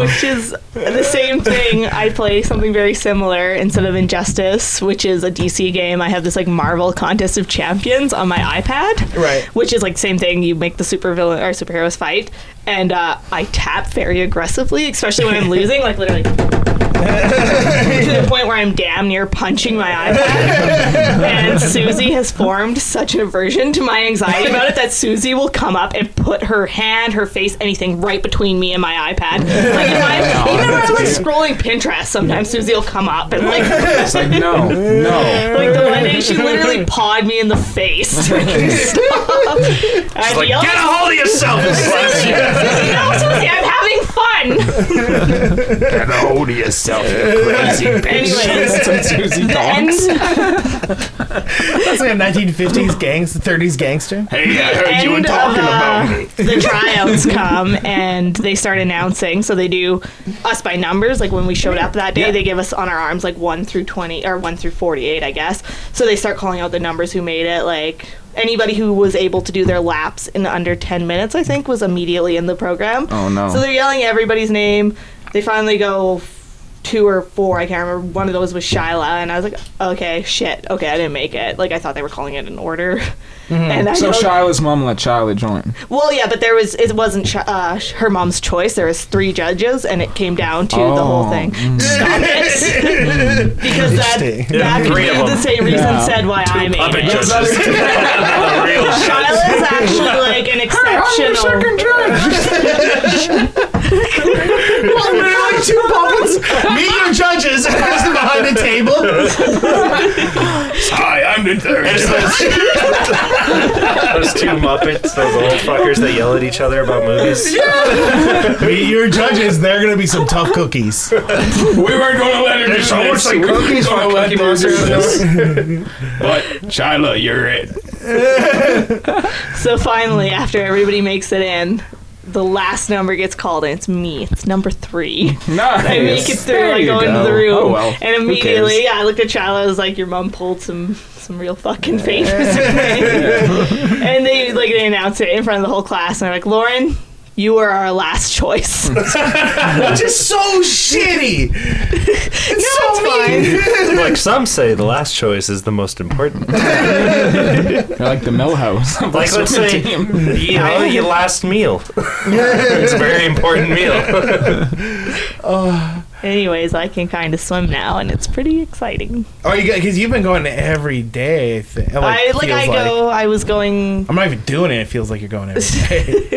Speaker 4: which is the same thing. I play something very similar instead of Injustice, which is a DC game. I have this like Marvel Contest of Champions on my iPad,
Speaker 3: Right.
Speaker 4: Which is like same thing. You make the super villain or superheroes fight, and uh, I tap very aggressively, especially when I'm losing, like literally. to the point where I'm damn near punching my iPad. and Susie has formed such an aversion to my anxiety about it that Susie will come up and put her hand, her face, anything right between me and my iPad. Like if I,
Speaker 1: *laughs*
Speaker 4: even when I'm like scrolling Pinterest, sometimes Susie will come up and like,
Speaker 1: It's like no, no.
Speaker 4: like the one day she literally pawed me in the face.
Speaker 1: *laughs*
Speaker 4: Stop. I'd
Speaker 6: Like,
Speaker 4: yell,
Speaker 6: get a hold of yourself! and slaps you.
Speaker 4: Susie, *laughs* no, Susie, I'm having
Speaker 6: *laughs*
Speaker 4: fun.
Speaker 8: Get a hold of yourself, you
Speaker 4: *laughs*
Speaker 8: crazy
Speaker 4: Anyways,
Speaker 1: Some Susie
Speaker 4: the
Speaker 1: dog.
Speaker 4: end.
Speaker 3: That's like a 1950s gangs, 30s gangster.
Speaker 8: Hey, I heard you were
Speaker 4: end
Speaker 8: talking
Speaker 4: of,
Speaker 8: about
Speaker 4: *laughs* uh,
Speaker 8: me. *laughs*
Speaker 4: the tryouts come and they start announcing. So they do us by numbers. Like when we showed up that day, they give us on our arms like one through twenty or one through forty-eight, I guess. So they start calling out the numbers who made it. Like anybody who was able to do their laps in under ten minutes, I think, was immediately in the program.
Speaker 1: Oh, no.
Speaker 4: So they're yelling everybody's name. They finally go two or four, I can't remember. One of those was Shyla, and I was like, okay, shit, okay, I didn't make it. Like I thought they were calling it an order. *laughs* And I
Speaker 1: So
Speaker 4: know-
Speaker 1: Shiloh's mom let Shiloh join.
Speaker 4: well, yeah, but there was it wasn't sh- uh, sh- her mom's choice. There was three judges, and it came down to the whole
Speaker 1: Oh,
Speaker 4: thing. Stop it! because that
Speaker 3: Interesting.
Speaker 4: that
Speaker 6: three
Speaker 4: could
Speaker 6: of
Speaker 4: be the
Speaker 6: them.
Speaker 4: same reason said why I made
Speaker 6: Puppet
Speaker 4: it.
Speaker 6: judges. The real shit.
Speaker 4: Shyla is actually like an exceptional.
Speaker 3: Literally two puppets. Meet your judges. *laughs* Person behind the table.
Speaker 8: Hi, I'm the third.
Speaker 6: There's those, those two
Speaker 4: *laughs*
Speaker 6: Muppets, those old fuckers that yell at each other about movies.
Speaker 3: Meet your judges. They're gonna be some tough cookies.
Speaker 1: We weren't going to let her
Speaker 8: There's so much like cookies on Cookie Monster. but Shyla, you're it.
Speaker 4: So finally, after everybody makes it in, the last number gets called, and it's me. It's number three.
Speaker 1: Nice.
Speaker 4: I make it through.
Speaker 1: There
Speaker 4: I
Speaker 1: you
Speaker 4: go, into the room,
Speaker 1: Oh well.
Speaker 4: and
Speaker 1: Who cares?
Speaker 4: immediately I looked at Shyla. I was like, "Your mom pulled some some real fucking
Speaker 1: *laughs*
Speaker 4: favors." and they like they announced it in front of the whole class, and they're like, "Lauren, you are our last
Speaker 1: *laughs*
Speaker 4: choice." no,
Speaker 3: Which is so shitty.
Speaker 4: it's fine.
Speaker 6: Like some say, the last choice is the most important.
Speaker 1: They're like the Millhouse. *laughs*
Speaker 6: Like let's say, you know, your last meal. it's a very important meal.
Speaker 4: Anyways, I can kind of swim now, and it's pretty exciting.
Speaker 3: Oh, you because you've been going every day. I thi- Like,
Speaker 4: I like
Speaker 3: feels
Speaker 4: I go. I was going.
Speaker 3: I'm not even doing it. It feels like you're going every
Speaker 4: *laughs*
Speaker 3: day.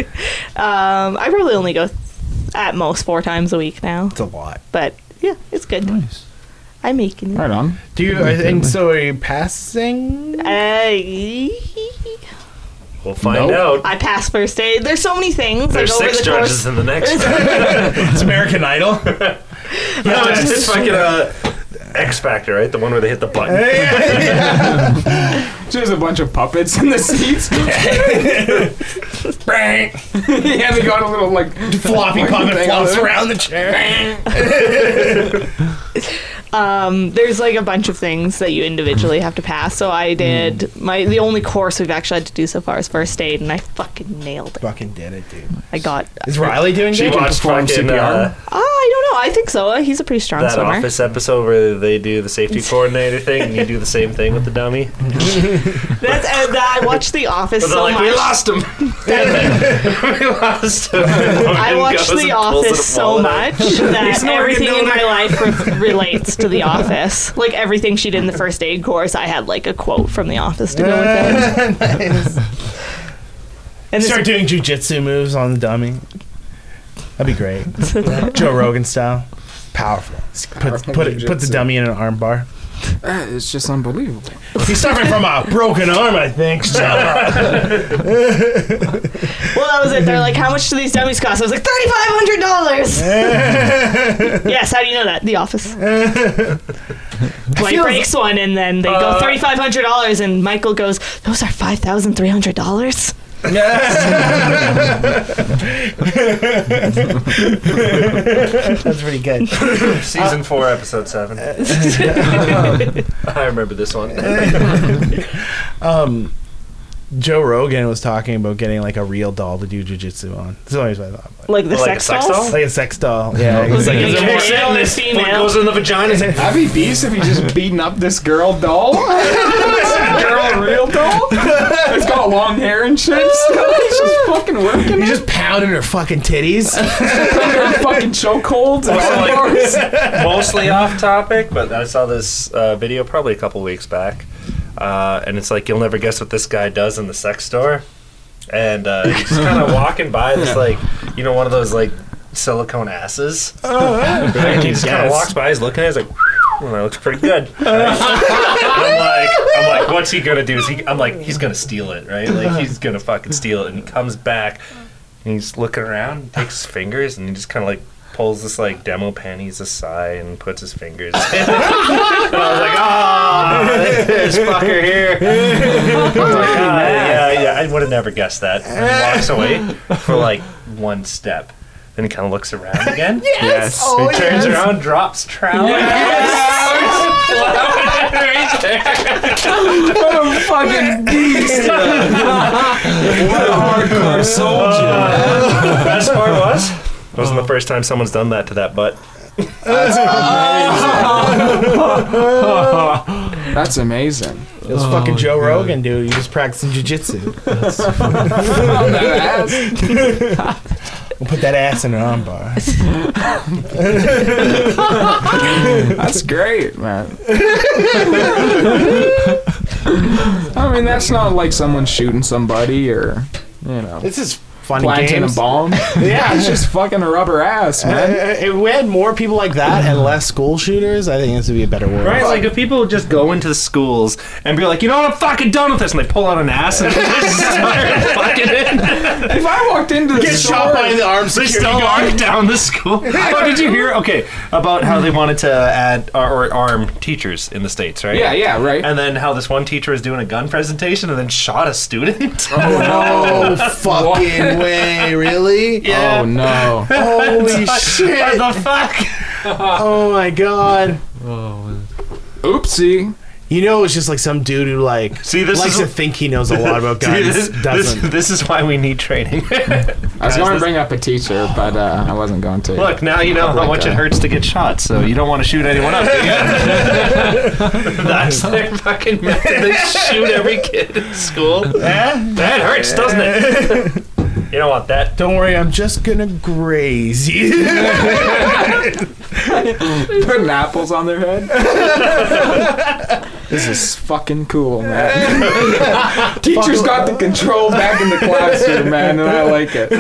Speaker 4: Um, I probably only go th- at most four times a week now,
Speaker 3: It's a lot.
Speaker 4: but yeah, it's good.
Speaker 2: Nice.
Speaker 4: I'm making it.
Speaker 1: Right on.
Speaker 3: Do you? And so are you passing?
Speaker 4: I-
Speaker 6: We'll find
Speaker 1: Nope.
Speaker 6: out.
Speaker 4: I passed first aid. There's so many things.
Speaker 6: There's
Speaker 4: like, over
Speaker 6: six
Speaker 4: the
Speaker 6: judges
Speaker 4: Course.
Speaker 6: in the next.
Speaker 4: *laughs*
Speaker 3: It's American Idol.
Speaker 6: no, it's, *laughs* it's fucking uh, X Factor, right? The one where they hit the button.
Speaker 1: There's a bunch of puppets in the seats. *laughs*
Speaker 3: Bang.
Speaker 1: yeah, they got a little like
Speaker 3: Floppy puppet
Speaker 1: Hang on.
Speaker 3: flops around the chair.
Speaker 4: Um, there's like a bunch of things that you individually have to pass. So I did
Speaker 6: Hmm.
Speaker 4: my the only course we've actually had to do so far is first aid, and I fucking nailed it.
Speaker 3: Fucking did it, dude.
Speaker 4: I got.
Speaker 3: Is Riley doing
Speaker 6: She
Speaker 3: good?
Speaker 6: watched
Speaker 1: perform
Speaker 6: fucking
Speaker 1: CPR.
Speaker 6: uh,
Speaker 4: Ah, I don't know. I think so. He's a pretty strong
Speaker 6: that
Speaker 4: swimmer.
Speaker 6: office episode where they do the *laughs* safety coordinator thing, and you do the same thing with the dummy.
Speaker 4: That's and that, I watched The
Speaker 6: *laughs*
Speaker 4: Office
Speaker 6: But they're
Speaker 4: so
Speaker 6: like,
Speaker 4: much.
Speaker 6: *laughs* we lost him. we lost him.
Speaker 4: I
Speaker 6: I
Speaker 4: watched The Office so
Speaker 6: *laughs*
Speaker 4: much that everything in my life re- relates to The Office. Like everything she did in the first aid course, I had like a quote from The Office to go with it.
Speaker 3: *laughs*
Speaker 4: And this
Speaker 3: Start doing jujitsu moves on the dummy. That'd be *laughs* great. Joe Rogan style. Powerful. Put,
Speaker 1: Powerful
Speaker 3: put, it, put the
Speaker 1: jujitsu.
Speaker 3: dummy in an arm bar.
Speaker 1: Uh, It's just unbelievable.
Speaker 3: He's suffering from a broken arm, I think. So. *laughs*
Speaker 4: Well, that was it. They're like, how much do these dummies cost? I was like, $3,500. yes, how do you know that? The office. Dwight breaks one, and then they
Speaker 6: Uh,
Speaker 4: go $3,500, and Michael goes, those are $5,300.
Speaker 3: That's pretty good.
Speaker 6: *laughs* Season four,
Speaker 4: *laughs*
Speaker 6: episode seven. *laughs* I remember this one.
Speaker 3: *laughs* Um, Joe Rogan was talking about getting like a real doll to do jujitsu on. That's the only reason I thought.
Speaker 4: Like
Speaker 3: Like,
Speaker 4: the
Speaker 6: Oh, Like a
Speaker 4: sex,
Speaker 6: sex
Speaker 4: dolls?
Speaker 3: like a sex doll. Yeah. It's
Speaker 4: Like,
Speaker 3: like, is
Speaker 4: a
Speaker 3: there more-
Speaker 4: male and a
Speaker 8: It
Speaker 4: female.
Speaker 8: goes in the vagina. It's like,
Speaker 1: I'd be beast if he *laughs* just beating up this girl doll. *laughs* this girl real doll. It's got long hair and shit. Still, he's just fucking working.
Speaker 3: you
Speaker 1: it.
Speaker 3: just pounding her fucking titties.
Speaker 1: putting her in fucking chokeholds and
Speaker 6: Well,
Speaker 1: bars.
Speaker 6: mostly off topic, but I saw this uh, video probably a couple weeks back, uh, and it's like you'll never guess what this guy does in the sex store, and uh, *laughs* he's just kind of walking by this like you know one of those like silicone asses. and he just kind of walks by, he's looking at, it, he's like. Well, that looks pretty *laughs* good. I'm like, I'm like, what's he gonna do? Is he? I'm like, he's gonna steal it, right? Like, he's gonna fucking steal it. And he comes back, and he's looking around, he takes his fingers, and he just kind of like pulls this like demo panties aside and puts his fingers. in. *laughs* and I was like, ah, this
Speaker 1: *laughs*
Speaker 6: fucker here. I was like, "Ah, yeah, yeah, I would have never guessed that. And he walks away for like one step. Then he kind of looks around again. *laughs* yes. he turns around, drops trowel. *laughs*
Speaker 1: What a Oh, fucking beast. what a
Speaker 6: Oh,
Speaker 1: hardcore soldier.
Speaker 6: *laughs* Best
Speaker 1: *laughs*
Speaker 6: part was, it wasn't the first time someone's done that to that butt.
Speaker 1: That's amazing. *laughs*
Speaker 3: It was fucking Joe Rogan, dude. He was practicing jujitsu. We'll put that ass in an armbar.
Speaker 1: That's great, *laughs* man. I mean, that's not like someone shooting somebody or, you know,
Speaker 3: This is funny
Speaker 1: planting a
Speaker 3: games.
Speaker 1: bomb.
Speaker 3: Yeah,
Speaker 1: It's *laughs* just fucking a rubber ass,
Speaker 6: *laughs*
Speaker 3: Uh,
Speaker 1: man.
Speaker 3: if we had more people like that and less school shooters, I think this would be a better world.
Speaker 6: Right? Like if people would just go into the schools and be like, you know what, I'm fucking done with this, and they pull out an ass and
Speaker 3: *laughs*
Speaker 6: just start fucking it.
Speaker 1: If I walked into the
Speaker 3: Get
Speaker 1: store,
Speaker 3: shot by the armed
Speaker 6: They
Speaker 3: security
Speaker 6: still
Speaker 3: guard.
Speaker 6: lock down
Speaker 3: *laughs*
Speaker 6: the school. Oh, did you hear? Okay, about how they wanted to add or, or arm teachers in the states, right?
Speaker 1: yeah, yeah, right.
Speaker 6: And then how this one teacher was doing a gun presentation and then shot a student.
Speaker 3: Oh,
Speaker 6: *laughs*
Speaker 3: No fucking way, really?
Speaker 1: Oh
Speaker 6: *laughs*
Speaker 1: no!
Speaker 3: Holy shit!
Speaker 6: what the fuck?
Speaker 3: Oh my god.
Speaker 1: Oopsie!
Speaker 3: You know, it's just like some dude who like
Speaker 6: See, this
Speaker 3: likes
Speaker 6: is-
Speaker 3: to think he knows a lot about
Speaker 6: *laughs* See,
Speaker 3: guns.
Speaker 6: this, this,
Speaker 3: Oh, doesn't.
Speaker 6: this is why we need
Speaker 1: I
Speaker 6: training.
Speaker 1: was
Speaker 6: Guys,
Speaker 1: going to
Speaker 6: this-
Speaker 1: bring up a teacher, but uh, I wasn't going to.
Speaker 6: Look, now you know how much it hurts to get shot, so you don't want to shoot anyone up. do you? That's their fucking *laughs* method. They shoot every kid in school. That hurts, doesn't it? *laughs* You don't want that.
Speaker 3: Don't worry, I'm just gonna graze *laughs* you.
Speaker 1: putting apples on their
Speaker 6: *laughs*
Speaker 1: head. this is fucking cool, man. *laughs* Teachers got the control back in the classroom, man, and I like it.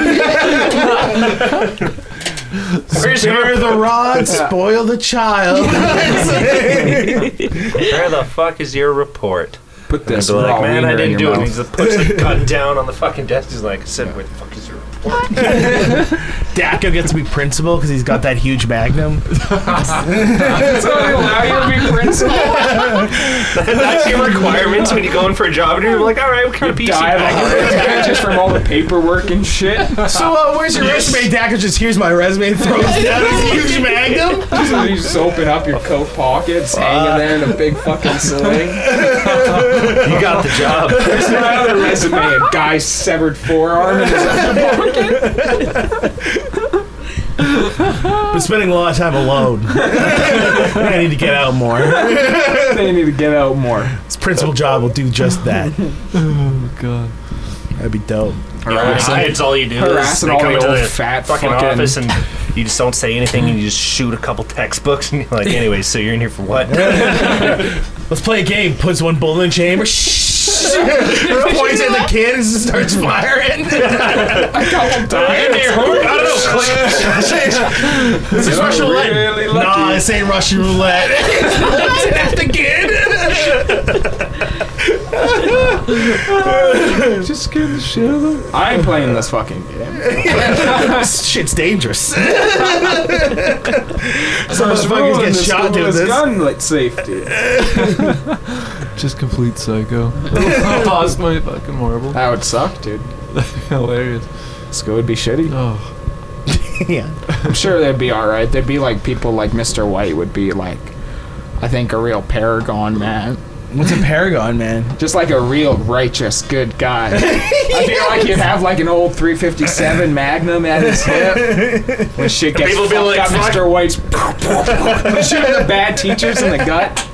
Speaker 6: Where's
Speaker 3: Spare
Speaker 6: *laughs* your,
Speaker 3: the rod, spoil the *laughs* child.
Speaker 6: where the fuck is your report?
Speaker 1: Put
Speaker 6: And
Speaker 1: this
Speaker 6: they're
Speaker 1: raw
Speaker 6: like, man, I
Speaker 1: wiener in
Speaker 6: didn't do
Speaker 1: your
Speaker 6: it. And he
Speaker 1: mouth.
Speaker 6: just puts the gun down on the fucking desk. He's like, Sid, where the fuck is your report? *laughs*
Speaker 3: Daco gets to be principal because he's got that huge magnum.
Speaker 1: *laughs* So they allow you to be
Speaker 6: *laughs*
Speaker 1: principal.
Speaker 6: That's your requirements when you go in for a job, and you're like, all right, what kind of piece
Speaker 1: Die of a heart attack just from all the paperwork and shit.
Speaker 3: So, uh, where's your resume? Daco just hears my resume and throws *laughs* down his huge magnum.
Speaker 1: So you just open up your coat pockets, hanging there in a big fucking sling.
Speaker 6: You got the job. *laughs*
Speaker 1: There's my other resume: a guy's severed forearm and his
Speaker 3: Been spending a lot of time alone. *laughs* I need to get out more.
Speaker 1: They need to get out more.
Speaker 3: This principal job will do just
Speaker 6: *laughs*
Speaker 3: that.
Speaker 2: Oh god.
Speaker 3: That'd be dope.
Speaker 6: Yeah, it's all you do. is
Speaker 1: harassing
Speaker 6: they
Speaker 1: all
Speaker 6: come
Speaker 1: the
Speaker 6: into
Speaker 1: old
Speaker 6: the
Speaker 1: fat
Speaker 6: fucking,
Speaker 1: fucking-
Speaker 6: office and you just don't say anything and you just shoot a couple textbooks and you're like, anyway, so *laughs* you're in here for what?
Speaker 3: Let's play a game. Puts one bullet in the chamber. *laughs* Points at the kid and starts firing. *laughs* *laughs* this is Russian roulette.
Speaker 1: really
Speaker 3: Nah,
Speaker 1: lucky.
Speaker 3: this ain't Russian roulette. That's the kid.
Speaker 1: Just scared the shit out of them. I ain't playing this fucking game.
Speaker 3: This shit's dangerous. Some motherfuckers
Speaker 1: Ruin
Speaker 3: get
Speaker 1: the
Speaker 3: shot
Speaker 1: school
Speaker 3: doing
Speaker 1: with
Speaker 3: this.
Speaker 1: gun like safety.
Speaker 2: Just complete psycho. Pause my fucking horrible.
Speaker 1: That would suck, dude.
Speaker 2: Hilarious.
Speaker 1: School would be shitty.
Speaker 2: Oh.
Speaker 3: Yeah.
Speaker 1: I'm sure they'd be alright. They'd be like people like Mr. White would be like, I think a real paragon, man.
Speaker 3: What's a paragon, man?
Speaker 1: Just like a real righteous good guy. I feel like he'd have like an old 357 Magnum at his hip. When shit gets
Speaker 6: People be
Speaker 1: fucked
Speaker 6: like,
Speaker 1: up,
Speaker 6: "Fuck."
Speaker 1: Mr. White's *laughs* shooting the bad teachers in the gut.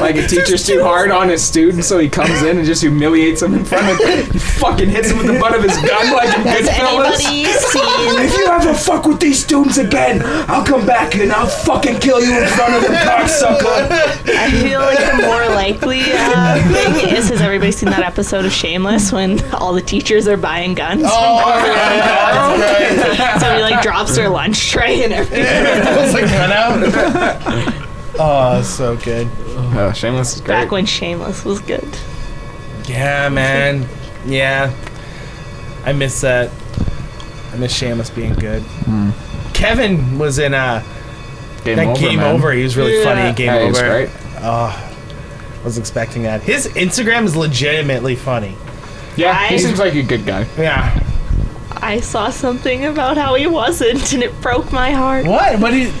Speaker 1: Like a teacher's too hard on his student, so he comes in and just humiliates him in front of He fucking hits him with the butt of his gun like in
Speaker 11: Has
Speaker 1: Goodfellas.
Speaker 11: anybody seen?
Speaker 1: If you ever fuck with these students again, I'll come back and I'll fucking kill you in front of them, cocksucker.
Speaker 4: I feel like the more likely uh, thing is has everybody seen that episode of Shameless when all the teachers are buying guns?
Speaker 3: Oh.
Speaker 4: *laughs* Somebody like drops their lunch tray and everything.
Speaker 3: What's like gun out? *laughs* oh, so good.
Speaker 1: Oh, Shameless is
Speaker 4: Back when Shameless was good.
Speaker 3: Yeah, man. Yeah. I miss that. I miss Shamus being good. Kevin was in uh,
Speaker 1: Game
Speaker 3: that Game
Speaker 1: man.
Speaker 3: Over. He was really funny in Game
Speaker 1: Hey, it's
Speaker 3: Over.
Speaker 1: great.
Speaker 3: was expecting that. His Instagram is legitimately funny.
Speaker 1: Yeah, he
Speaker 4: I-
Speaker 1: seems like a good guy.
Speaker 3: Yeah.
Speaker 4: I saw something about how he wasn't and it broke my heart.
Speaker 3: What? What did?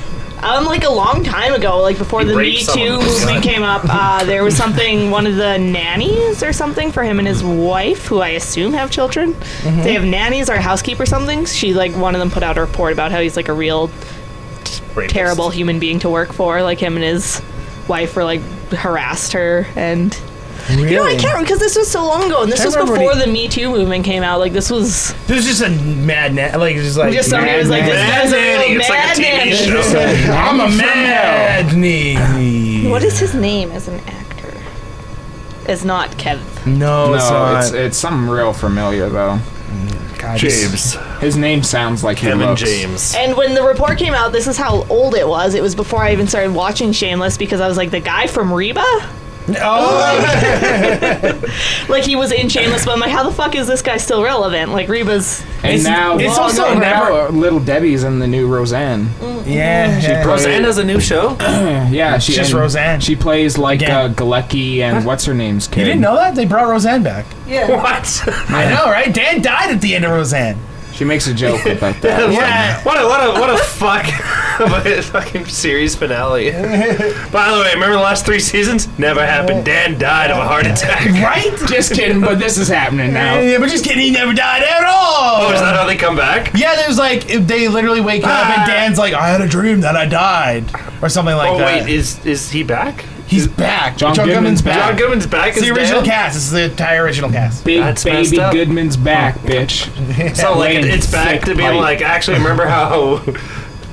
Speaker 4: Um, like a long time ago, like before the Me
Speaker 6: raped someone
Speaker 4: Too
Speaker 6: with a gun.
Speaker 4: movement came up, uh,
Speaker 6: *laughs*
Speaker 4: there was something, one of the nannies or something for him and his wife, who I assume have children.
Speaker 6: Mm-hmm.
Speaker 4: They have nannies or housekeeper something. She, like, one of them put out a report about how he's, like, a real
Speaker 6: Rapist.
Speaker 4: terrible human being to work for. Like, him and his wife were, like, harassed her and.
Speaker 3: Really?
Speaker 4: You know, I can't because this was so long ago, and this
Speaker 3: Can't
Speaker 4: was
Speaker 3: remember what
Speaker 4: before
Speaker 3: he-
Speaker 4: the Me Too movement came out. Like, this was
Speaker 3: There's just a mad na- like just like
Speaker 4: just somebody
Speaker 3: mad
Speaker 4: was like, "This
Speaker 3: nanny.
Speaker 4: guy's a real
Speaker 6: It's
Speaker 4: mad
Speaker 6: like a TV
Speaker 4: nanny."
Speaker 6: show. *laughs*
Speaker 3: I'm a mad nanny.
Speaker 11: What is his name as an actor?
Speaker 4: It's not Kev.
Speaker 3: No,
Speaker 1: No,
Speaker 3: it's not.
Speaker 1: it's, it's something real familiar though.
Speaker 3: God,
Speaker 6: James.
Speaker 1: His name sounds like him.
Speaker 6: Kevin
Speaker 1: looks.
Speaker 6: James.
Speaker 4: And when the report came out, this is how old it was. It was before I even started watching Shameless because I was like, the guy from Reba?
Speaker 3: Oh,
Speaker 4: *laughs* Like, he was in Shameless, but I'm like, how the fuck is this guy still relevant? Like, Reba's.
Speaker 1: And now
Speaker 3: it's
Speaker 1: well,
Speaker 3: also
Speaker 1: no, now
Speaker 3: never-
Speaker 1: Little Debbie's in the new Roseanne.
Speaker 3: yeah. yeah.
Speaker 6: Roseanne has a new show.
Speaker 1: Yeah, she,
Speaker 3: Mm. It's just
Speaker 1: and
Speaker 3: Roseanne.
Speaker 1: She plays like
Speaker 3: Again.
Speaker 1: uh, Galecki and what's her name's kid.
Speaker 3: you didn't know that they brought Roseanne back.
Speaker 6: *laughs* What?
Speaker 3: I know, right? Dan died at the end of Roseanne.
Speaker 1: She makes a joke about
Speaker 3: *laughs*
Speaker 1: that.
Speaker 3: Yeah.
Speaker 6: What a what a what a fuck *laughs* of a fucking series *laughs* finale. By the way, remember the last three seasons? Never happened. Dan died of a heart attack. *laughs*
Speaker 3: Right?
Speaker 1: Just kidding, but this is happening now.
Speaker 3: Yeah, but just kidding. He never died at all.
Speaker 6: Oh, is that how they come back?
Speaker 3: Yeah, there's like if they literally wake up
Speaker 6: Ah.
Speaker 3: and Dan's like, I had a dream that I died or something like
Speaker 6: Oh
Speaker 3: that.
Speaker 6: wait, is is he back?
Speaker 3: He's back.
Speaker 1: John Goodman's back.
Speaker 6: John Goodman's back.
Speaker 3: It's the
Speaker 6: as
Speaker 3: original
Speaker 6: Dan?
Speaker 3: cast. It's the entire original cast.
Speaker 1: Big
Speaker 6: That's messed
Speaker 1: baby
Speaker 6: up.
Speaker 1: Goodman's back,
Speaker 3: Oh.
Speaker 1: bitch.
Speaker 6: So like it-
Speaker 1: Lame
Speaker 6: it's back
Speaker 1: thick
Speaker 6: to being
Speaker 1: pipe.
Speaker 6: like actually remember how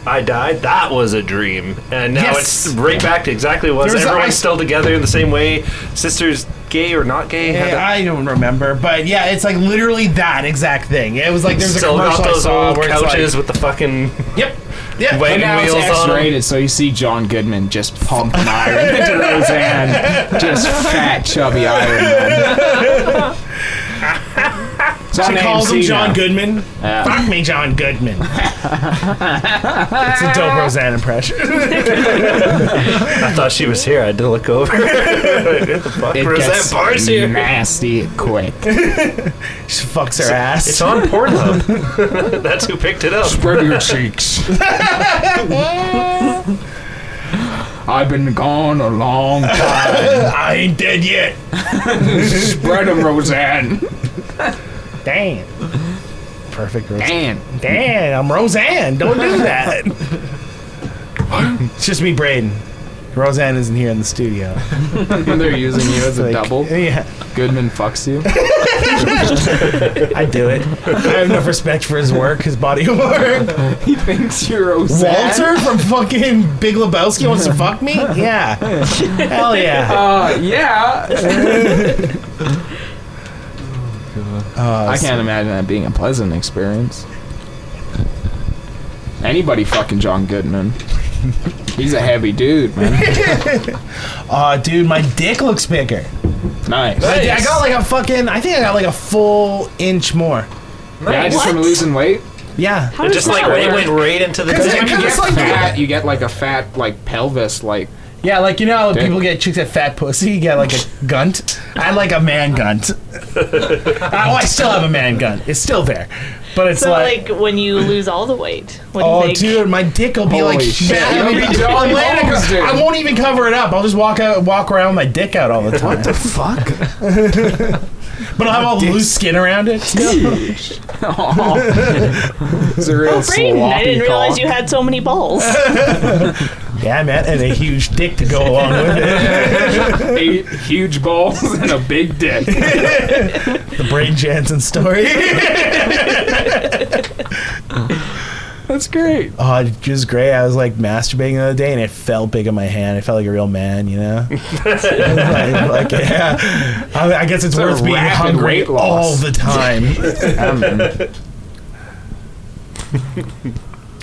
Speaker 6: I died? That was a dream, and now
Speaker 3: Yes.
Speaker 6: it's right back to exactly what
Speaker 3: There's a- I-
Speaker 6: everyone's still together in the same way. Sisters, gay or not gay? how
Speaker 3: Yeah,
Speaker 6: the-
Speaker 3: I don't remember, but yeah, it's like literally that exact thing. It was like there's a
Speaker 6: still
Speaker 3: commercial
Speaker 6: got
Speaker 3: I
Speaker 6: those
Speaker 3: saw
Speaker 6: old
Speaker 3: where it's
Speaker 6: couches
Speaker 3: like,
Speaker 6: with the fucking
Speaker 3: yep, yeah,
Speaker 1: And
Speaker 6: wagon
Speaker 1: now it's
Speaker 6: wheels on 'em.
Speaker 1: X-rated, so you see John Goodman just pumping iron *laughs* into Roseanne, just fat chubby iron. Man. It's on
Speaker 3: She calls him
Speaker 1: AMC
Speaker 3: John
Speaker 1: now.
Speaker 3: Goodman. Fuck me, John Goodman. it's a dope Roseanne impression. *laughs*
Speaker 6: I thought she was here. I had to look over. *laughs* What the fuck?
Speaker 1: It
Speaker 6: Rosette
Speaker 1: gets
Speaker 6: Barr's here.
Speaker 1: nasty quick.
Speaker 3: She fucks her ass.
Speaker 6: *laughs* It's on Pornhub. *laughs* That's who picked it up.
Speaker 1: Spread your
Speaker 3: *laughs*
Speaker 1: cheeks. I've been gone a long time.
Speaker 3: I ain't dead yet.
Speaker 1: Spread 'em, Roseanne.
Speaker 3: Damn. Perfect Roseanne.
Speaker 1: Man,
Speaker 3: Damn, I'm Roseanne. Don't do
Speaker 1: *laughs*
Speaker 3: that. it's just me, Braden. Roseanne isn't here in the studio.
Speaker 1: they're using you as a
Speaker 3: Like,
Speaker 1: double.
Speaker 3: Yeah,
Speaker 1: Goodman fucks you.
Speaker 3: I
Speaker 1: *laughs*
Speaker 3: do it. I have enough respect for his work, his body of work.
Speaker 1: He thinks you're Roseanne.
Speaker 3: Walter from fucking Big Lebowski wants to
Speaker 1: *laughs*
Speaker 3: fuck me? Yeah. Hell yeah.
Speaker 1: Uh, yeah. I can't imagine that being a pleasant experience. Anybody fucking John Goodman. He's a heavy dude,
Speaker 4: *laughs*
Speaker 1: man.
Speaker 3: Aw, Uh, dude, my dick looks bigger.
Speaker 1: Nice.
Speaker 3: I, I got like a fucking, I think I got like a full inch more.
Speaker 1: Yeah, just from
Speaker 4: What?
Speaker 1: losing weight.
Speaker 3: Yeah.
Speaker 4: How
Speaker 6: It
Speaker 4: does
Speaker 6: just
Speaker 4: that
Speaker 6: like
Speaker 4: work?
Speaker 6: it went right into the.
Speaker 1: When you
Speaker 3: Kinda
Speaker 1: get
Speaker 3: like
Speaker 1: fat, you get like a fat like pelvis
Speaker 4: *laughs*
Speaker 1: like *laughs*
Speaker 3: Yeah, like you know how
Speaker 1: Dick.
Speaker 3: people get chicks at fat pussy, you get like
Speaker 1: *laughs*
Speaker 3: a Uh, gunt. I had, like a man gunt. I, oh, I still have a man gunt. It's still there. But it's
Speaker 4: So
Speaker 3: like,
Speaker 4: like, when you lose all the weight, what do
Speaker 3: oh,
Speaker 4: you think?
Speaker 3: dude, my dick will be
Speaker 1: Holy
Speaker 3: like,
Speaker 1: shit,
Speaker 3: fat.
Speaker 1: you'll be John
Speaker 3: I won't-
Speaker 1: Holmes, dude.
Speaker 3: I won't even cover it up. I'll just walk out, walk around with my dick out all the time.
Speaker 1: What the fuck?
Speaker 3: *laughs* but I'll have all the loose skin around it.
Speaker 1: Aw. it's a real
Speaker 4: Brayden, I didn't
Speaker 1: sloppy
Speaker 4: realize
Speaker 1: cock.
Speaker 4: you had so many *laughs* balls.
Speaker 3: Yeah, man, and a huge dick to go along with it.
Speaker 1: *laughs* Eight huge balls and a big dick.
Speaker 4: *laughs*
Speaker 3: The Brain Jansen
Speaker 1: *laughs*
Speaker 3: story.
Speaker 1: That's great.
Speaker 3: oh, it was great. I was like masturbating the other day, and it felt big in my hand. I felt like a real man, you
Speaker 1: *laughs*
Speaker 3: know. *laughs* like, like, yeah. I, I guess it's,
Speaker 1: a
Speaker 3: worth being
Speaker 1: rapid
Speaker 3: hungry
Speaker 1: weight loss.
Speaker 3: all
Speaker 1: *laughs*
Speaker 3: the time.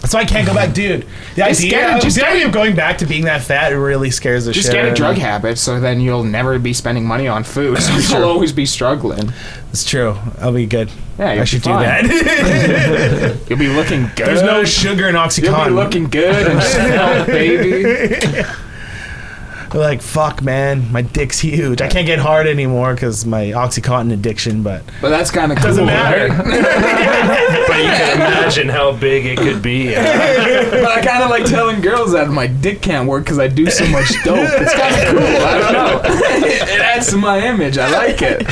Speaker 3: That's why I can't go back, dude. The
Speaker 1: get
Speaker 3: idea,
Speaker 1: a-
Speaker 3: of,
Speaker 1: just
Speaker 3: the
Speaker 1: get-
Speaker 3: idea of going back to being that fat really scares the
Speaker 1: Just
Speaker 3: shit.
Speaker 1: get
Speaker 3: out
Speaker 1: a
Speaker 3: of
Speaker 1: drug
Speaker 3: me.
Speaker 1: habit, so then you'll never be spending money on
Speaker 3: *laughs*
Speaker 1: food. *laughs* So you'll always be struggling.
Speaker 3: It's true. I'll be good.
Speaker 1: Yeah, you'll
Speaker 3: I should
Speaker 1: be fine.
Speaker 3: do that. *laughs*
Speaker 1: You'll be looking good.
Speaker 3: There's
Speaker 1: *laughs*
Speaker 3: no sugar in OxyContin.
Speaker 1: You'll be looking good
Speaker 3: *laughs*
Speaker 1: and smell, baby.
Speaker 3: like fuck man my dick's huge i can't get hard anymore because my oxycontin addiction but
Speaker 1: But that's kind of cool.
Speaker 3: doesn't matter
Speaker 1: right?
Speaker 6: But you can imagine how big it could
Speaker 3: *laughs*
Speaker 6: be.
Speaker 1: *laughs*
Speaker 6: Yeah.
Speaker 1: But I kind of like telling girls that my dick can't work because I do so much dope. It's kind of cool. I don't know. *laughs* it adds to my image. I like
Speaker 3: *laughs*
Speaker 1: it.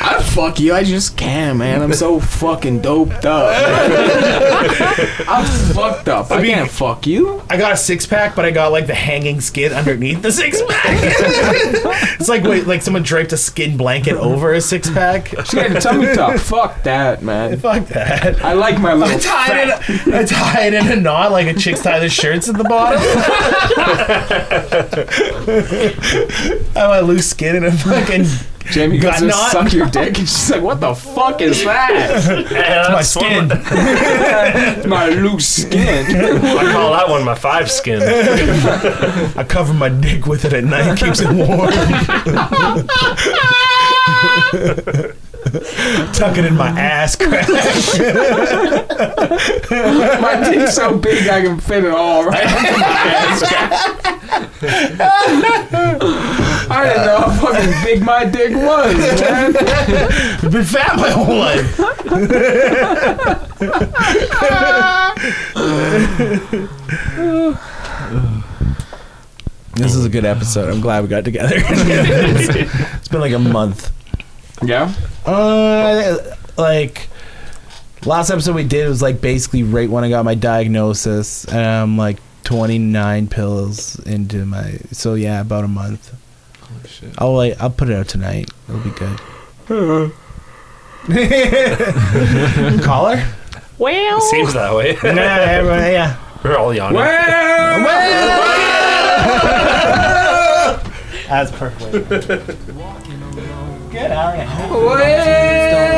Speaker 1: I fuck you. I just can, man. I'm so fucking doped up. *laughs* I'm fucked up. I can't fuck you.
Speaker 3: i got a six-pack but i got like the hanging skin underneath the six-pack *laughs* it's like wait like someone draped a skin blanket over a six-pack
Speaker 1: She had a tummy *laughs* tuck. Fuck that, man.
Speaker 3: fuck that
Speaker 1: I like my little.
Speaker 3: I tied, it, I tied it in a knot like a chick's tie their shirts at the bottom. *laughs* I want loose skin and a fucking.
Speaker 1: Jamie goes
Speaker 3: Got
Speaker 1: to
Speaker 3: not-
Speaker 1: suck your dick, and she's like, "What the fuck *laughs* is that?
Speaker 6: *laughs* That's
Speaker 3: My skin.
Speaker 1: my loose skin." *laughs*
Speaker 6: I call that one my five skin.
Speaker 3: I cover my dick with it at night, keeps it warm. Tuck it in my ass crack.
Speaker 1: My dick's so big I can fit it all right. *laughs* I didn't know how fucking big my dick was, man.
Speaker 3: I've been fat my whole life. this is a good episode. I'm glad we got together. *laughs* it's been like a month.
Speaker 1: *laughs* Yeah.
Speaker 3: Uh, like last episode we did was like basically right when I got my diagnosis, and I'm like 29 pills into my. So yeah, about a month. I'll like I'll put it out tonight. It'll be *laughs* good. Caller?
Speaker 4: well,
Speaker 6: Seems that way.
Speaker 3: *laughs* Yeah, everyone, yeah.
Speaker 6: *laughs* We're all yawning.
Speaker 3: That's perfect.
Speaker 1: Well,